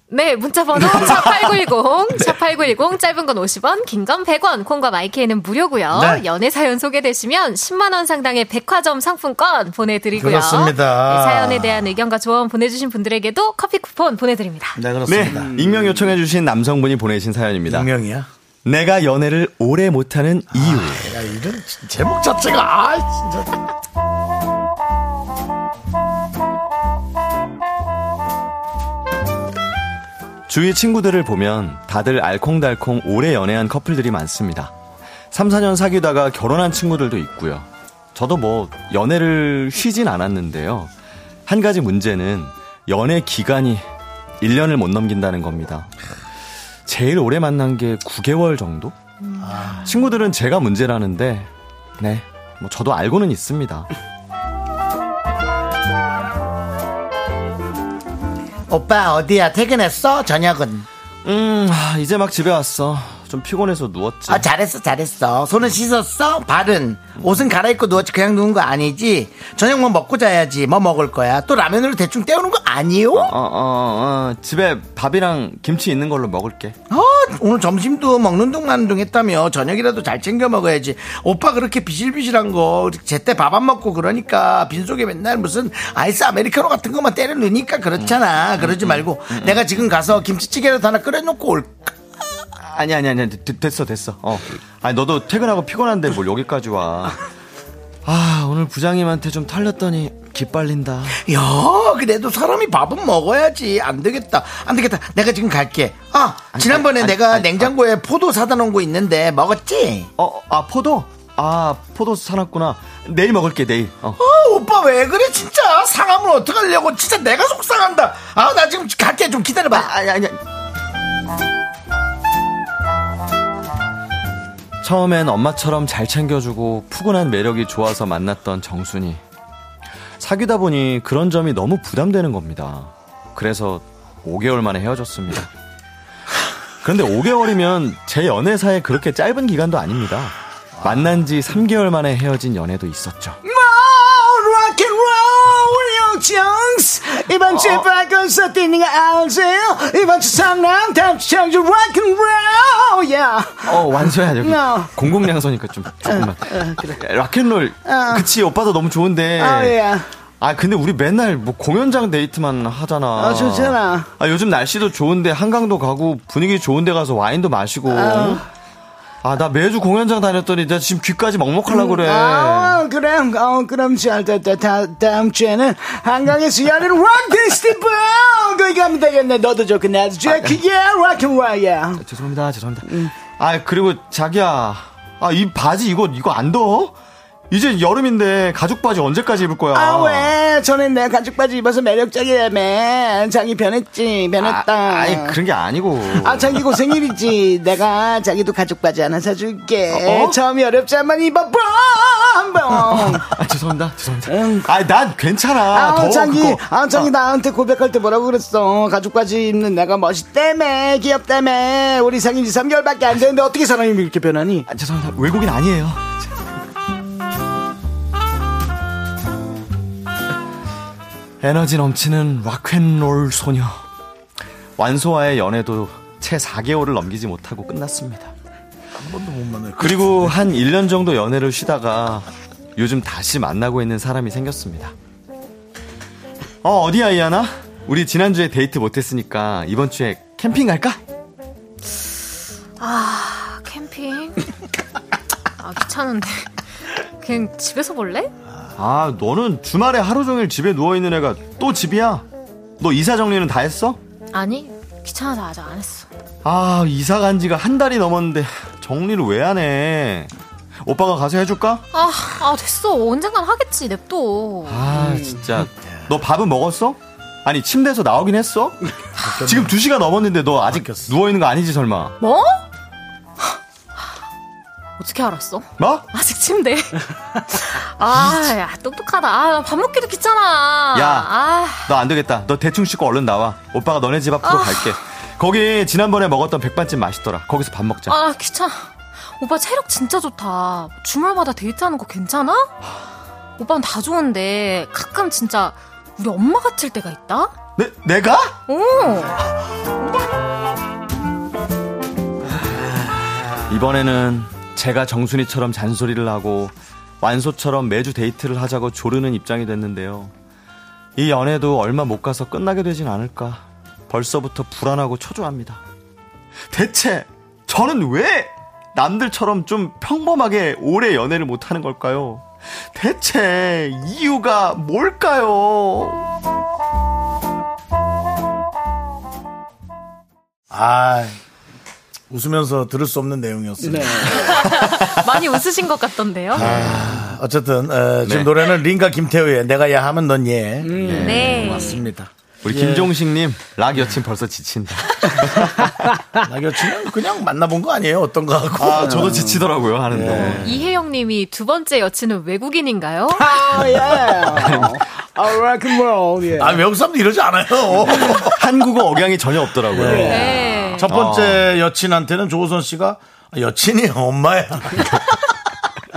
[SPEAKER 14] 네, 문자번호 샵8910, 샵8910, 짧은 건 50원, 긴 건 100원, 콩과 마이크에는 무료고요.
[SPEAKER 1] 네.
[SPEAKER 14] 연애 사연 소개되시면 10만원 상당의 백화점 상품권 보내드리고요.
[SPEAKER 1] 그렇습니다.
[SPEAKER 14] 네, 사연에 대한 의견과 조언 보내주신 분들에게도 커피 쿠폰 보내드립니다.
[SPEAKER 1] 네, 그렇습니다.
[SPEAKER 12] 익명 요청해주신 남성분이 보내신 사연입니다.
[SPEAKER 1] 익명이야?
[SPEAKER 12] 내가 연애를 오래 못하는 이유.
[SPEAKER 1] 아, 야, 이런 제목 자체가, 아, 진짜.
[SPEAKER 12] 주위 친구들을 보면 다들 알콩달콩 오래 연애한 커플들이 많습니다. 3, 4년 사귀다가 결혼한 친구들도 있고요. 저도 뭐 연애를 쉬진 않았는데요. 한 가지 문제는 연애 기간이 1년을 못 넘긴다는 겁니다. 제일 오래 만난 게 9개월 정도? 친구들은 제가 문제라는데, 네, 뭐 저도 알고는 있습니다.
[SPEAKER 1] 오빠, 어디야? 퇴근했어? 저녁은?
[SPEAKER 12] 음, 이제 막 집에 왔어. 좀 피곤해서 누웠지.
[SPEAKER 1] 아, 잘했어, 잘했어. 손은 씻었어? 발은? 옷은 갈아입고 누웠지. 그냥 누운 거 아니지? 저녁 뭐 먹고 자야지. 뭐 먹을 거야? 또 라면으로 대충 때우는 거 아니요?
[SPEAKER 12] 어, 어, 어, 집에 밥이랑 김치 있는 걸로 먹을게.
[SPEAKER 1] 아, 오늘 점심도 먹는 둥 마는 둥 했다며 저녁이라도 잘 챙겨 먹어야지 오빠 그렇게 비실비실한 거 제때 밥 안 먹고 그러니까 빈속에 맨날 무슨 아이스 아메리카노 같은 것만 때려 넣으니까 그렇잖아 그러지
[SPEAKER 12] 음,
[SPEAKER 1] 말고 내가 지금 가서 김치찌개라도 하나 끓여놓고 올까
[SPEAKER 12] 아니, 아니, 아니, 됐- 됐어, 됐어. 어. 아니, 너도 퇴근하고 피곤한데 뭘 여기까지 와. 아, 오늘 부장님한테 좀 털렸더니 기빨린다.
[SPEAKER 1] 야 그래도 사람이 밥은 먹어야지 안 되겠다 안 되겠다 내가 지금 갈게 아 지난번에 내가 냉장고에 포도 사다 놓은 거 있는데 먹었지?
[SPEAKER 12] 아. 어, 아, 포도? 아, 포도 사놨구나. 내일 먹을게, 내일. 어.
[SPEAKER 1] 아, 오빠 왜 그래 진짜 상하면 어떡하려고 진짜 내가 속상한다 아 나 지금 갈게 좀 기다려봐
[SPEAKER 12] 아니 아니 처음엔 엄마처럼 잘 챙겨주고 푸근한 매력이 좋아서 만났던 정순이. 사귀다 보니 그런 점이 너무 부담되는 겁니다. 그래서 5개월 만에 헤어졌습니다. 그런데 5개월이면 제 연애사에 그렇게 짧은 기간도 아닙니다. 만난 지 3개월 만에 헤어진 연애도 있었죠.
[SPEAKER 1] 뭐?
[SPEAKER 9] 어, 락앤롤 요정스
[SPEAKER 1] 어.
[SPEAKER 9] 이번 주 박건 서티니가 아세요 이번 주 상남 다음 주 청주 락앤롤 야
[SPEAKER 12] 어, 완소야, 여기.
[SPEAKER 9] No.
[SPEAKER 12] 공공양소니까 좀, 조금만.
[SPEAKER 9] 아.
[SPEAKER 1] 예.
[SPEAKER 12] 락앤롤.
[SPEAKER 9] 어.
[SPEAKER 12] 그치, 오빠도 너무 좋은데.
[SPEAKER 9] 아, 예.
[SPEAKER 12] 아, 근데 우리 맨날 뭐 공연장 데이트만 하잖아.
[SPEAKER 1] 어.
[SPEAKER 9] 아, 좋잖아.
[SPEAKER 12] 아, 요즘 날씨도 좋은데 한강도 가고 분위기 좋은데 가서 와인도 마시고.
[SPEAKER 9] 아우.
[SPEAKER 12] 아, 나 매주 공연장 다녔더니 나 지금 귀까지 먹먹하려고 그래.
[SPEAKER 9] 아, 그럼, 어, 그럼 잘 됐다. 다, 다음 주에는 한강에서 열리는 락페스티벌! 거기 가면 그 되겠네. 너도 좋고, 나도
[SPEAKER 12] 아,
[SPEAKER 9] 좋고, 예, 락앤롤, 예.
[SPEAKER 12] 죄송합니다, 죄송합니다.
[SPEAKER 9] 음.
[SPEAKER 12] 아, 그리고 자기야. 아, 이 바지 이거, 이거 안 더워? 이제 여름인데 가죽 바지 언제까지 입을 거야?
[SPEAKER 9] 아, 왜? 전에 내 가죽바지 입어서 매력적이라며. 자기 변했지, 변했다.
[SPEAKER 12] 아, 아니 그런 게 아니고.
[SPEAKER 9] 아, 자기 고생일이지. 내가 자기도 가죽바지 하나 사줄게.
[SPEAKER 12] 어?
[SPEAKER 9] 처음이 어렵지 않만 입어봐! 한번.
[SPEAKER 12] 아, 죄송합니다. 죄송합니다. 아, 난 괜찮아.
[SPEAKER 9] 아,
[SPEAKER 12] 더워,
[SPEAKER 9] 자기,
[SPEAKER 12] 그거. 어.
[SPEAKER 9] 아, 자기 나한테 고백할 때 뭐라고 그랬어? 가죽바지 입는 내가 멋있다며, 귀엽다며. 우리 사귄 지 3개월밖에 안 됐는데 어떻게 사람이 이렇게 변하니?
[SPEAKER 12] 아, 죄송합니다. 외국인 아니에요. 에너지 넘치는 락앤롤 소녀. 완소와의 연애도 채 4개월을 넘기지 못하고 끝났습니다.
[SPEAKER 1] 한 번도 못 만날
[SPEAKER 12] 그리고 한 1년 정도 연애를 쉬다가 요즘 다시 만나고 있는 사람이 생겼습니다. 어, 어디야, 이하나? 우리 지난주에 데이트 못했으니까 이번 주에 캠핑 갈까?
[SPEAKER 14] 아, 캠핑? 아, 귀찮은데. 그냥 집에서 볼래?
[SPEAKER 12] 아, 너는 주말에 하루 종일 집에 누워있는 애가 또 집이야? 너 이사 정리는 다 했어?
[SPEAKER 14] 아니, 귀찮아서 아직 안 했어.
[SPEAKER 12] 아, 이사 간 지가 한 달이 넘었는데 정리를 왜 안 해? 오빠가 가서 해줄까?
[SPEAKER 14] 아, 아, 됐어. 언젠간 하겠지, 냅둬.
[SPEAKER 12] 아, 진짜. 너 밥은 먹었어? 아니, 침대에서 나오긴 했어? 지금 2시가 넘었는데 너 아직 누워있는 거 아니지, 설마?
[SPEAKER 14] 뭐? 어떻게 알았어?
[SPEAKER 12] 뭐?
[SPEAKER 14] 아직 침대. 아, 야, 똑똑하다. 아, 나밥 먹기도 귀찮아.
[SPEAKER 12] 야.
[SPEAKER 14] 아,
[SPEAKER 12] 너 안 되겠다. 너 대충 씻고 얼른 나와. 오빠가 너네 집 앞으로
[SPEAKER 14] 아.
[SPEAKER 12] 갈게. 거기 지난번에 먹었던 백반집 맛있더라. 거기서 밥 먹자.
[SPEAKER 14] 아, 귀찮아. 오빠 체력 진짜 좋다. 주말마다 데이트하는 거 괜찮아? 오빠는 다 좋은데 가끔 진짜 우리 엄마 같을 때가 있다?
[SPEAKER 12] 네,
[SPEAKER 1] 내, 내가?
[SPEAKER 12] 이번에는 제가 정순이처럼 잔소리를 하고 완소처럼 매주 데이트를 하자고 조르는 입장이 됐는데요. 이 연애도 얼마 못 가서 끝나게 되진 않을까 벌써부터 불안하고 초조합니다. 대체 저는 왜 남들처럼 좀 평범하게 오래 연애를 못하는 걸까요? 대체 이유가 뭘까요?
[SPEAKER 1] 아, 웃으면서 들을 수 없는 내용이었어요.
[SPEAKER 14] 네. 많이 웃으신 것 같던데요.
[SPEAKER 1] 아, 어쨌든 어, 지금
[SPEAKER 12] 네.
[SPEAKER 1] 노래는 린과 김태우의 내가 야 하면 넌 예.
[SPEAKER 14] 네.
[SPEAKER 1] 맞습니다.
[SPEAKER 12] 우리
[SPEAKER 1] 예.
[SPEAKER 12] 김종식님 락 여친 벌써 지친다.
[SPEAKER 1] 나여친은 그냥 만나본 거 아니에요? 어떤 거 하고. 네.
[SPEAKER 12] 아 저도 지치더라고요 하는데.
[SPEAKER 14] 이혜영님이 두 번째 여친은 외국인인가요?
[SPEAKER 1] 아 외국 사람도 이러지 않아요.
[SPEAKER 12] 한국어 억양이 전혀 없더라고요. 아.
[SPEAKER 14] 네.
[SPEAKER 1] 첫 번째 여친한테는 조호선 씨가 아, 여친이 엄마야.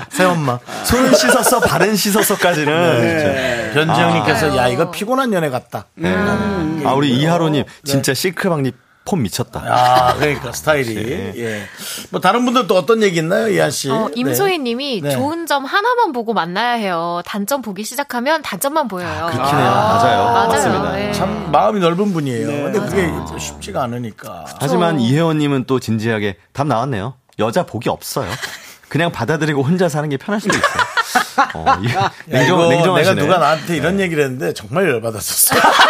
[SPEAKER 1] 새엄마. 네.
[SPEAKER 12] 손 씻었어, 발은 씻었어까지는. 네. 진짜.
[SPEAKER 14] 아.
[SPEAKER 1] 변지영님께서 야 이거 피곤한 연애 같다.
[SPEAKER 12] 네.
[SPEAKER 1] 음,
[SPEAKER 12] 아 우리 이하로님 진짜 실크방님 폼 미쳤다.
[SPEAKER 1] 예. 네. 아 그러니까 스타일이. 예. 뭐 다른 분들 또 어떤 얘기 있나요, 이한 씨?
[SPEAKER 14] 어,
[SPEAKER 1] 네.
[SPEAKER 14] 임소희님이
[SPEAKER 1] 네.
[SPEAKER 14] 좋은 점 하나만 보고 만나야 해요. 단점 보기 시작하면 단점만 보여요.
[SPEAKER 1] 그렇긴 해요.
[SPEAKER 12] 맞아요.
[SPEAKER 14] 맞아요.
[SPEAKER 12] 맞습니다.
[SPEAKER 14] 네.
[SPEAKER 1] 참 마음이 넓은 분이에요. 근데 그게 쉽지가 않으니까.
[SPEAKER 12] 하지만 이혜원님은 또 진지하게 답 나왔네요. 여자 복이 없어요. 그냥 받아들이고 혼자 사는 게 편할 수도 있어요. 어, 이-
[SPEAKER 1] 야, 이거
[SPEAKER 12] 냉정, 냉정하시네.
[SPEAKER 1] 내가 누가 나한테 이런 얘기를 했는데 정말 열받았었어.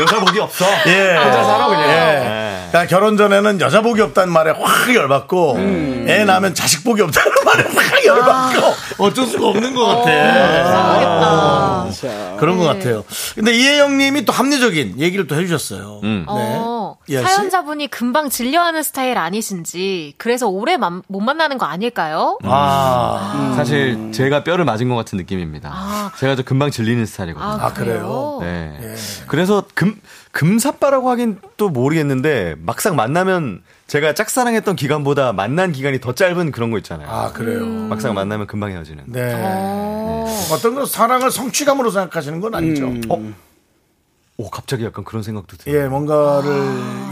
[SPEAKER 12] 여자 복이 없어.
[SPEAKER 1] 예.
[SPEAKER 12] 혼자 살아 그냥. 네.
[SPEAKER 1] 예. 그러니까 결혼 전에는 여자 복이 없다는 말에 확 열받고
[SPEAKER 12] 음.
[SPEAKER 1] 애 낳으면 자식 복이 없다는 말에 확 열받고 어쩔 수가 없는 것 같아. 아, 그런
[SPEAKER 2] 예.
[SPEAKER 1] 것 같아요. 근데 이혜영님이 또 합리적인 얘기를 또 해주셨어요.
[SPEAKER 12] 음.
[SPEAKER 14] 어,
[SPEAKER 1] 네. 이한 씨?
[SPEAKER 14] 사연자분이 금방 질려하는 스타일 아니신지 그래서 오래 만- 못 만나는 거 아닐까요?
[SPEAKER 12] 아, 사실 제가 뼈를 맞은 것 같은 느낌입니다. 제가 좀 금방 질리는 스타일이거든요.
[SPEAKER 14] 아, 그래요?
[SPEAKER 12] 네. 그래서 금 금사빠라고 하긴 또 모르겠는데 막상 만나면 제가 짝사랑했던 기간보다 만난 기간이 더 짧은 그런 거 있잖아요.
[SPEAKER 1] 아 그래요.
[SPEAKER 14] 음.
[SPEAKER 12] 막상 만나면 금방 헤어지는.
[SPEAKER 1] 네. 어떤 걸 사랑을 성취감으로 생각하시는 건
[SPEAKER 2] 음,
[SPEAKER 1] 아니죠. 어?
[SPEAKER 12] 음. 오 갑자기 약간 그런 생각도 들어요.
[SPEAKER 1] 예, 뭔가를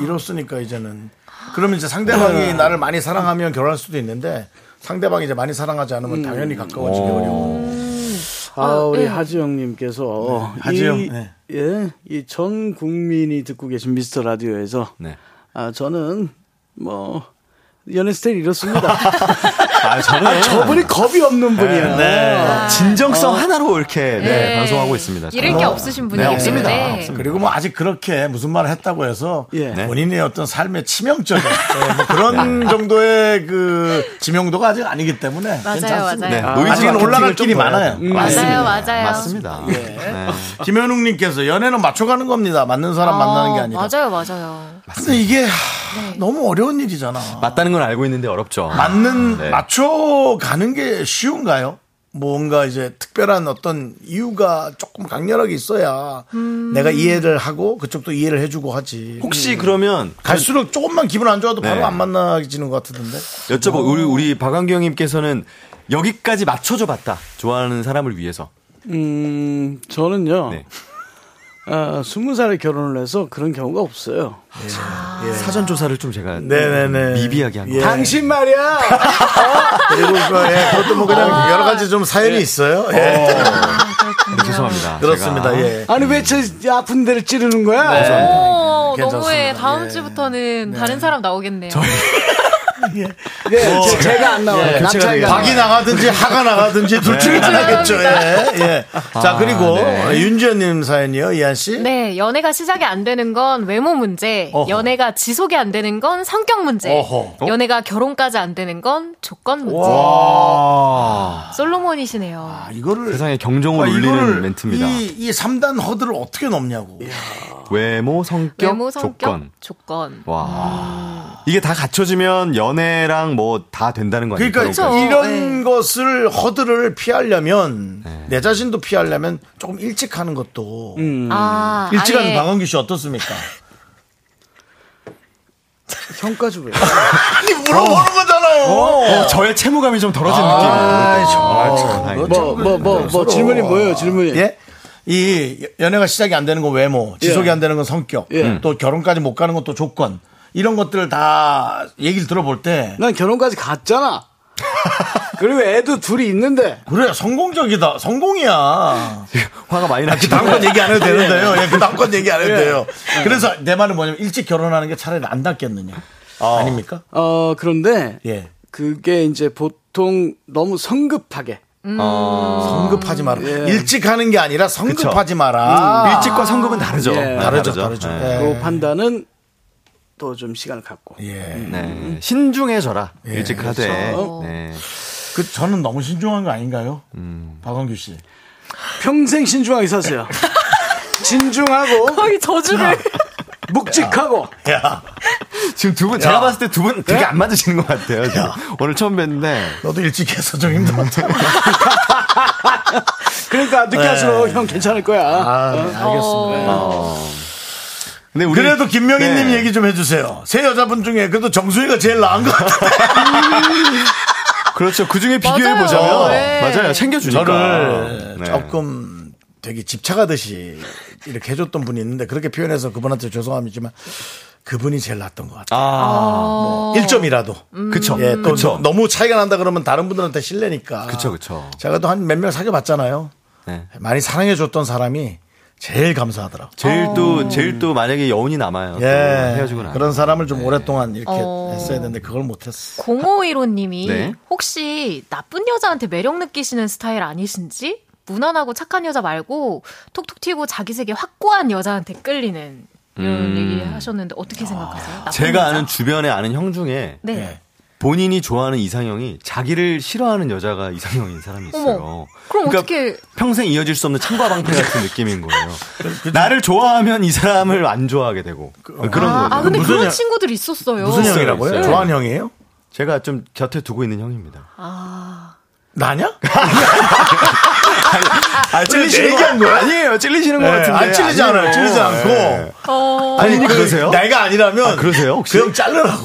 [SPEAKER 1] 이뤘으니까 이제는. 그러면 이제 상대방이
[SPEAKER 2] 네.
[SPEAKER 1] 나를 많이 사랑하면 결혼할 수도 있는데 상대방이 이제 많이 사랑하지 않으면 당연히 가까워지기 어려워.
[SPEAKER 2] 음. 아, 우리
[SPEAKER 1] 예.
[SPEAKER 2] 하지영님께서 어,
[SPEAKER 1] 네, 하지영,
[SPEAKER 2] 이,
[SPEAKER 1] 네.
[SPEAKER 2] 예, 이 전 국민이 듣고 계신 미스터 라디오에서
[SPEAKER 1] 네.
[SPEAKER 2] 아 저는 뭐 연애 스타일 이렇습니다.
[SPEAKER 12] 아, 저는
[SPEAKER 2] 아, 저분이 겁이 없는 분이야.
[SPEAKER 1] 아.
[SPEAKER 12] 네. 진정성 하나로 이렇게 네,
[SPEAKER 14] 네.
[SPEAKER 12] 방송하고 있습니다.
[SPEAKER 14] 이럴 게 없으신 분이기
[SPEAKER 1] 네, 없습니다.
[SPEAKER 14] 때문에.
[SPEAKER 1] 없습니다. 그리고 뭐 아직 그렇게 무슨 말을 했다고 해서
[SPEAKER 12] 예.
[SPEAKER 1] 네.
[SPEAKER 12] 네.
[SPEAKER 1] 본인의 어떤 삶의 치명적인 네, 뭐 그런 정도의 그 지명도가 아직 아니기 때문에
[SPEAKER 14] 맞아요,
[SPEAKER 1] 괜찮습니다.
[SPEAKER 14] 맞아요. 네,
[SPEAKER 1] 아직
[SPEAKER 12] 마케팅을
[SPEAKER 1] 올라갈
[SPEAKER 12] 좀
[SPEAKER 1] 길이
[SPEAKER 12] 더 해야
[SPEAKER 1] 많아요. 예.
[SPEAKER 12] 돼요. 음.
[SPEAKER 14] 맞아요, 맞아요.
[SPEAKER 12] 맞습니다. 네.
[SPEAKER 1] 김현웅님께서 연애는 맞춰가는 겁니다. 맞는 사람 만나는 게 아니라.
[SPEAKER 14] 맞아요, 맞아요.
[SPEAKER 1] 근데 이게 하, 너무 어려운 일이잖아.
[SPEAKER 12] 맞다는 건 알고 있는데 어렵죠.
[SPEAKER 1] 맞는
[SPEAKER 12] 네.
[SPEAKER 1] 맞춰 가는 게 쉬운가요? 뭔가 이제 특별한 어떤 이유가 조금 강렬하게 있어야 내가 이해를 하고 그쪽도 이해를 해주고 하지.
[SPEAKER 12] 혹시 그러면
[SPEAKER 1] 갈수록 조금만 기분 안 좋아도 바로
[SPEAKER 12] 네.
[SPEAKER 1] 안 만나지는 것 같은데.
[SPEAKER 12] 여쭤보 우리 우리 박완경님께서는 여기까지 맞춰줘 봤다. 좋아하는 사람을 위해서.
[SPEAKER 2] 음, 저는요.
[SPEAKER 1] 네.
[SPEAKER 2] 아, 스무 살에 결혼을 해서 그런 경우가 없어요.
[SPEAKER 12] 사전 조사를 좀 제가
[SPEAKER 1] 예. 네네네. 예.
[SPEAKER 12] 미비하게 한 거.
[SPEAKER 9] 당신 말이야.
[SPEAKER 1] 그리고
[SPEAKER 12] 어?
[SPEAKER 1] 그, 예, 그것도 뭐 그냥 여러 가지 좀
[SPEAKER 12] 네.
[SPEAKER 1] 사연이 있어요. 예.
[SPEAKER 12] 아, 죄송합니다.
[SPEAKER 1] 그렇습니다.
[SPEAKER 12] 제가.
[SPEAKER 1] 예. 네.
[SPEAKER 9] 아니 왜 저 아픈 데를 찌르는 거야?
[SPEAKER 14] 어,
[SPEAKER 1] 괜찮습니다. 예.
[SPEAKER 14] 너무해. 다음 주부터는 다른 사람 나오겠네요.
[SPEAKER 9] 네,
[SPEAKER 12] 어.
[SPEAKER 1] 뭐,
[SPEAKER 9] 제- 제가 안 나와요.
[SPEAKER 12] 그
[SPEAKER 1] 예,
[SPEAKER 9] 남자가 그러니까
[SPEAKER 1] 교체가 돼요. 박이 나가든지 하가 나가든지 둘 중에 하나겠죠. 예. 예. 자,
[SPEAKER 12] 네. 아,
[SPEAKER 1] 그리고
[SPEAKER 12] 네.
[SPEAKER 1] 윤지연님 사연이요, 이한 씨.
[SPEAKER 14] 네, 연애가 시작이 안 되는 건 외모 문제,
[SPEAKER 1] 어허.
[SPEAKER 14] 연애가 지속이 안 되는 건 성격 문제,
[SPEAKER 1] 어허. 어?
[SPEAKER 14] 연애가 결혼까지 안 되는 건 조건 문제.
[SPEAKER 12] 와.
[SPEAKER 14] 솔로몬이시네요.
[SPEAKER 12] 아,
[SPEAKER 1] 이거를
[SPEAKER 12] 세상에 경종을
[SPEAKER 1] 아,
[SPEAKER 12] 울리는
[SPEAKER 1] 이거를
[SPEAKER 12] 멘트입니다.
[SPEAKER 1] 이, 이 3단 허드를 어떻게 넘냐고.
[SPEAKER 12] 외모, 성격,
[SPEAKER 14] 외모, 성격,
[SPEAKER 12] 네. 조건.
[SPEAKER 14] 조건.
[SPEAKER 12] 와. 아. 이게 다 갖춰지면 연애랑 뭐 다 된다는 거 아니에요?
[SPEAKER 1] 그러니까 이런
[SPEAKER 2] 네.
[SPEAKER 1] 것을 허드를 피하려면
[SPEAKER 12] 네.
[SPEAKER 1] 내 자신도 피하려면 조금 일찍 하는 것도
[SPEAKER 2] 음.
[SPEAKER 12] 음.
[SPEAKER 14] 아,
[SPEAKER 1] 일찍 하는
[SPEAKER 14] 아예.
[SPEAKER 1] 방원규 씨 어떻습니까?
[SPEAKER 9] 성과주부요.
[SPEAKER 1] 아니 물어보는 거잖아요.
[SPEAKER 12] 어, 저의 채무감이 좀 덜어진 느낌.
[SPEAKER 1] 아, 정말 참.
[SPEAKER 12] 다행이다.
[SPEAKER 1] 뭐,
[SPEAKER 2] 뭐, 뭐, 뭐, 뭐, 질문이 뭐예요, 질문이?
[SPEAKER 1] 예? 이 연애가 시작이 안 되는 건 외모, 지속이 안 되는 건 성격,
[SPEAKER 2] 예.
[SPEAKER 1] 또 결혼까지 못 가는 것도 조건 이런 것들을 다 얘기를 들어볼 때
[SPEAKER 2] 난 결혼까지 갔잖아. 그리고 애도 둘이 있는데.
[SPEAKER 1] 그래 성공적이다. 성공이야.
[SPEAKER 12] 화가 많이
[SPEAKER 1] 아, 그 다음 건 얘기 안 해도 되는데요. 예, 그 다음 건 얘기 안 해도
[SPEAKER 2] 예.
[SPEAKER 1] 돼요.
[SPEAKER 2] 예.
[SPEAKER 1] 그래서 내 말은 뭐냐면 일찍 결혼하는 게 차라리 안 낫겠느냐. 아닙니까?
[SPEAKER 2] 어, 그런데
[SPEAKER 1] 예.
[SPEAKER 2] 그게 이제 보통 너무 성급하게.
[SPEAKER 12] 음.
[SPEAKER 1] 아.
[SPEAKER 12] 아.
[SPEAKER 2] 예.
[SPEAKER 1] 성급하지 마라. 일찍 하는 게 아니라 성급하지 마라.
[SPEAKER 2] 음. 일찍과
[SPEAKER 12] 성급은 다르죠.
[SPEAKER 1] 예.
[SPEAKER 12] 네,
[SPEAKER 1] 다르죠,
[SPEAKER 12] 다르죠.
[SPEAKER 1] 다르죠.
[SPEAKER 12] 네.
[SPEAKER 1] 예.
[SPEAKER 2] 그 판단은 또 좀 시간을 갖고. 음.
[SPEAKER 12] 네. 신중해져라. 일찍 하되.
[SPEAKER 1] 그렇죠.
[SPEAKER 12] 네.
[SPEAKER 1] 그 저는 너무 신중한 거 아닌가요? 박원규 씨.
[SPEAKER 2] 평생 신중하게 사세요. 진중하고.
[SPEAKER 13] 거의 저주를.
[SPEAKER 2] 묵직하고.
[SPEAKER 1] 야.
[SPEAKER 12] 지금 두 분, 제가
[SPEAKER 1] 야. 네?
[SPEAKER 12] 봤을 때 두 분 되게 안 맞으시는 것 같아요. 지금. 오늘 처음 뵀는데.
[SPEAKER 1] 너도 일찍 해서 좀 힘든 것 같아.
[SPEAKER 2] 그러니까 늦게
[SPEAKER 12] 네.
[SPEAKER 2] 하시러 형 괜찮을 거야.
[SPEAKER 1] 아,
[SPEAKER 14] 아,
[SPEAKER 1] 어. 네, 알겠습니다.
[SPEAKER 12] 어?
[SPEAKER 1] 어.
[SPEAKER 12] 근데
[SPEAKER 1] 그래도 김명희님
[SPEAKER 12] 네.
[SPEAKER 1] 얘기 좀 해주세요. 세 여자분 중에 그래도 정수희가 제일 나은 것 같아요.
[SPEAKER 12] 그렇죠. 그 중에 비교해보자면.
[SPEAKER 1] 맞아요. 네.
[SPEAKER 12] 맞아요. 챙겨주니까.
[SPEAKER 1] 저를
[SPEAKER 12] 네.
[SPEAKER 1] 조금 되게 집착하듯이 이렇게 해줬던 분이 있는데 그렇게 표현해서 그분한테 죄송함이지만 그분이 제일 낫던 것 같아요. 뭐 1점이라도.
[SPEAKER 12] 음. 그쵸.
[SPEAKER 1] 예, 또
[SPEAKER 12] 그쵸.
[SPEAKER 1] 너- 너무 차이가 난다 그러면 다른 분들한테 실례니까.
[SPEAKER 12] 그쵸, 그쵸.
[SPEAKER 1] 제가 또 한 몇 명 사귀어봤잖아요.
[SPEAKER 12] 네.
[SPEAKER 1] 많이 사랑해줬던 사람이 제일 감사하더라고.
[SPEAKER 12] 제일 또, 제일 또 만약에 여운이 남아요. 또
[SPEAKER 1] 예.
[SPEAKER 12] 헤어지고 네. 나면.
[SPEAKER 1] 그런 사람을 좀 오랫동안 이렇게
[SPEAKER 14] 어.
[SPEAKER 1] 했어야 되는데 그걸 못했어.
[SPEAKER 14] 0515님이
[SPEAKER 1] 네.
[SPEAKER 14] 혹시 나쁜 여자한테 매력 느끼시는 스타일 아니신지? 무난하고 착한 여자 말고 톡톡 튀고 자기 세계 확고한 여자한테 끌리는 이런
[SPEAKER 12] 음.
[SPEAKER 14] 얘기 하셨는데 어떻게 생각하세요? 나쁜
[SPEAKER 12] 제가
[SPEAKER 14] 여자?
[SPEAKER 12] 아는 주변에 아는 형 중에
[SPEAKER 14] 네.
[SPEAKER 12] 본인이 좋아하는 이상형이 자기를 싫어하는 여자가 이상형인 사람이 있어요.
[SPEAKER 14] 어머, 그럼
[SPEAKER 12] 그러니까
[SPEAKER 14] 어떻게
[SPEAKER 12] 평생 이어질 수 없는 창과 방패 같은 느낌인 거예요. 나를 좋아하면 이 사람을 안 좋아하게 되고 그, 런
[SPEAKER 14] 아,
[SPEAKER 12] 거예요.
[SPEAKER 14] 아, 근데 그런 친구들 있었어요. 네.
[SPEAKER 1] 형이에요?
[SPEAKER 12] 제가 좀 곁에 두고 있는 형입니다.
[SPEAKER 14] 아.
[SPEAKER 1] 나냐?
[SPEAKER 12] 아,
[SPEAKER 1] 찔리시는 거-
[SPEAKER 12] 아니에요. 찔리시는 거
[SPEAKER 1] 네,
[SPEAKER 12] 같은데.
[SPEAKER 1] 안 찔리지
[SPEAKER 12] 아니에요.
[SPEAKER 1] 않아요. 찔리지 않고.
[SPEAKER 12] 네.
[SPEAKER 14] 어.
[SPEAKER 12] 아니, 그러세요?
[SPEAKER 1] 나이가 아니라면 그러세요?
[SPEAKER 12] 혹시?
[SPEAKER 1] 그형 자르라고.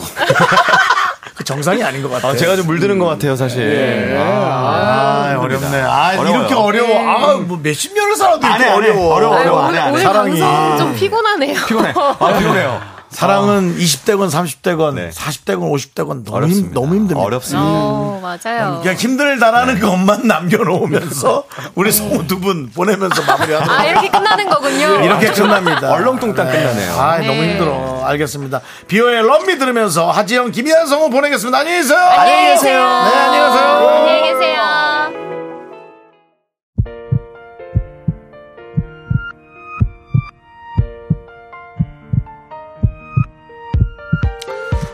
[SPEAKER 1] 그 정상이 아닌 것 같아요.
[SPEAKER 12] 아, 제가 좀 물드는 것 같아요, 사실.
[SPEAKER 1] 아, 아, 어렵네. 아,
[SPEAKER 12] 어려워요.
[SPEAKER 1] 이렇게 어려워.
[SPEAKER 12] 네.
[SPEAKER 1] 아, 뭐 몇십 년을 살아도
[SPEAKER 12] 안
[SPEAKER 1] 이렇게
[SPEAKER 12] 해, 안 해.
[SPEAKER 1] 어려워.
[SPEAKER 12] 어려워, 어려워, 안 해, 안 해.
[SPEAKER 1] 사랑이.
[SPEAKER 14] 방송 좀 피곤하네요.
[SPEAKER 1] 아,
[SPEAKER 12] 피곤해요.
[SPEAKER 1] 사랑은 20대건 30대건 40대건 50대건 너무, 힘, 너무 힘듭니다. 네.
[SPEAKER 14] 어, 맞아요.
[SPEAKER 1] 그냥 힘들다라는 것만 남겨놓으면서 우리 성우 두 분 보내면서 마무리하도록
[SPEAKER 14] 아, 이렇게 끝나는 거군요.
[SPEAKER 1] 네, 이렇게 끝납니다.
[SPEAKER 12] 얼렁뚱땅 끝나네요.
[SPEAKER 1] 아,
[SPEAKER 14] 네.
[SPEAKER 1] 너무 힘들어. 알겠습니다. 비오의 럼미 들으면서 하지영, 김희한 성우 보내겠습니다. 안녕히 계세요.
[SPEAKER 14] 안녕히 계세요.
[SPEAKER 1] 네, 안녕히 계세요.
[SPEAKER 14] 안녕히 계세요.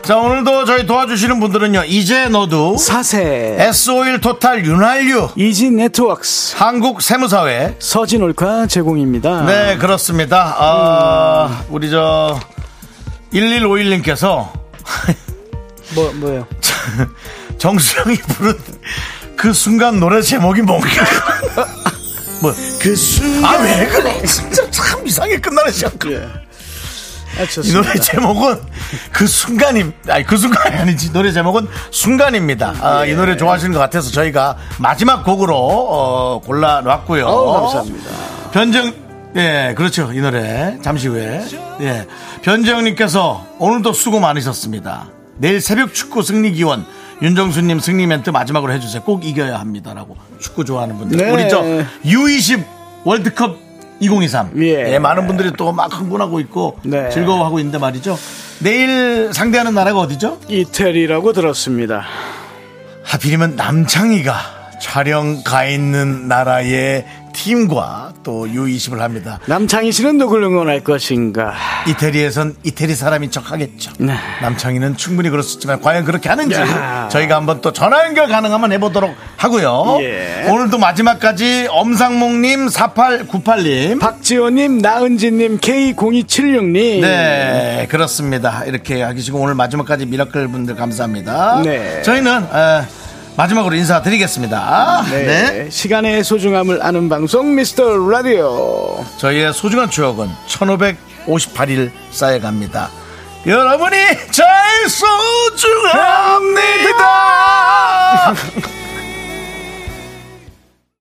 [SPEAKER 1] 자, 오늘도 저희 도와주시는 분들은요. 이제 너도
[SPEAKER 2] 사세
[SPEAKER 1] S5일 토탈 윤활유
[SPEAKER 2] 이지 네트워크스
[SPEAKER 1] 한국 세무사회
[SPEAKER 2] 서진 올카 제공입니다.
[SPEAKER 1] 네, 그렇습니다. 아, 우리 저 1151님께서
[SPEAKER 2] 뭐 뭐예요?
[SPEAKER 1] 정수영이 부른 그 순간 노래 제목이 뭔가? 뭐? 그 순간. 아, 왜 그래? 진짜 참 이상하게 끝나는 시작.
[SPEAKER 2] 예, 아,
[SPEAKER 1] 이 노래 제목은 그 순간임, 아니, 그 순간이 아니지. 노래 제목은 순간입니다. 아, 이 노래 좋아하시는 것 같아서 저희가 마지막 곡으로, 어, 골라놨고요.
[SPEAKER 2] 어, 감사합니다.
[SPEAKER 1] 변정, 예, 그렇죠. 이 노래. 잠시 후에. 예. 변정님께서 오늘도 수고 많으셨습니다. 내일 새벽 축구 승리 기원. 윤정수님 승리 멘트 마지막으로 해주세요. 꼭 이겨야 합니다라고 축구 좋아하는 분들
[SPEAKER 2] 네.
[SPEAKER 1] 우리 저 U20 월드컵 2023 예. 많은 분들이 또 막 흥분하고 있고
[SPEAKER 2] 네.
[SPEAKER 1] 즐거워하고 있는데 말이죠. 내일 상대하는 나라가 어디죠?
[SPEAKER 2] 이태리라고 들었습니다.
[SPEAKER 1] 하필이면 남창희가 촬영 가 있는 나라의 팀과 또 U20을 합니다.
[SPEAKER 2] 남창희 씨는 누굴 응원할 것인가?
[SPEAKER 1] 이태리에선 이태리 사람인 척 하겠죠.
[SPEAKER 2] 네.
[SPEAKER 1] 남창희는 충분히 그렇지만 과연 그렇게 하는지
[SPEAKER 2] 야.
[SPEAKER 1] 저희가 한번 또 전화 연결 가능하면 해보도록 하고요.
[SPEAKER 2] 예.
[SPEAKER 1] 오늘도 마지막까지 엄상목님, 4898님,
[SPEAKER 2] 박지호님, 나은지님, K0276님.
[SPEAKER 1] 네, 그렇습니다. 이렇게 하시고 오늘 마지막까지 미라클 분들 감사합니다.
[SPEAKER 2] 네.
[SPEAKER 1] 저희는 에, 마지막으로 인사드리겠습니다.
[SPEAKER 2] 네.
[SPEAKER 1] 네.
[SPEAKER 2] 시간의 소중함을 아는 방송 미스터 라디오.
[SPEAKER 1] 저희의 소중한 추억은 1558일 쌓여갑니다. 여러분이 제일 소중합니다!